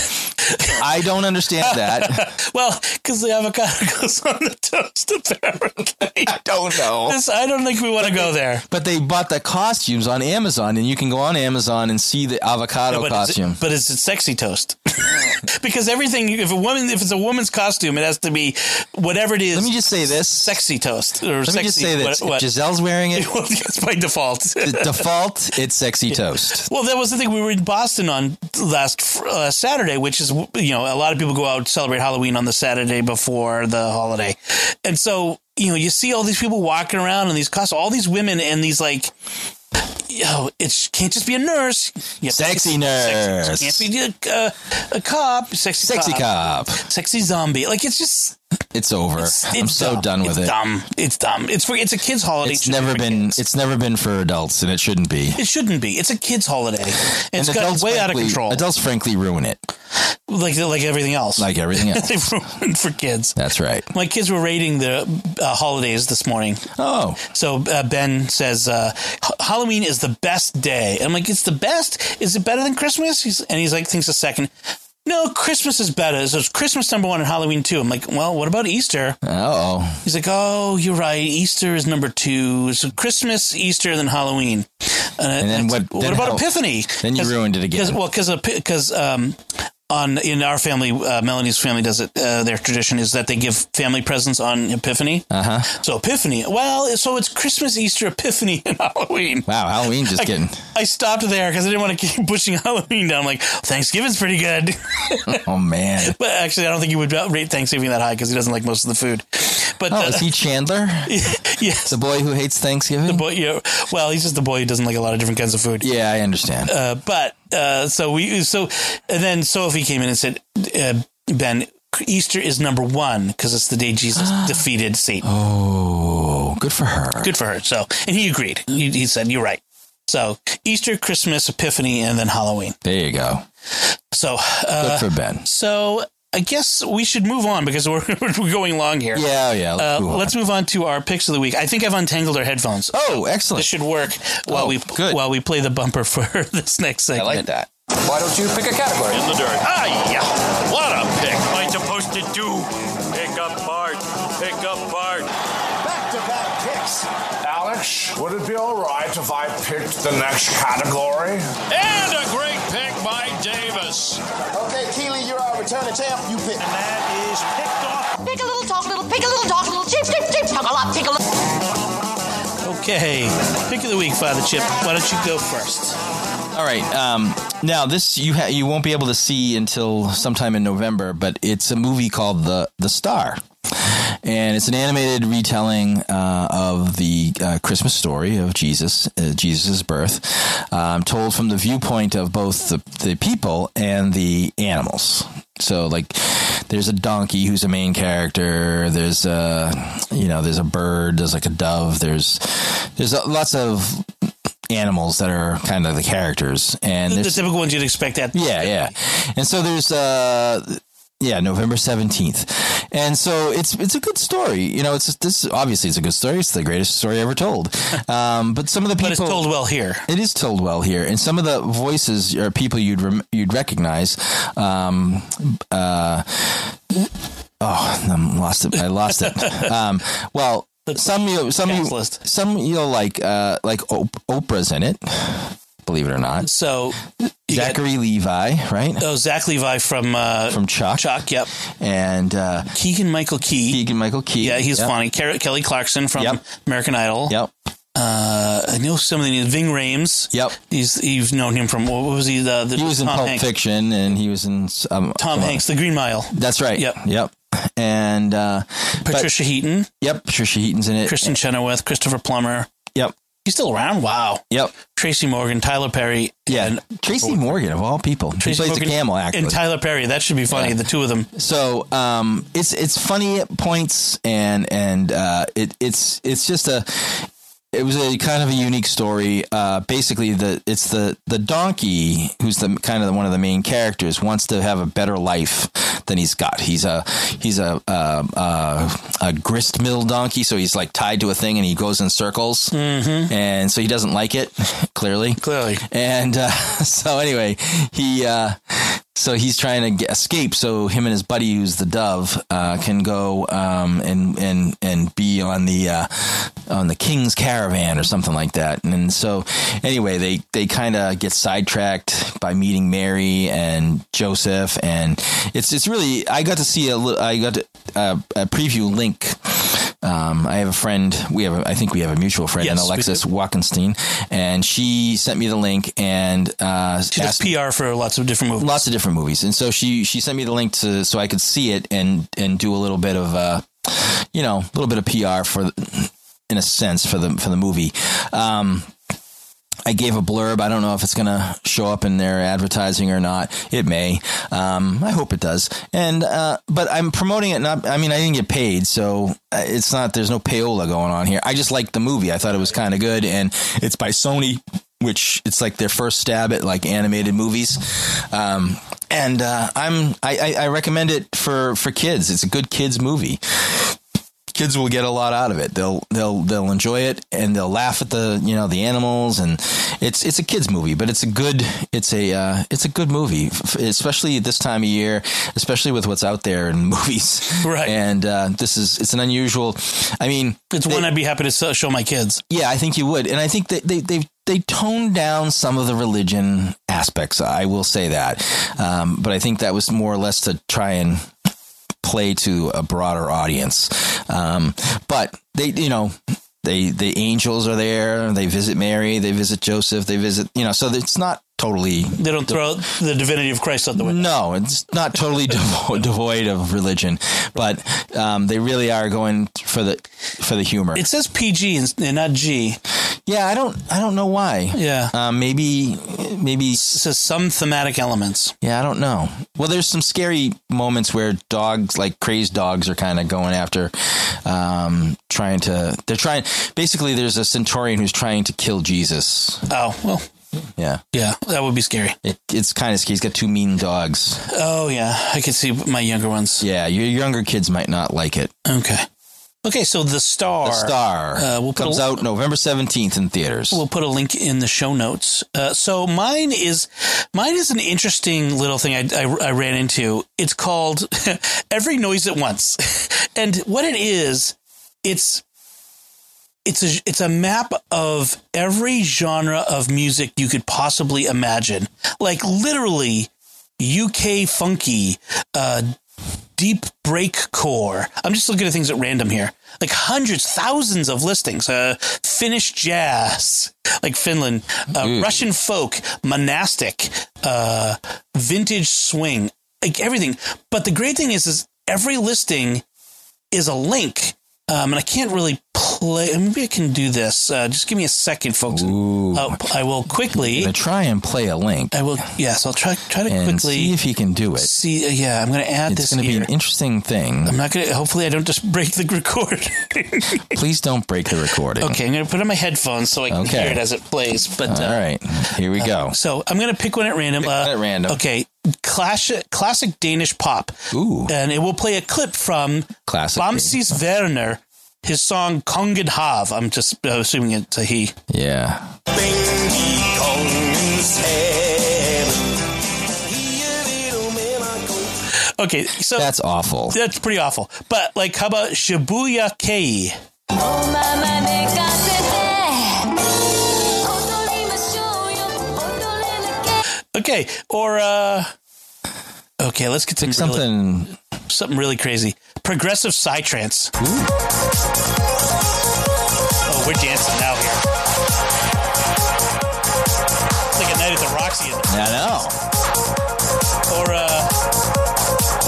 Speaker 2: I don't understand that.
Speaker 1: well, because the avocado [laughs] goes on the toast.
Speaker 2: [laughs]
Speaker 1: Apparently,
Speaker 2: I don't know.
Speaker 1: This- I don't think we want to go there.
Speaker 2: But they bought the costumes on Amazon and you can go on Amazon and see the avocado
Speaker 1: But is,
Speaker 2: costume.
Speaker 1: it, but is it sexy toast? [laughs] because everything, if a woman, if it's a woman's costume, it has to be whatever it is.
Speaker 2: Let me just say this.
Speaker 1: sexy toast or
Speaker 2: Let
Speaker 1: sexy.
Speaker 2: me just say this.
Speaker 1: What, what,
Speaker 2: If
Speaker 1: [laughs]
Speaker 2: Giselle's wearing it.
Speaker 1: it's by default.
Speaker 2: the default, it's sexy toast.
Speaker 1: Well, that was the thing. We were in Boston on last uh, Saturday, which is you know a lot of people go out and celebrate Halloween on the Saturday before the holiday, and so you know you see all these people walking around in these costumes, all these women and these like. Yo, it can't just be a nurse. You have to-
Speaker 2: Sexy nurse.
Speaker 1: Sexy, can't be a, a, a cop. Sexy,
Speaker 2: Sexy cop.
Speaker 1: Sexy zombie. Like it's just.
Speaker 2: It's over.
Speaker 1: It's,
Speaker 2: I'm
Speaker 1: it's
Speaker 2: so
Speaker 1: dumb.
Speaker 2: done with
Speaker 1: it's
Speaker 2: it.
Speaker 1: Dumb. It's dumb. It's for. It's a kids' holiday. It
Speaker 2: It's
Speaker 1: should be
Speaker 2: never
Speaker 1: for
Speaker 2: been
Speaker 1: kids.
Speaker 2: it's never been for adults and it shouldn't be.
Speaker 1: It shouldn't be. It's a kids' holiday. And it's
Speaker 2: And
Speaker 1: got way out of
Speaker 2: frankly-
Speaker 1: control.
Speaker 2: Adults frankly ruin it.
Speaker 1: like like everything else.
Speaker 2: [laughs] Like everything else.
Speaker 1: [laughs] they ruined for kids.
Speaker 2: That's right.
Speaker 1: My kids were rating the uh, holidays this morning.
Speaker 2: Oh,
Speaker 1: So uh, Ben says uh, "H- Halloween is the best day. I'm like, it's the best. Is it better than Christmas? He's, and he's like, thinks a second. No, Christmas is better. So it's Christmas number one and Halloween two. I'm like, well, what about Easter?
Speaker 2: oh,
Speaker 1: He's like, oh, you're right. Easter is number two. So Christmas, Easter, then Halloween. Uh,
Speaker 2: And then what-
Speaker 1: What
Speaker 2: then
Speaker 1: about
Speaker 2: how-
Speaker 1: Epiphany?
Speaker 2: then you
Speaker 1: 'Cause-
Speaker 2: ruined it again.
Speaker 1: Cause, well, because because um, on in our family, uh, Melanie's family does it. Uh, their tradition is that they give family presents on Epiphany.
Speaker 2: Uh huh.
Speaker 1: So Epiphany. Well, so it's Christmas, Easter, Epiphany, [laughs] and Halloween.
Speaker 2: Wow, Halloween just
Speaker 1: I, [laughs]
Speaker 2: getting.
Speaker 1: I stopped there because I didn't want to keep [laughs] pushing Halloween down. I'm like Thanksgiving's pretty good, [laughs]
Speaker 2: Oh man.
Speaker 1: but actually, I don't think he would rate Thanksgiving that high because he doesn't like most of the food. But
Speaker 2: Oh,
Speaker 1: uh,
Speaker 2: is he Chandler,
Speaker 1: [laughs] yes,
Speaker 2: the boy who hates Thanksgiving?
Speaker 1: but yeah, well, he's just the boy who doesn't like a lot of different kinds of food.
Speaker 2: Yeah, I understand.
Speaker 1: Uh, but uh, so we so and then Sophie came in and said, uh, Ben, Easter is number one because it's the day
Speaker 2: [gasps]
Speaker 1: Jesus defeated Satan.
Speaker 2: Oh, good for her.
Speaker 1: Good for her. So and he agreed. He, he said, "You're right." So Easter, Christmas, Epiphany, and then Halloween.
Speaker 2: There you go.
Speaker 1: So uh,
Speaker 2: Good for Ben.
Speaker 1: so I guess we should move on because we're, [laughs] we're going long here.
Speaker 2: Yeah, oh,
Speaker 1: Uh,
Speaker 2: yeah. let's move on.
Speaker 1: let's move on to our picks of the week. I think I've untangled our headphones.
Speaker 2: oh,
Speaker 1: This
Speaker 2: excellent.
Speaker 1: should work while
Speaker 2: Oh,
Speaker 1: we
Speaker 2: good.
Speaker 1: while we play the bumper for [laughs] this next
Speaker 2: I
Speaker 1: segment.
Speaker 2: like that.
Speaker 8: Why don't you pick a category?
Speaker 6: In the dirt. Ah, yeah. What a pick.
Speaker 9: Am I supposed to do? Pick up Bart. Pick up Bart.
Speaker 10: Back-to-back picks.
Speaker 11: Alex, would it be all right if I picked the next category?
Speaker 6: And a great pick by Davis.
Speaker 10: Okay, Keely, you're our returning champ. You pick.
Speaker 9: That is picked off.
Speaker 4: Pick a little talk, little, pick a little talk, little, chip, chip, chip, talk a lot, pick a little.
Speaker 1: Okay, pick of the week, Father Chip. Why don't you go first?
Speaker 2: All right. Um, now this you ha- you won't be able to see until sometime in November, but it's a movie called the the Star, and it's an animated retelling uh, of the uh, Christmas story of Jesus, uh, Jesus' birth, um, told from the viewpoint of both the the people and the animals. So like, there's a donkey who's a main character. There's a you know there's a bird. There's like a dove. There's there's lots of animals that are kind of the characters and
Speaker 1: The
Speaker 2: there's
Speaker 1: typical ones you'd expect that.
Speaker 2: yeah, yeah. And so there's uh yeah, November 17th. And so it's it's a good story. You know, it's this obviously it's a good story. It's the greatest story
Speaker 1: [laughs]
Speaker 2: ever told. Um but some of the people
Speaker 1: But it's told well here.
Speaker 2: it is told well here, and some of the voices are people you'd rem- you'd recognize. Um, uh, oh, I lost it! I lost it. [laughs] Um, well, some you some
Speaker 1: cast
Speaker 2: you,
Speaker 1: list.
Speaker 2: some you know like uh, like Op- Oprah's in it. Believe it or not,
Speaker 1: So you got
Speaker 2: Zachary Levi, right
Speaker 1: oh Zach Levi from uh,
Speaker 2: from Chuck,
Speaker 1: Chuck. Yep,
Speaker 2: and uh,
Speaker 1: Keegan Michael Key.
Speaker 2: Keegan Michael Key.
Speaker 1: yeah, he's
Speaker 2: yep.
Speaker 1: funny. Ker- Kelly Clarkson from
Speaker 2: Yep.
Speaker 1: American Idol.
Speaker 2: Yep,
Speaker 1: Uh, I know some of the Ving Rhames.
Speaker 2: Yep.
Speaker 1: He's you've known him from what was he the, the
Speaker 2: he was in
Speaker 1: Tom
Speaker 2: Pulp
Speaker 1: Hanks.
Speaker 2: Fiction, and he was in um,
Speaker 1: Tom Hanks, The Green Mile.
Speaker 2: That's right.
Speaker 1: Yep.
Speaker 2: Yep. And uh, but-
Speaker 1: Patricia Heaton,
Speaker 2: yep, Patricia Heaton's in it.
Speaker 1: Kristen Chenoweth, Christopher Plummer.
Speaker 2: Yep.
Speaker 1: He's still around. Wow.
Speaker 2: Yep.
Speaker 1: Tracy Morgan, Tyler Perry.
Speaker 2: Yeah,
Speaker 1: and
Speaker 2: Tracy Morgan of all people, Tracy
Speaker 1: Tracy
Speaker 2: plays
Speaker 1: Morgan
Speaker 2: the camel actually.
Speaker 1: and Tyler Perry. That should be funny.
Speaker 2: Yeah.
Speaker 1: The two of them.
Speaker 2: so um, it's it's funny at points, and and uh, it it's it's just a it was a kind of a unique story. Uh, basically, the it's the the donkey who's the kind of the, one of the main characters wants to have a better life than he's got. He's a he's a uh, uh, a grist mill donkey, so he's like tied to a thing and he goes in circles, mm-hmm. and so he doesn't like it [laughs] clearly.
Speaker 1: Clearly.
Speaker 2: And uh, [laughs] so anyway, he uh, so he's trying to get, escape. So him and his buddy, who's the dove, uh, can go um, and and and be on the uh, on the king's caravan or something like that. And so anyway, they they kind of get sidetracked by meeting Mary and Joseph, and it's it's really I got to see a li- I got to, uh, a preview link. Um, I have a friend. We have, a, I think we have a mutual friend,
Speaker 1: Yes,
Speaker 2: and
Speaker 1: we do.
Speaker 2: Alexis Wackenstein, and she sent me the link and uh,
Speaker 1: She does
Speaker 2: asked-
Speaker 1: PR for lots of different movies.
Speaker 2: lots of different movies. And so she she sent me the link to so I could see it and and do a little bit of uh, you know a little bit of PR for the- in a sense for the for the movie. Um, I gave a blurb. I don't know if it's going to show up in their advertising or not. It may. Um, I hope it does. And uh, but I'm promoting it. Not. I mean, I didn't get paid, so uh, it's not. There's no payola going on here. I just liked the movie. I thought it was kind of good, and it's by Sony, which it's like their first stab at like animated movies. Um, and uh, I'm I, I, I recommend it for for kids. It's a good kids movie kids will get a lot out of it. They'll they'll they'll enjoy it and they'll laugh at the you know the animals and it's it's a kids movie, but it's a good it's a uh, it's a good movie, f- especially this time of year, especially with what's out there in [laughs] movies.
Speaker 1: Right.
Speaker 2: And uh, this is it's an unusual. I mean,
Speaker 1: It's
Speaker 2: they-
Speaker 1: one I'd be happy to s- show my kids.
Speaker 2: yeah, I think you would, and I think that they they they toned down some of the religion aspects. I will say that, um, but I think that was more or less to try and play to a broader audience. Um, but they, you know. They, the angels are there. They visit Mary. They visit Joseph. They visit, you know. So it's not totally
Speaker 1: They don't throw the divinity of Christ out the window.
Speaker 2: no, it's not totally [laughs] devo- devoid of religion, but um, they really are going for the for the humor.
Speaker 1: It says PG and, and not G.
Speaker 2: yeah, I don't I don't know why.
Speaker 1: Yeah.
Speaker 2: Um, maybe, maybe.
Speaker 1: It says some thematic elements.
Speaker 2: Yeah, I don't know. Well, there's some scary moments where dogs, like crazed dogs, are kind of going after, um, trying to. They're trying. Basically, there's a centurion who's trying to kill Jesus,
Speaker 1: Oh well,
Speaker 2: Yeah.
Speaker 1: Yeah, that would be scary.
Speaker 2: It, it's kind of scary. He's got two mean dogs.
Speaker 1: Oh yeah, I could see my younger ones.
Speaker 2: Yeah, your younger kids might not like it.
Speaker 1: Okay. Okay, so the star.
Speaker 2: The Star
Speaker 1: Uh, we'll put
Speaker 2: comes
Speaker 1: a-
Speaker 2: out November 17th in theaters.
Speaker 1: We'll put a link in the show notes. Uh, so mine is mine is an interesting little thing I, I, I ran into. It's called [laughs] Every Noise at Once, [laughs] and what it is, it's it's a it's a map of every genre of music you could possibly imagine. Like literally, UK funky, uh, deep break core. I'm just looking at things at random here. Like hundreds, thousands of listings. Uh, Finnish jazz, like Finland, uh, Russian folk, monastic, uh, vintage swing, like everything. But the great thing is, is every listing is a link. Um, and I can't really play. Maybe I can do this. Uh, just give me a second, folks. Uh, I will quickly.
Speaker 2: Now try and play a link
Speaker 1: I will. Yes, I'll try. Try to
Speaker 2: and
Speaker 1: quickly
Speaker 2: see if he can do it.
Speaker 1: see. uh, yeah, I'm going to add
Speaker 2: It's
Speaker 1: this
Speaker 2: going to be
Speaker 1: here.
Speaker 2: an interesting thing.
Speaker 1: I'm not gonna. Hopefully, I don't just break the record. [laughs]
Speaker 2: Please don't break the recording.
Speaker 1: okay, I'm gonna put on my headphones so I can
Speaker 2: Okay.
Speaker 1: hear it as it plays. But
Speaker 2: All
Speaker 1: uh,
Speaker 2: right. Here we go.
Speaker 1: so I'm gonna pick one at random. uh,
Speaker 2: Pick one at random.
Speaker 1: Okay, clash, classic Danish pop,
Speaker 2: Ooh.
Speaker 1: and it will play a clip from
Speaker 2: Classic
Speaker 1: Bamsis Werner, his song "Kongen Hav." I'm just uh, assuming it's a he.
Speaker 2: Yeah.
Speaker 3: Bing, die kongens have. Hier little man I go.
Speaker 1: Okay, so that's
Speaker 2: That's awful.
Speaker 1: that's pretty awful. But like, how about Shibuya Kei?
Speaker 4: Oh, Oh,
Speaker 1: Okay, or uh, okay, let's get some
Speaker 2: Pick
Speaker 1: really-
Speaker 2: something.
Speaker 1: something really crazy. Progressive psytrance. Oh, we're dancing now here. It's like a night at the Roxy. Isn't it?
Speaker 2: I know.
Speaker 1: Or uh,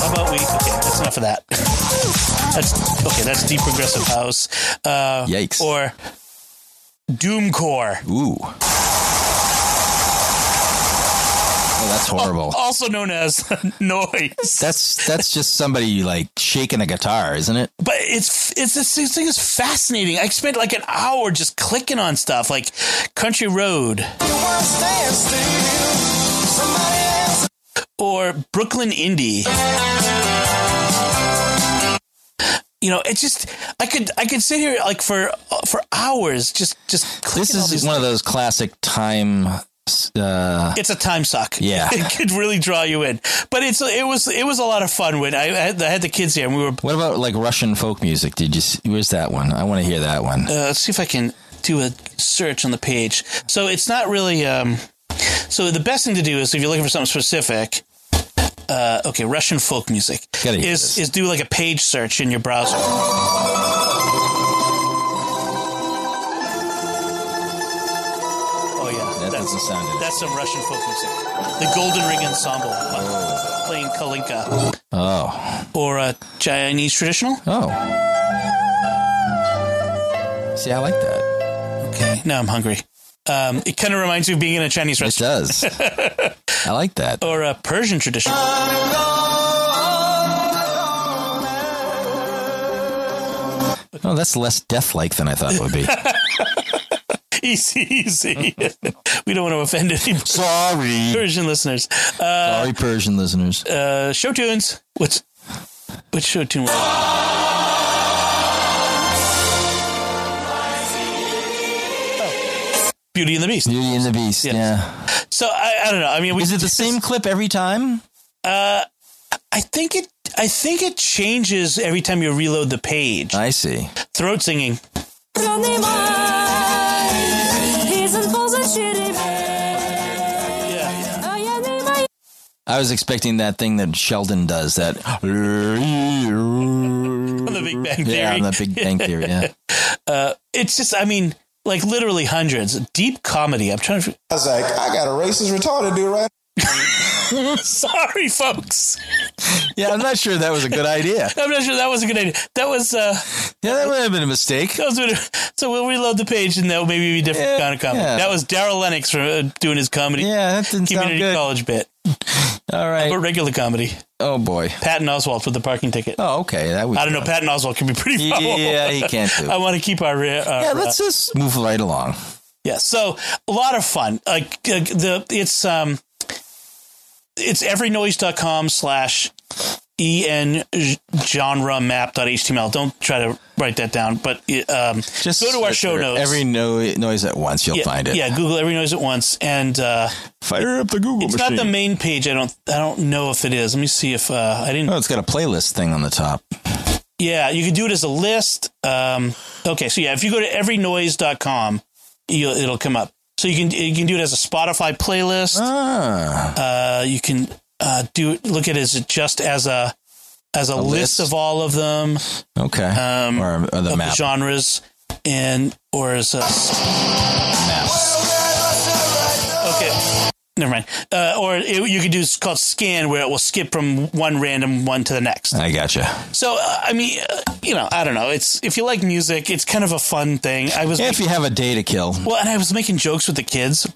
Speaker 1: how about we? Okay, that's enough of that. [laughs] That's okay. That's deep progressive house. Uh,
Speaker 2: Yikes.
Speaker 1: Or doomcore,
Speaker 2: Ooh. Oh, that's horrible.
Speaker 1: also known as [laughs] noise.
Speaker 2: That's that's just somebody like shaking a guitar, isn't it?
Speaker 1: but it's it's this, this thing is fascinating. I spent like an hour just clicking on stuff like Country Road
Speaker 3: You wanna stand still. Somebody else.
Speaker 1: or Brooklyn Indie. You know, it's just I could I could sit here like for for hours just just clicking
Speaker 2: This
Speaker 1: all these-
Speaker 2: is one of those classic time. Uh,
Speaker 1: it's a time suck.
Speaker 2: Yeah.
Speaker 1: [laughs] it could really draw you in. But it's it was it was a lot of fun when I, I, had, I had the kids here and we were.
Speaker 2: what about like Russian folk music? Did you? See, where's that one? I want to hear that one.
Speaker 1: Uh, let's see if I can do a search on the page. So it's not really. Um, so the best thing to do is if you're looking for something specific. Uh, okay, Russian folk music
Speaker 2: Gotta hear
Speaker 1: is
Speaker 2: this.
Speaker 1: is do like a page search in your browser. Oh yeah,
Speaker 2: That doesn't sound it.
Speaker 1: That's some Russian folk music. The Golden Ring Ensemble uh, playing Kalinka
Speaker 2: Oh,
Speaker 1: or uh, Chinese traditional.
Speaker 2: oh. See, I like that.
Speaker 1: Okay, now I'm hungry. Um, it kind of reminds me of being in a Chinese
Speaker 2: It
Speaker 1: restaurant [laughs]
Speaker 2: does. I like that.
Speaker 1: or a Persian tradition. [laughs]
Speaker 2: Oh, that's less death-like than I thought it would
Speaker 1: [laughs]
Speaker 2: be.
Speaker 1: easy,
Speaker 2: [laughs]
Speaker 1: easy. we don't want to offend any
Speaker 2: Sorry,
Speaker 1: Persian listeners. Uh,
Speaker 2: sorry, Persian listeners.
Speaker 1: uh, show tunes. What's what show tune? was it? Oh, Beauty and the Beast.
Speaker 2: Beauty and the Beast.
Speaker 1: Yes.
Speaker 2: Yeah.
Speaker 1: So I, I don't know. I mean, we,
Speaker 2: Is it the same clip every time?
Speaker 1: I think it. I think it changes every time you reload the page.
Speaker 2: I see.
Speaker 1: Throat singing. Yeah.
Speaker 2: I was expecting that thing that Sheldon
Speaker 1: [laughs]
Speaker 2: does. That [laughs] on
Speaker 1: the Big Bang
Speaker 2: Yeah, on
Speaker 1: Theory.
Speaker 2: the Big Bang Theory.
Speaker 1: [laughs]
Speaker 2: Yeah.
Speaker 1: Uh, It's just. I mean, like literally hundreds. Deep comedy. I'm trying to.
Speaker 10: I was like, I got a racist retarded dude right
Speaker 1: [laughs] Sorry, folks.
Speaker 2: yeah, I'm not sure that was a good idea.
Speaker 1: I'm not sure that was a good idea. That was. uh
Speaker 2: Yeah, that would have been a mistake.
Speaker 1: That was what- so we'll reload the page and that will maybe be a different
Speaker 2: Yeah,
Speaker 1: kind of comedy.
Speaker 2: yeah.
Speaker 1: That was Daryl Lennox from uh, doing his comedy
Speaker 2: Yeah, that didn't sound
Speaker 1: community
Speaker 2: good.
Speaker 1: college bit,
Speaker 2: All
Speaker 1: but
Speaker 2: right.
Speaker 1: regular comedy.
Speaker 2: Oh boy.
Speaker 1: Patton Oswalt with the parking ticket.
Speaker 2: Oh, okay. That would.
Speaker 1: I don't know. [laughs] Patton Oswalt can be pretty.
Speaker 2: Yeah,
Speaker 1: foul.
Speaker 2: he can't do.
Speaker 1: I want to keep our. Uh,
Speaker 2: Yeah, let's just move right along.
Speaker 1: Yeah, so a lot of fun. Like uh, the it's um it's everynoise.com slash en genre map.html. Don't try to write that down, but um,
Speaker 2: Just
Speaker 1: go to our
Speaker 2: search
Speaker 1: show
Speaker 2: for
Speaker 1: notes.
Speaker 2: Every no- noise at once, you'll
Speaker 1: yeah,
Speaker 2: find it.
Speaker 1: Yeah, Google every noise at once, and uh,
Speaker 2: Fire up the Google
Speaker 1: it's
Speaker 2: machine.
Speaker 1: not the main page. I don't I don't know if it is. Let me see if uh, I didn't.
Speaker 2: Oh, it's got a playlist thing on the top.
Speaker 1: Yeah, you can do it as a list. Um, okay, so yeah, if you go to everynoise.com, you'll, it'll come up. So you can you can do it as a Spotify playlist.
Speaker 2: Ah.
Speaker 1: Uh, you can uh, do it, look at it as just as a as a, list.
Speaker 2: list.
Speaker 1: of all of them
Speaker 2: Okay.
Speaker 1: um,
Speaker 2: or, or the
Speaker 1: of
Speaker 2: map.
Speaker 1: genres and or as a
Speaker 2: map.
Speaker 1: okay. Never mind. Uh, or it, you could do it's called scan, where it will skip from one random one to the next.
Speaker 2: I gotcha.
Speaker 1: So uh, I mean, uh, you know, I don't know. It's if you like music, it's kind of a fun thing. I was
Speaker 2: If you have a day to kill,
Speaker 1: well, and I was making jokes with the kids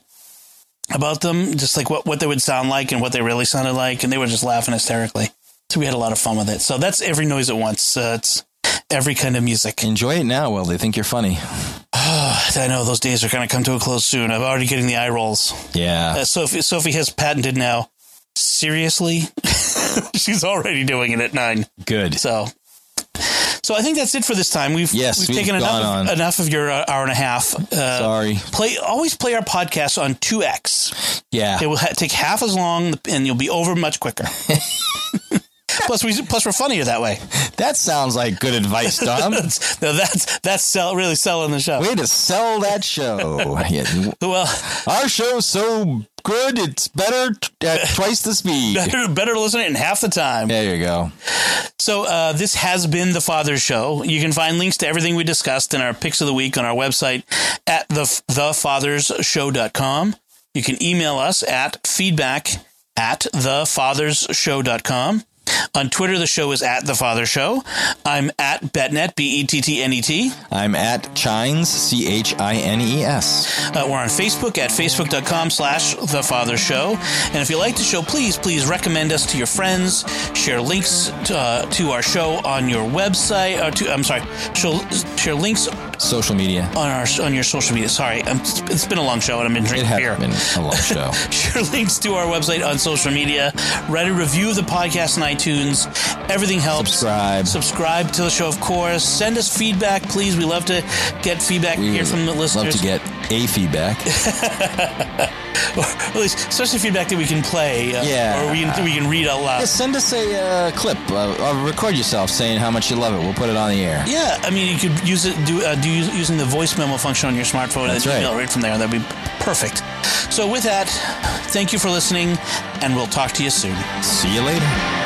Speaker 1: about them, just like what what they would sound like and what they really sounded like, and they were just laughing hysterically. So we had a lot of fun with it. So that's every noise at once. Uh, it's every kind of music.
Speaker 2: enjoy it now while they think you're funny.
Speaker 1: I know those days are going to come to a close soon. I'm already getting the eye rolls.
Speaker 2: Yeah.
Speaker 1: Uh, Sophie Sophie has patented now. Seriously, [laughs] she's already doing it at nine.
Speaker 2: Good.
Speaker 1: So, so I think that's it for this time. We've
Speaker 2: Yes,
Speaker 1: we've,
Speaker 2: we've
Speaker 1: taken enough
Speaker 2: gone
Speaker 1: of,
Speaker 2: on.
Speaker 1: enough of your uh, hour and a half. Uh,
Speaker 2: Sorry.
Speaker 1: Play always play our podcast on two X.
Speaker 2: Yeah.
Speaker 1: It will ha- take half as long, and you'll be over much quicker. plus, we plus we're funnier that way.
Speaker 2: That sounds like good advice,
Speaker 1: [laughs]
Speaker 2: Dom.
Speaker 1: That's no, that's that's sell, really selling the show.
Speaker 2: Way to sell that show. Yeah.
Speaker 1: Well,
Speaker 2: Our show's so good, it's better t-
Speaker 1: [laughs]
Speaker 2: at twice the speed.
Speaker 1: better, better listen it in half the time.
Speaker 2: There you go.
Speaker 1: So uh, this has been the Father Show. You can find links to everything we discussed in our picks of the week on our website at the thefathersshow.com. You can email us at feedback at thefathersshow.com. On Twitter, the show is at the Father Show. I'm at Betnet, B E T T N E T.
Speaker 2: I'm at Chines, C H I N E S.
Speaker 1: Uh, we're on Facebook at facebook.com slash The Father Show. And if you like the show, please, please recommend us to your friends. Share links to, uh, to our show on your website. Or to, I'm sorry, share, share links on
Speaker 2: Social media.
Speaker 1: our on your social media. Sorry, i it's been a long show and I've been
Speaker 2: It
Speaker 1: drinking
Speaker 2: has
Speaker 1: beer.
Speaker 2: been a long show.
Speaker 1: [laughs] Share links to our website on social media. Write a review of the podcast on iTunes. Everything helps.
Speaker 2: Subscribe.
Speaker 1: Subscribe to the show, of course. Send us feedback, please. We love to get feedback,
Speaker 2: We
Speaker 1: hear
Speaker 2: would
Speaker 1: from the listeners.
Speaker 2: Mm, love to get
Speaker 1: [laughs]
Speaker 2: a feedback.
Speaker 1: at least especially feedback that we can play uh,
Speaker 2: Yeah.
Speaker 1: or we can, we can read out loud
Speaker 2: Yeah, send us a uh, clip. Uh, uh, record yourself saying how much you love it. We'll put it on the air.
Speaker 1: yeah i mean you could use it do, uh, do use, using the voice memo function on your smartphone
Speaker 2: That's
Speaker 1: and
Speaker 2: right.
Speaker 1: email it right from there that'd be perfect so with that thank you for listening and we'll talk to you soon
Speaker 2: See you later.